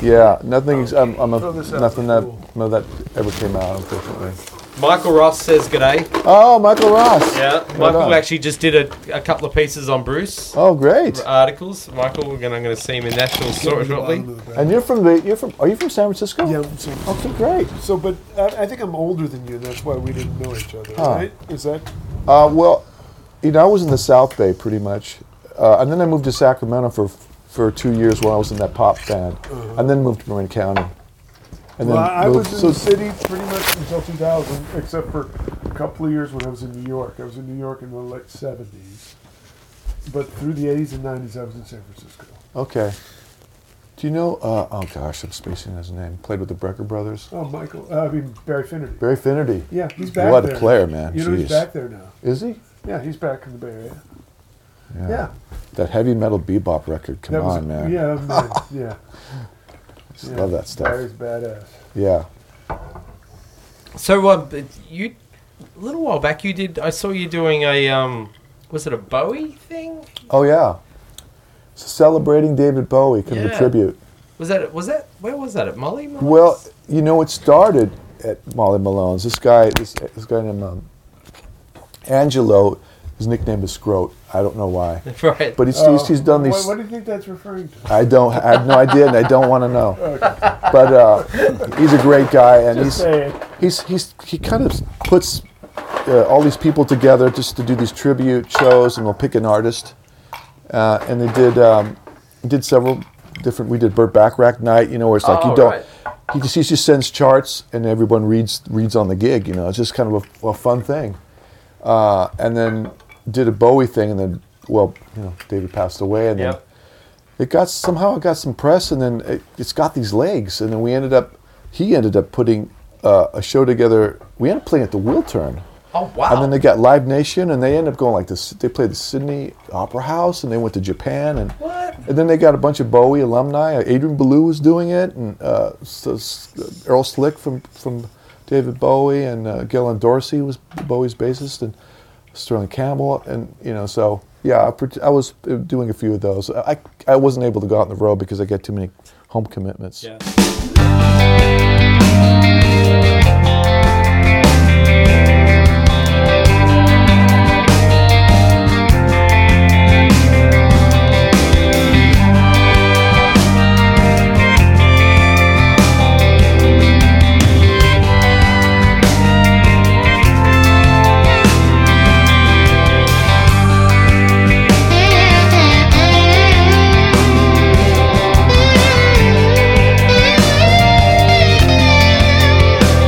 Yeah, nothing. Ex- I'm, I'm a,
Throw this out,
nothing that
cool.
no that ever came out unfortunately.
Michael Ross says g'day.
Oh, Michael Ross.
Yeah.
Right
Michael
on.
actually just did a, a couple of pieces on Bruce
Oh, great.
articles. Michael, we're gonna I'm gonna see him in Nashville sort of shortly.
And you're from the you're from are you from San Francisco?
Yeah, I'm sorry.
Okay, great.
So, but I, I think I'm older than you. That's why we didn't know each other,
Ah.
right? Is that?
Uh, well, you know, I was in the South Bay pretty much, uh, and then I moved to Sacramento for for two years while I was in that pop band, and then moved to Marin County. And
Well, I
moved-
was in the city pretty much until 2000, except for a couple of years when I was in New York. I was in New York in the late 70s, but through the 80s and 90s, I was in San Francisco.
Okay. Do you know? Uh, oh gosh, I'm spacing his name. Played with the Brecker Brothers.
Oh, Michael. Uh, I mean Barry Finnerty.
Barry Finnerty.
Yeah, he's back.
What a
there.
player, man.
You know
Jeez.
he's back there now.
Is he?
Yeah, he's back in the Bay Area. Yeah, yeah.
That heavy metal bebop record. Come
that was
on, man.
yeah, man, yeah.
Just
yeah.
love that stuff.
Barry's badass.
Yeah.
So what you a little while back you did I saw you doing a um was it a Bowie thing?
Oh yeah. Celebrating David Bowie, kind of a
Yeah.
tribute.
Was that was that where was that at Molly? Mars?
Well, you know, it started at Molly Malone's. This guy, this, this guy named um, Angelo, his nickname is Scroat. I don't know why,
right.
but he's, he's, he's done
Wha-
these.
Oh, What, do you think that's referring to?
I don't. I have no idea, and I don't want to know. But uh, he's a great guy, and he's,
saying.
he's he's he kind of puts uh, all these people together just to do these tribute shows, and they'll pick an artist. Uh, and they did um, did several different. We did Burt Bacharach night, you know, where it's like
Oh,
you don't.
right.
He just he just sends charts, and everyone reads reads on the gig. You know, it's just kind of a, a fun thing. Uh, and then did a Bowie thing, and then well, you know, David passed away, and then
Yep.
it got somehow it got some press, and then it, it's got these legs, and then we ended up he ended up putting uh, a show together. We ended up playing at the Wiltern,
oh wow.
and then they got Live Nation, and they ended up going like this. They played the Sydney Opera House, and they went to Japan, and
What?
and then they got a bunch of Bowie alumni. Adrian Belew was doing it, and uh, so, s- Earl Slick from from David Bowie, and uh, Gillan Dorsey was Bowie's bassist, and Sterling Campbell, and you know, so yeah, I, part- I was uh, doing a few of those. I I wasn't able to go out on the road because I got too many home commitments.
Yeah.
Thank you.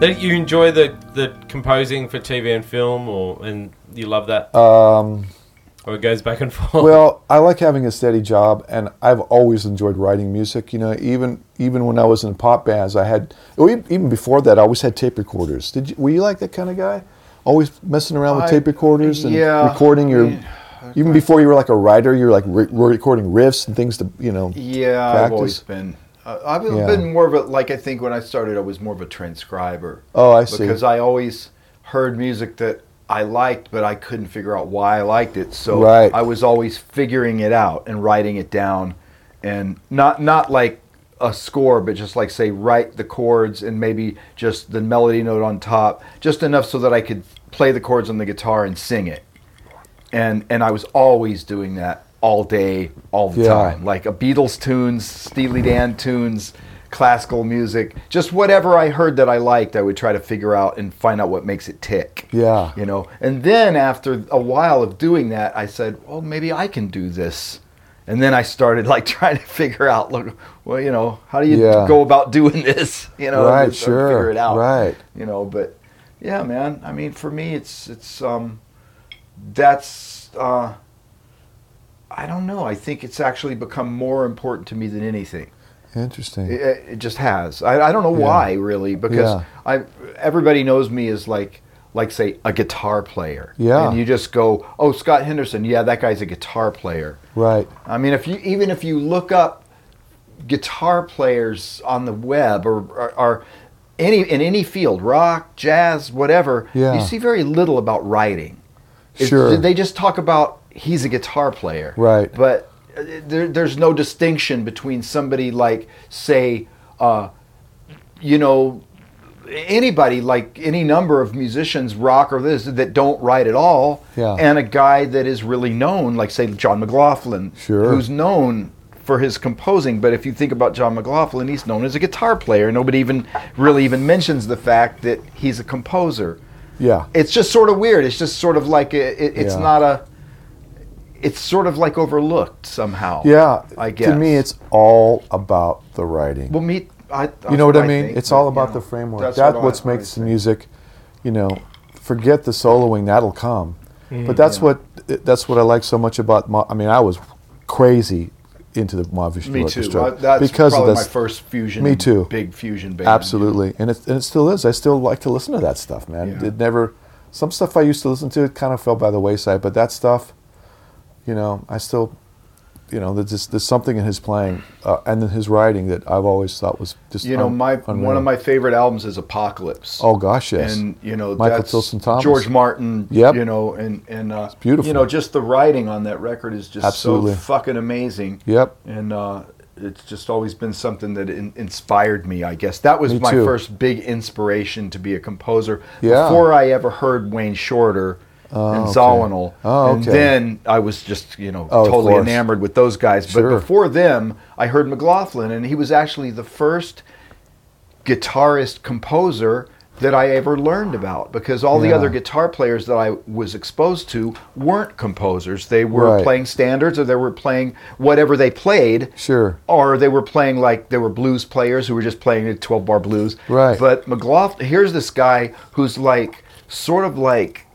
That you enjoy the, the composing for TV and film, or and you love that,
Um,
or it goes back and forth.
well, I like having a steady job, and I've always enjoyed writing music. You know, even even when I was in pop bands, I had well, e- even before that, I always had tape recorders. Did you, were you like that kind of guy? Always messing around with
I-
tape recorders and
yeah,
recording your.
yeah,
Even before you were like a writer, you were like re- were recording riffs and things to you know.
Yeah, I've
practice.
always been. Uh, I've
Yeah.
been more of a like I think when I started, I was more of a transcriber.
Oh, I see.
Because I always heard music that I liked, but I couldn't figure out why I liked it. So
Right.
I was always figuring it out and writing it down, and not not like a score, but just like say write the chords and maybe just the melody note on top, just enough so that I could play the chords on the guitar and sing it. And and I was always doing that all day, all the
Yeah.
time like a Beatles tunes, Steely Dan tunes, classical music, just whatever I heard that I liked, I would try to figure out and find out what makes it tick.
Yeah.
You know, and then after a while of doing that, I said, well, maybe I can do this. And then I started like trying to figure out, look, well, you know, how do you
Yeah.
go about doing this? You know, and
Right,
just sort of
sure,
figure it out.
right.
You know, but yeah, man. I mean, for me, it's it's um, that's uh, I don't know. I think it's actually become more important to me than anything.
Interesting.
It, it just has. I, I don't know
Yeah.
why really, because
Yeah.
I everybody knows me as like like say a guitar player.
Yeah.
And you just go, oh Scott Henderson, yeah, that guy's a guitar player.
Right.
I mean, if you even if you look up guitar players on the web or, or, or any in any field, rock, jazz, whatever,
Yeah.
you see very little about writing.
Sure.
They just talk about he's a guitar player.
Right.
But uh, there, there's no distinction between somebody like, say, uh, you know, anybody like any number of musicians, rock or this, that don't write at all,
Yeah.
and a guy that is really known, like say John McLaughlin,
Sure.
who's known for his composing. But if you think about John McLaughlin, he's known as a guitar player. Nobody even really even mentions the fact that he's a composer.
Yeah.
It's just sort of weird. It's just sort of like a, it, it's
Yeah.
not a. It's sort of like overlooked somehow.
yeah.
I
To
guess.
me, it's all about the writing.
Well, me. I,
you know what I mean?
think,
it's
but,
all
you
about
know,
the framework.
that's
That's,
what I-
what's
what I
makes the music. You know, forget the soloing; that'll come. but that's what that's what I like so much about. Ma- I mean, I was crazy into the Mahavishnu
Me too.
Orchestra
I- that's
because
probably
of this.
my first fusion.
Me too.
Big fusion band.
Absolutely, and it, and it still is. I still like to listen to that stuff, man.
Yeah.
It never. Some stuff I used to listen to, it kind of fell by the wayside. But that stuff, you know, I still, you know, there's just, there's something in his playing uh, and in his writing that I've always thought was just.
You know,
un-
my one
unreal.
of my favorite albums is Apocalypse.
Oh gosh, yes.
And you know,
Michael
that's
Tilson Thomas.
George Martin.
Yep.
You know, and and uh,
beautiful.
You know, just the writing on that record is just
Absolutely.
so fucking amazing.
Yep.
And uh, it's just always been something that in- inspired me. I guess that was
Me
my
too.
first big inspiration to be a composer.
Yeah.
Before I ever heard Wayne Shorter. and
okay.
Zawinul,
Oh,
and
okay.
then I was just you know
Oh, of
totally
course.
enamored with those guys. But
Sure.
before them, I heard McLaughlin, and he was actually the first guitarist composer that I ever learned about because all the
Yeah.
other guitar players that I was exposed to weren't composers. They were
Right.
playing standards or they were playing whatever they played.
Sure.
Or they were playing like they were blues players who were just playing the 12 bar blues.
Right.
But McLaughlin, here's this guy who's like sort of like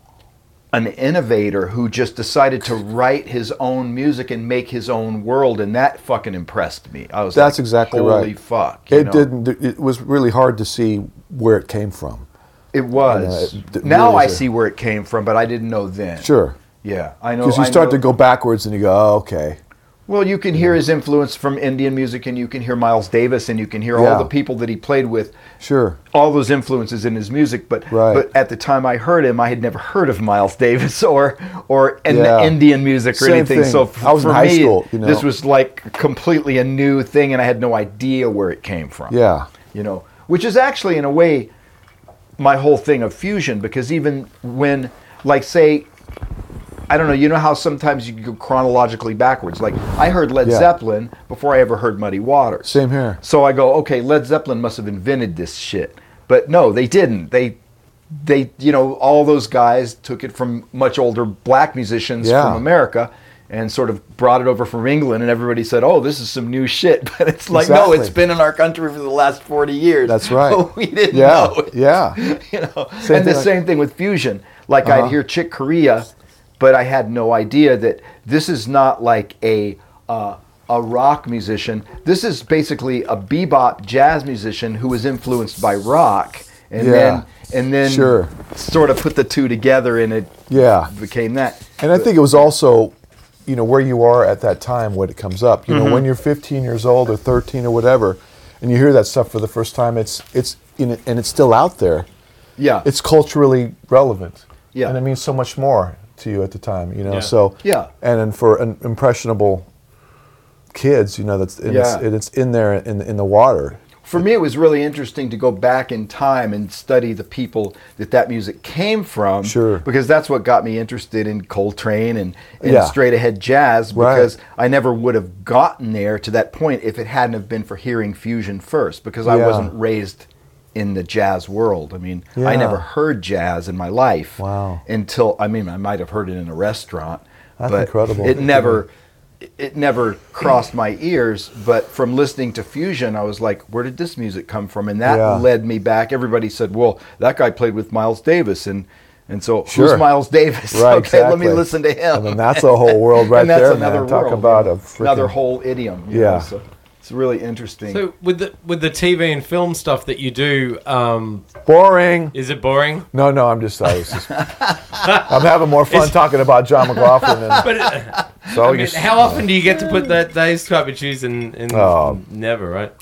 an innovator who just decided to write his own music and make his own world and that fucking impressed me. I was
That's
like,
exactly
holy
right.
fuck. you
It
know?
didn't. It was really hard to see where it came from.
It was.
And, uh, th-
now
really
I
is a-
see where it came from, but I didn't know then.
Sure,
Yeah, I know.
because you
I
start
know-
to go backwards and you go, oh, okay,
Well, you can hear his influence from Indian music, and you can hear Miles Davis, and you can hear all
Yeah.
the people that he played with.
sure,
All those influences in his music, but
Right.
but at the time I heard him, I had never heard of Miles Davis or or in
Yeah.
Indian music or
Same
anything.
thing.
So f-
I was
for
in high
me,
school, you know.
this was like completely a new thing, and I had no idea where it came from.
yeah,
you know, which is actually in a way my whole thing of fusion because even when, like, say, I don't know, you know how sometimes you go chronologically backwards. Like, I heard Led
Yeah.
Zeppelin before I ever heard Muddy Waters.
Same here.
So I go, okay, Led Zeppelin must have invented this shit, but no, they didn't. They they you know all those guys took it from much older black musicians
Yeah.
from America and sort of brought it over from England, and everybody said, "Oh, this is some new shit." But it's like, no, it's
Exactly.
been in our country for the last forty years.
That's right.
But we didn't
Yeah,
know. It,
yeah.
you know,
Same
and the
thing like-
same thing with fusion. Like
Uh-huh.
I'd hear Chick Corea, but I had no idea that this is not like a uh, a rock musician. This is basically a bebop jazz musician who was influenced by rock, and
Yeah.
then and then
Sure.
sort of put the two together, and it
Yeah.
became that.
And I think it was also, you know, where you are at that time when it comes up. You know,
Mm-hmm.
when you're 15 years old or 13 or whatever, and you hear that stuff for the first time, it's it's in it, and it's still out there.
Yeah,
It's culturally relevant.
Yeah.
And it means so much more to you at the time. You know,
Yeah.
so
Yeah.
And then for an impressionable kids, you know, that's and it's,
Yeah.
and it's in there in in the water.
for me it was really interesting to go back in time and study the people that that music came from
Sure.
because that's what got me interested in coltrane and, and
Yeah.
straight ahead jazz
Right.
because i never would have gotten there to that point if it hadn't have been for hearing fusion first because i
Yeah.
wasn't raised in the jazz world i mean i
Yeah.
never heard jazz in my life
Wow.
until i mean i might have heard it in a restaurant
That's
but
incredible.
it never it never crossed my ears, but from listening to Fusion, I was like, where did this music come from? And that
Yeah.
led me back. Everybody said, well, that guy played with Miles Davis. And, and so,
Sure.
who's Miles Davis?
Right,
okay, let me
exactly.
listen to him.
And then that's a whole world right
and that's
there,
another
man. Talk
world,
about
you
a
know, another
freaking-
whole idiom. you
Yeah.
know, so it's really interesting.
So with the with the TV and film stuff that you do, um,
Boring.
is it boring?
No, no, I'm just, I was just I'm having more fun talking about John McLaughlin. And,
But uh,
so
I mean,
you're,
how often do you get to put that those type of shoes in? in
Oh.
never, right?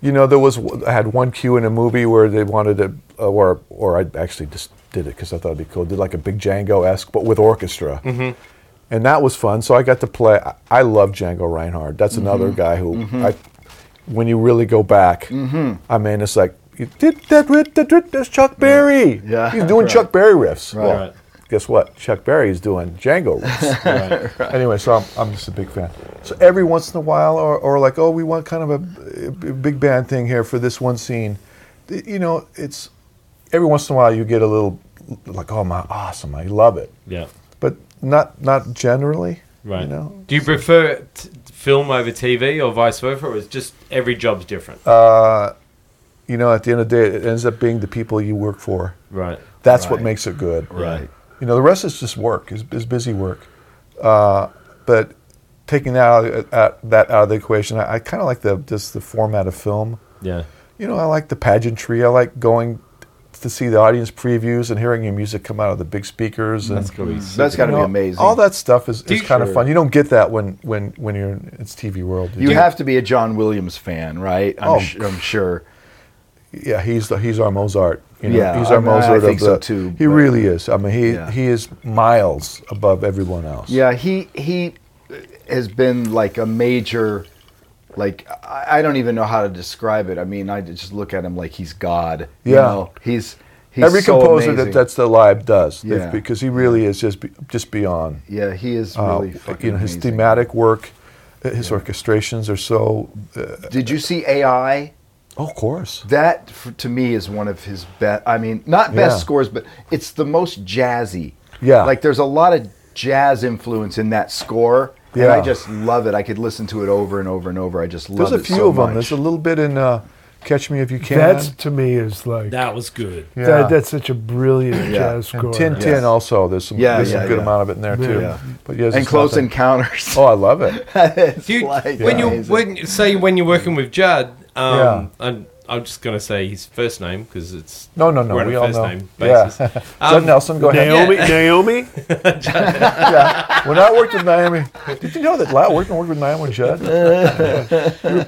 you know, there was I had one cue in a movie where they wanted to, uh, or or I actually just did it because I thought it'd be cool. Did like a big Django esque, but with orchestra,
Mm-hmm.
and that was fun. So I got to play. I, I love Django Reinhardt. That's
Mm-hmm.
another guy who I, when you really go back, I mean, it's like you did that with the did this Chuck Berry.
Mm-hmm. Yeah.
he's doing
Right.
Chuck Berry riffs. Well,
Right.
Guess what? Chuck Berry is doing Django riffs.
Right.
Anyway, so I'm, I'm just a big fan. So every once in a while, or, or like, oh, we want kind of a, a big band thing here for this one scene. Th- You know, it's every once in a while you get a little like, oh my, awesome, I love it,
Yeah,
but not not generally.
right.
You know,
Do you prefer t- film over TV or vice versa, or is just every job's different?
Uh, you know, at the end of the day, it ends up being the people you work for.
right.
That's what
Right.
makes it good.
Right.
You know, the rest is just work, is, is busy work. Uh, but taking that out, of- out, that out of the equation, I, I kind of like the just the format of film.
Yeah.
You know, I like the pageantry. I like going to see the audience previews and hearing your music come out of the big speakers. And,
That's cool. He's
that's got to
you
be
know,
amazing.
All that stuff is,
you-
is kind of
Sure.
fun. You don't get that when when when you're in it's TV world.
you have to be a John Williams fan, right? I'm,
Oh.
sh- I'm sure.
yeah, he's the, he's our Mozart. You know,
Yeah,
he's our
I mean, I
Mozart
think
of
so
the.
too,
he
but-
really is. I mean, he
Yeah.
he is miles above everyone else.
Yeah, he he has been like a major, like I I don't even know how to describe it. I mean, I just look at him like he's God. you
Yeah.
know? he's he's
every
so
composer
amazing.
that that's alive does They've-
Yeah.
because he really is just be- just beyond.
yeah, he is
uh,
really fucking
you know, his
amazing.
thematic work, uh, his orchestrations are so. Uh,
Did you see AI?
oh, of course.
That for, to me is one of his best. I mean, not best
Yeah.
scores, but it's the most jazzy.
Yeah.
like there's a lot of jazz influence in that score. And I
Yeah.
just love it. I could listen to it over and over and over. I just love
There's a
it
few
so
of them.
much.
There's a little bit in uh, Catch Me If You Can.
That's to me is like
That was good.
yeah.
that, that's such a brilliant jazz
and
score.
Tin Tin
Yes.
also. There's some.
Yeah,
there's
yeah,
some good
yeah.
amount of it in there too.
Yeah.
But yes,
and
it's
close
nothing-
encounters.
Oh, I love it.
It's
Dude,
like
when you
amazing.
when say when you're working with Judd, um,
Yeah.
I'm, I'm just gonna say his first name because it's
No, no, no.
We're on
we
a
all
first
know.
name
yeah.
basis.
Judd Nelson, go ahead.
Naomi, Naomi,
Yeah. When I worked with Naomi, did you know that La- working worked with Naomi and Judd?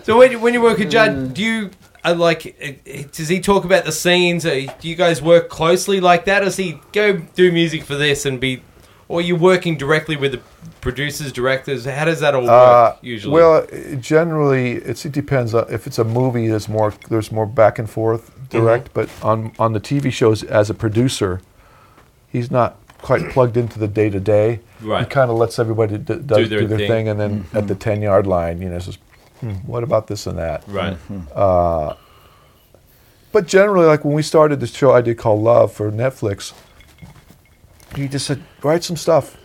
So when you, when you work with Judd, do you uh, like? uh, uh, Does he talk about the scenes? Uh, Do you guys work closely like that? Or does he go do music for this and be, or are you working directly with the producers, directors? How does that all work
Uh,
usually?
Well, i- generally, it's, it depends. On, if it's a movie, there's more there's more back and forth direct. But on on the TV shows, as a producer, he's not quite plugged into the day to day. He
Right.
kind of lets everybody d- does, do,
their
their
thing.
thing. and then at the ten yard line, you know, says, hmm, "What about this and that?"
right.
Mm-hmm. But generally, like when we started the show I did called Love for Netflix, he just said, write some stuff.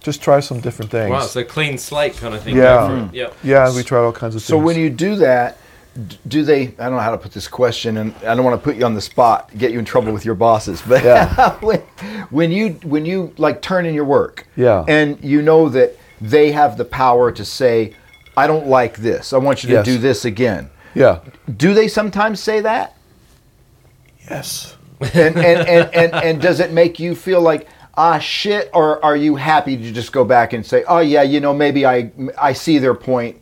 just try some different things.
Wow, so clean slate kind of thing.
Yeah.
Go for it. Yep.
yeah, we tried all kinds of
So
things.
when you do that, d- do they? I don't know how to put this question, and I don't want to put you on the spot, get you in trouble with your bosses. But
Yeah.
when, when you when you like turn in your work,
Yeah.
and you know that they have the power to say, "I don't like this. I want you to
Yes.
do this again."
yeah,
Do they sometimes say that?
yes,
And and, and, and and does it make you feel like ah shit, or are you happy to just go back and say, "Oh yeah, you know, maybe I I see their point."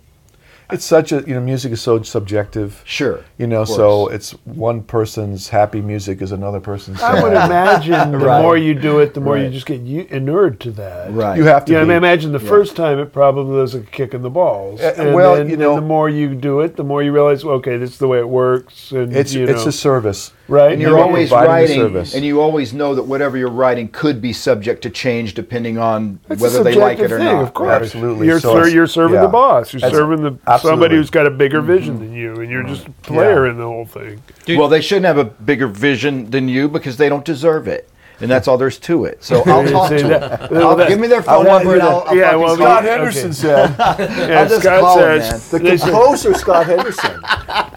it's such a you know music is so subjective.
Sure,
you know,
of
so
course.
it's one person's happy music is another person's.
I would
sad.
imagine the
Right.
more you do it, the more you
Right.
just get u- inured to that.
Right.
you have to.
Yeah, I
be.
mean, imagine the first time it probably was a kick in the balls.
Uh, well,
then-
you
and
know-
the more you do it, the more you realize, well, okay, this is the way it works, and
it's
you
it's
know,
a service,
right.
and you're
You're
always
providing
writing,
the service.
and you always know that whatever you're writing could be subject to change depending on
It's a
whether they like it
subjective
or
thing,
not.
Of course,
Absolutely.
You're,
So
ser-
it's-
you're serving
yeah.
the boss. You're
That's-
serving the somebody
absolutely.
who's got a bigger
Mm-hmm.
vision than you, and you're just a player in the whole thing.
Well, they shouldn't have a bigger vision than you because they don't deserve it, and that's all there's to it. So I'll talk to
See,
them.
that-
I'll-
that-
give me their phone
want
number, and
you to-
I'll, I'll
yeah,
fucking
well,
call
Scott
them.
Henderson said
yeah,
just
Scott
call him,
says
the
they said-
composer Scott Henderson.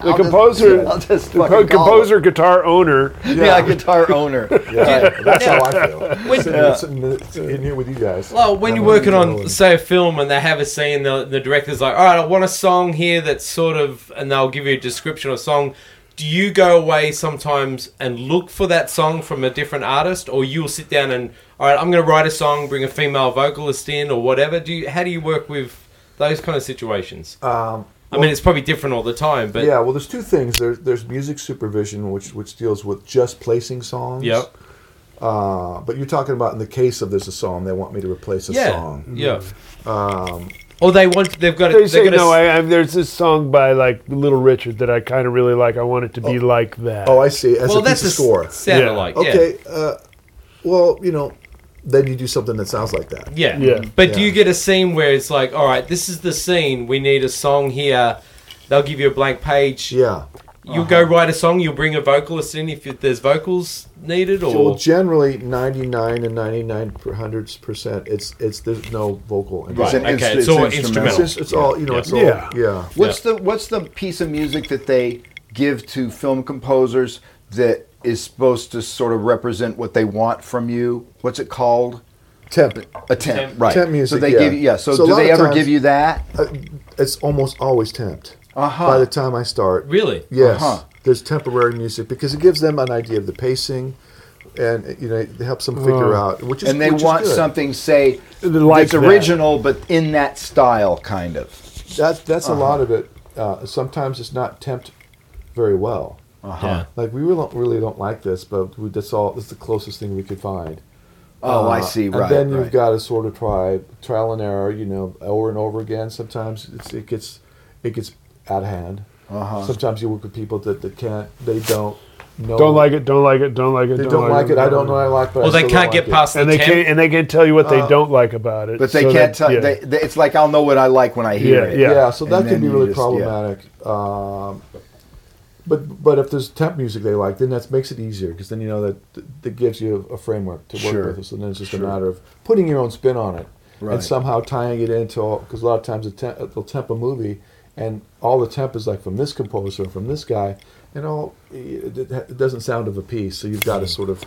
the composer,
I'll just fucking
the co-
call them.
composer, guitar owner.
Yeah, guitar owner.
Yeah, that's how I feel.
When-
Sitting in- sitting in here with you guys.
Well, Oh, when you're
Having a
working on,
meal
say, a film and they have a scene, the, the director's like, all right, I want a song here that's sort of, and they'll give you a description of a song. Do you go away sometimes and look for that song from a different artist, or you'll sit down and, all right, I'm going to write a song, bring a female vocalist in, or whatever? Do you, How do you work with those kind of situations?
Um,
I mean, it's probably different all the time, but
yeah, well, there's two things. There's there's music supervision, which which deals with just placing songs.
Yep.
Uh, but you're talking about in the case of there's a song, they want me to replace a
yeah,
song.
yeah. Um, or they want they've got
They say
they've got
no.
a, s-
I, I, there's this song by like Little Richard that I kind of really like. I want it to be like that.
Oh, I see. As
well,
a piece
that's
of
a
score.
score. Sound
Yeah.
alike. yeah.
Okay. Uh, well, you know, then you do something that sounds like that.
Yeah.
Yeah.
But do
Yeah.
you get a scene where it's like, all right, this is the scene. We need a song here. They'll give you a blank page.
Yeah.
You'll go
Uh-huh.
write a song. You'll bring a vocalist in if there's vocals needed
Well,
or.
generally, 99 and 99 per hundreds percent. It's it's there's no vocal. in
Right.
it.
okay, it's all instrumental.
It's, just- it's all you know. It's all
Yeah.
yeah.
What's the What's the piece of music that they give to film composers that is supposed to sort of represent what they want from you? What's it called?
Temp.
A tent,
Temp-
right?
temp
So
music,
they
yeah.
give you, yeah. So,
So a
do
lot
they
of
ever
times-
give you that?
Uh, it's almost always temped.
Uh-huh.
By the time I start,
Really?
Yes.
Uh-huh.
There's temporary music because it gives them an idea of the pacing, and uh, you know it helps them figure out which is
and they
which is
want
good.
something say
Like
that's
that.
original but in that style kind of
That, that's a lot
Uh-huh.
of it. Uh, sometimes it's not temped very well.
Uh-huh.
Yeah.
Like we really don't, really don't like this, but we, that's all. That's the closest thing we could find.
oh i
Uh,
see
And
right
then you've
right.
got to sort of try trial and error, you know, over and over again. Sometimes it's, it gets it gets out of hand.
Uh-huh.
Sometimes you work with people that, that can't, they don't know,
Don't like it. Don't like it. Don't like it.
they don't like it. I don't know what I like, but
Well,
I
they
still
can't get
don't like it.
past
And
the
they
temp.
can't. And they can't tell you what
Uh,
they don't like about it.
but they
so
can't
that-
tell
yeah.
they, they, it's like i'll know what i like when i hear
Yeah,
it
Yeah,
yeah.
so
And
that
then
can be
you
really
just- yeah.
problematic. Um, but but if there's temp music they like, then that makes it easier because then you know that th- that gives you a framework to work
Sure.
with. So then it's just a matter of putting your own spin on it
Right.
and somehow tying it into because a lot of times the temp, they'll temp a movie and all the temp is like from this composer and from this guy and all it, it it doesn't sound of a piece. So you've got to
Hmm.
sort of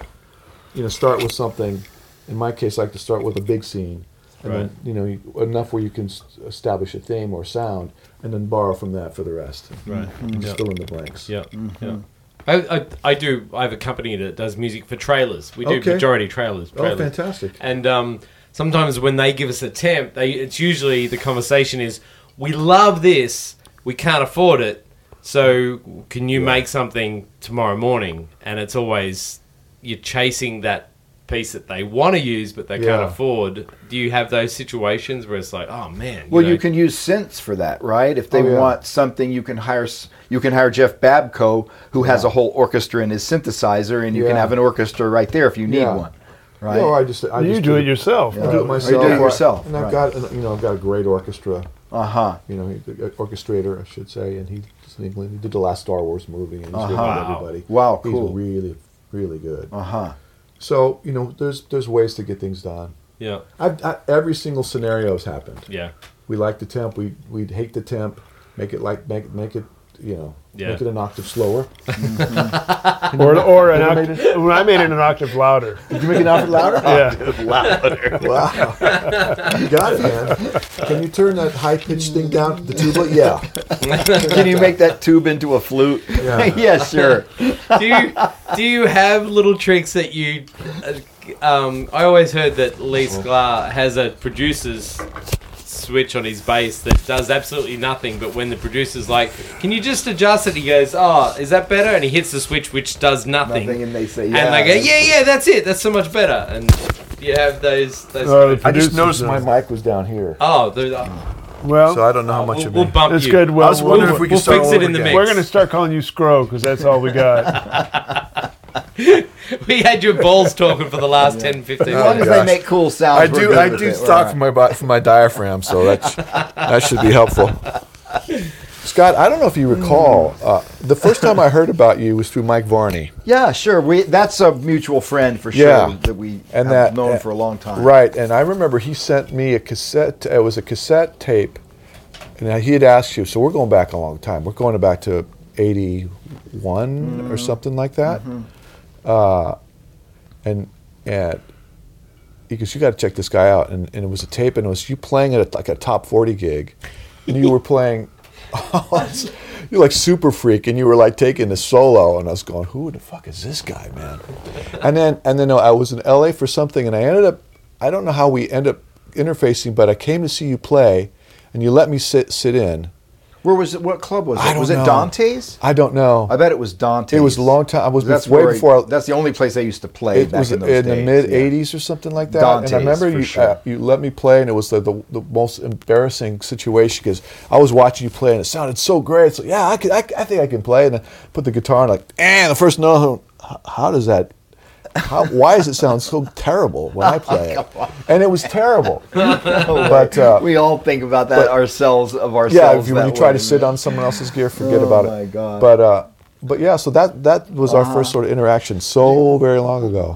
you know start with something. In my case, I like to start with a big scene, and then you know you- enough where you can s- establish a theme or sound, and then borrow from that for the rest. Right, just fill in the blanks.
Yeah. Yeah. I, I, I do. I have a company that does music for trailers. We do
Okay.
majority trailers. trailers.
fantastic.
And um, sometimes when they give us a temp, they, it's usually the conversation is, "We love this. We can't afford it. So can you make something tomorrow morning?" And it's always you're chasing that piece that they want to use but they can't
Yeah.
afford. Do you have those situations where it's like, "Oh man."
well you
know,
can use synths for that right if they
Oh, yeah.
want something you can hire s- you can hire jeff babco who has a whole orchestra in his synthesizer and you can
Yeah.
have an orchestra right there if you need
Yeah.
one
Yeah,
right
or I just I
You
just
do it yourself.
I do it
probably.
do
myself.
it
or I-
yourself,
and I've
right.
got an- you know I've got a great orchestra.
uh-huh
You know, he- an orchestrator, I should say, and he's in England. He did the last Star Wars movie, and he's uh
Uh-huh.
Wow.
everybody.
Wow,
he's
cool.
really really good.
uh-huh
So you know, there's there's ways to get things done.
Yeah.
I've, I, every single scenario has happened.
Yeah.
We like the temp. We we hate the temp. Make it like make make it you know
Yeah.
make it an octave slower.
Or, or an octave. When I made it an octave louder.
Did you make an octave louder?
Yeah.
Wow, you got it, man. Can you turn that high pitched thing down to the tuba? Yeah.
Can you make that tube into a flute? Yeah, sure.
do you do you have little tricks that you? uh, Um, I always heard that Lee Sklar has a producer's switch on his bass that does absolutely nothing. But when the producer's like, "Can you just adjust it?" He goes, "Oh, is that better?" And he hits the switch, which does nothing.
Nothing, and they say yeah.
And they go, "Yeah, yeah, that's it. That's so much better." And you have those those.
Uh,
I just
Producers
noticed my
does.
mic was down here,
oh, the, uh,
Well,
so I don't know how much
we'll,
of
we'll
it.
bump
it's
you.
good. Well,
I was wondering if we could
we'll
start
fix
all
it
over
in the
again.
mix.
are going to start calling you Scro because that's all we got.
We had your balls talking for the last 10, 15
As long
minutes.
as they make cool sounds.
Oh, I do. I do stop from my bi- from my diaphragm, so that's that should be helpful. Scott, I don't know if you recall, uh, the first time I heard about you was through Mike Varney.
Yeah, sure. We that's a mutual friend for sure
Yeah.
that we
And
have
that-
known
uh,
for a long time.
Right, and I remember he sent me a cassette. It was a cassette tape, and he had asked you. So we're going back a long time. We're going back to '81
Mm-hmm.
or something like that. Uh, and and because you got to check this guy out, and, and it was a tape, and it was you playing at like a top forty gig, and you were playing. You're like super freak, and you were like taking the solo, and I was going, "Who the fuck is this guy, man?" And then, and then I was in LA for something, and I ended up, I don't know how we end up interfacing, but I came to see you play, and you let me sit sit in.
Where was it? What club was it?
I don't
was
know.
it Dante's?
I don't know.
I bet it was Dante's.
It was a long time. I was
That's
way
where I-
before. I-
that's the only place I used to play.
it
back
was
in,
in,
those
the
days,
mid
yeah.
'80s or something like that. and I
Dante's,
remember
for
you
sure.
uh, you let me play, and it was the the, the most embarrassing situation because I was watching you play, and it sounded so great. So yeah, I, could, I, I think I can play, and I put the guitar, and like, and the first note, how, how does that? How, why does it sound so terrible when I play
Oh,
it? And it was terrible. but uh,
We all think about that
but-
ourselves of
yeah,
ourselves.
if you, when
that
you try
way,
to sit
man.
on someone else's gear, forget
Oh
about it.
my God. Ah.
But uh, but yeah, so that that was our first sort of interaction so very long ago.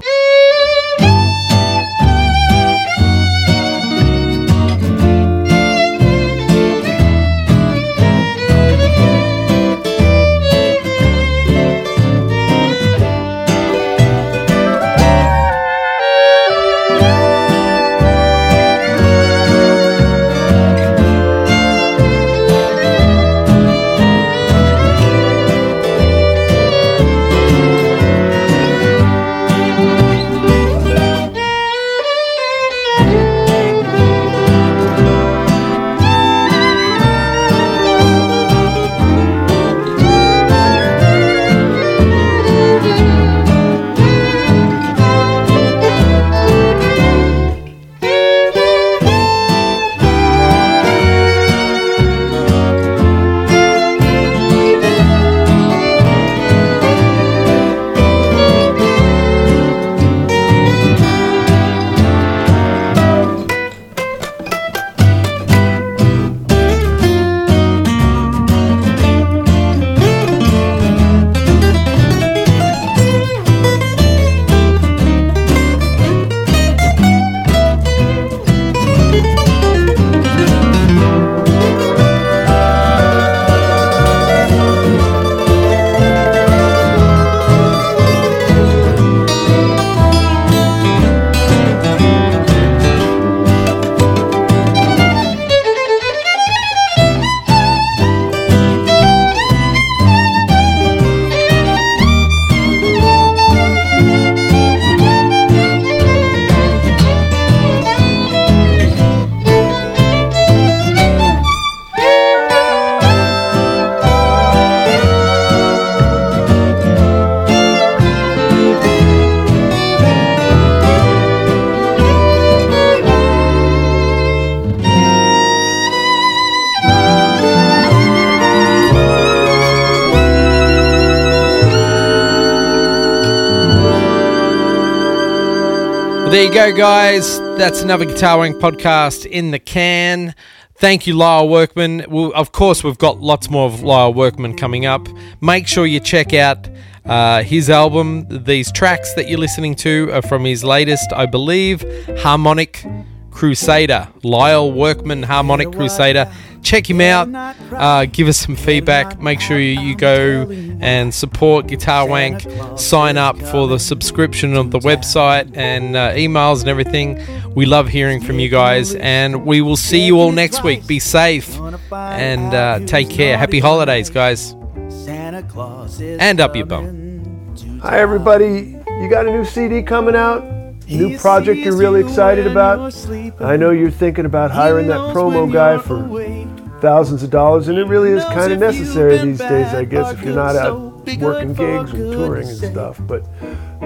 Well, there you go, guys. That's another Guitaring podcast in the can. Thank you, Lyle Workman. Well, of course, we've got lots more of Lyle Workman coming up. Make sure you check out Uh, his album, these tracks that you're listening to are from his latest, I believe, Harmonic Crusader, Lyle Workman Harmonic Crusader. Check him out. Uh, give us some feedback. Make sure you, you go and support Guitar Wank. Sign up for the subscription of the website and uh, emails and everything. We love hearing from you guys, and we will see you all next week. Be safe and uh, take care. Happy holidays, guys.
Santa Claus is
And up your
coming to
Hi, everybody. You got a new CD coming out? New
He
project
sees
you're really
you
excited
when you're
about?
sleeping.
I know you're thinking about hiring that
knows
promo
when
guy
you're
for
awake.
thousands of dollars, and it really is
knows
kind of
if you've
necessary
been
these days, I
bad
guess,
or
if you're
good,
not
so
out
be good
working
for
gigs and touring and
goodness
stuff. But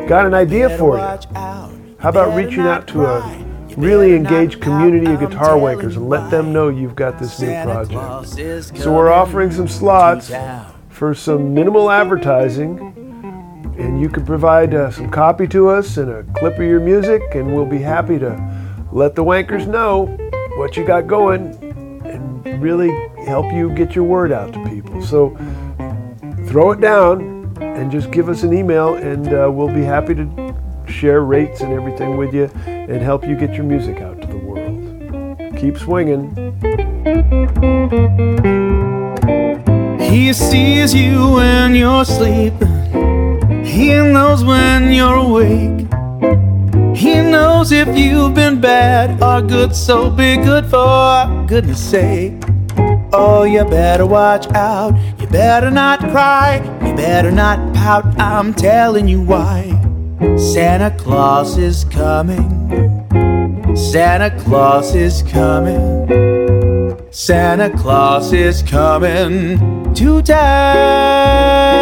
got an idea
Better
for you.
watch out. You
How about
better
reaching
not
out to
cry.
a
You
really
better
engaged
not pout,
community of
I'm
guitar
telling
wankers
you
and let
why.
them know you've got this new
Santa
project?
Claus is
So we're
coming
offering some
to
slots
town.
for some minimal advertising. And you can provide uh, some copy to us and a clip of your music, and we'll be happy to let the wankers know what you got going and really help you get your word out to people. So throw it down and just give us an email, and uh, we'll be happy to share rates and everything with you and help you get your music out to the world. Keep swinging.
He sees you when you're sleeping. He knows when you're awake. He knows if you've been bad or good, so be good for goodness sake. Oh, you better watch out. You better not cry. You better not pout. I'm telling you why. Santa Claus is coming. Santa Claus is coming. Santa Claus is coming to town.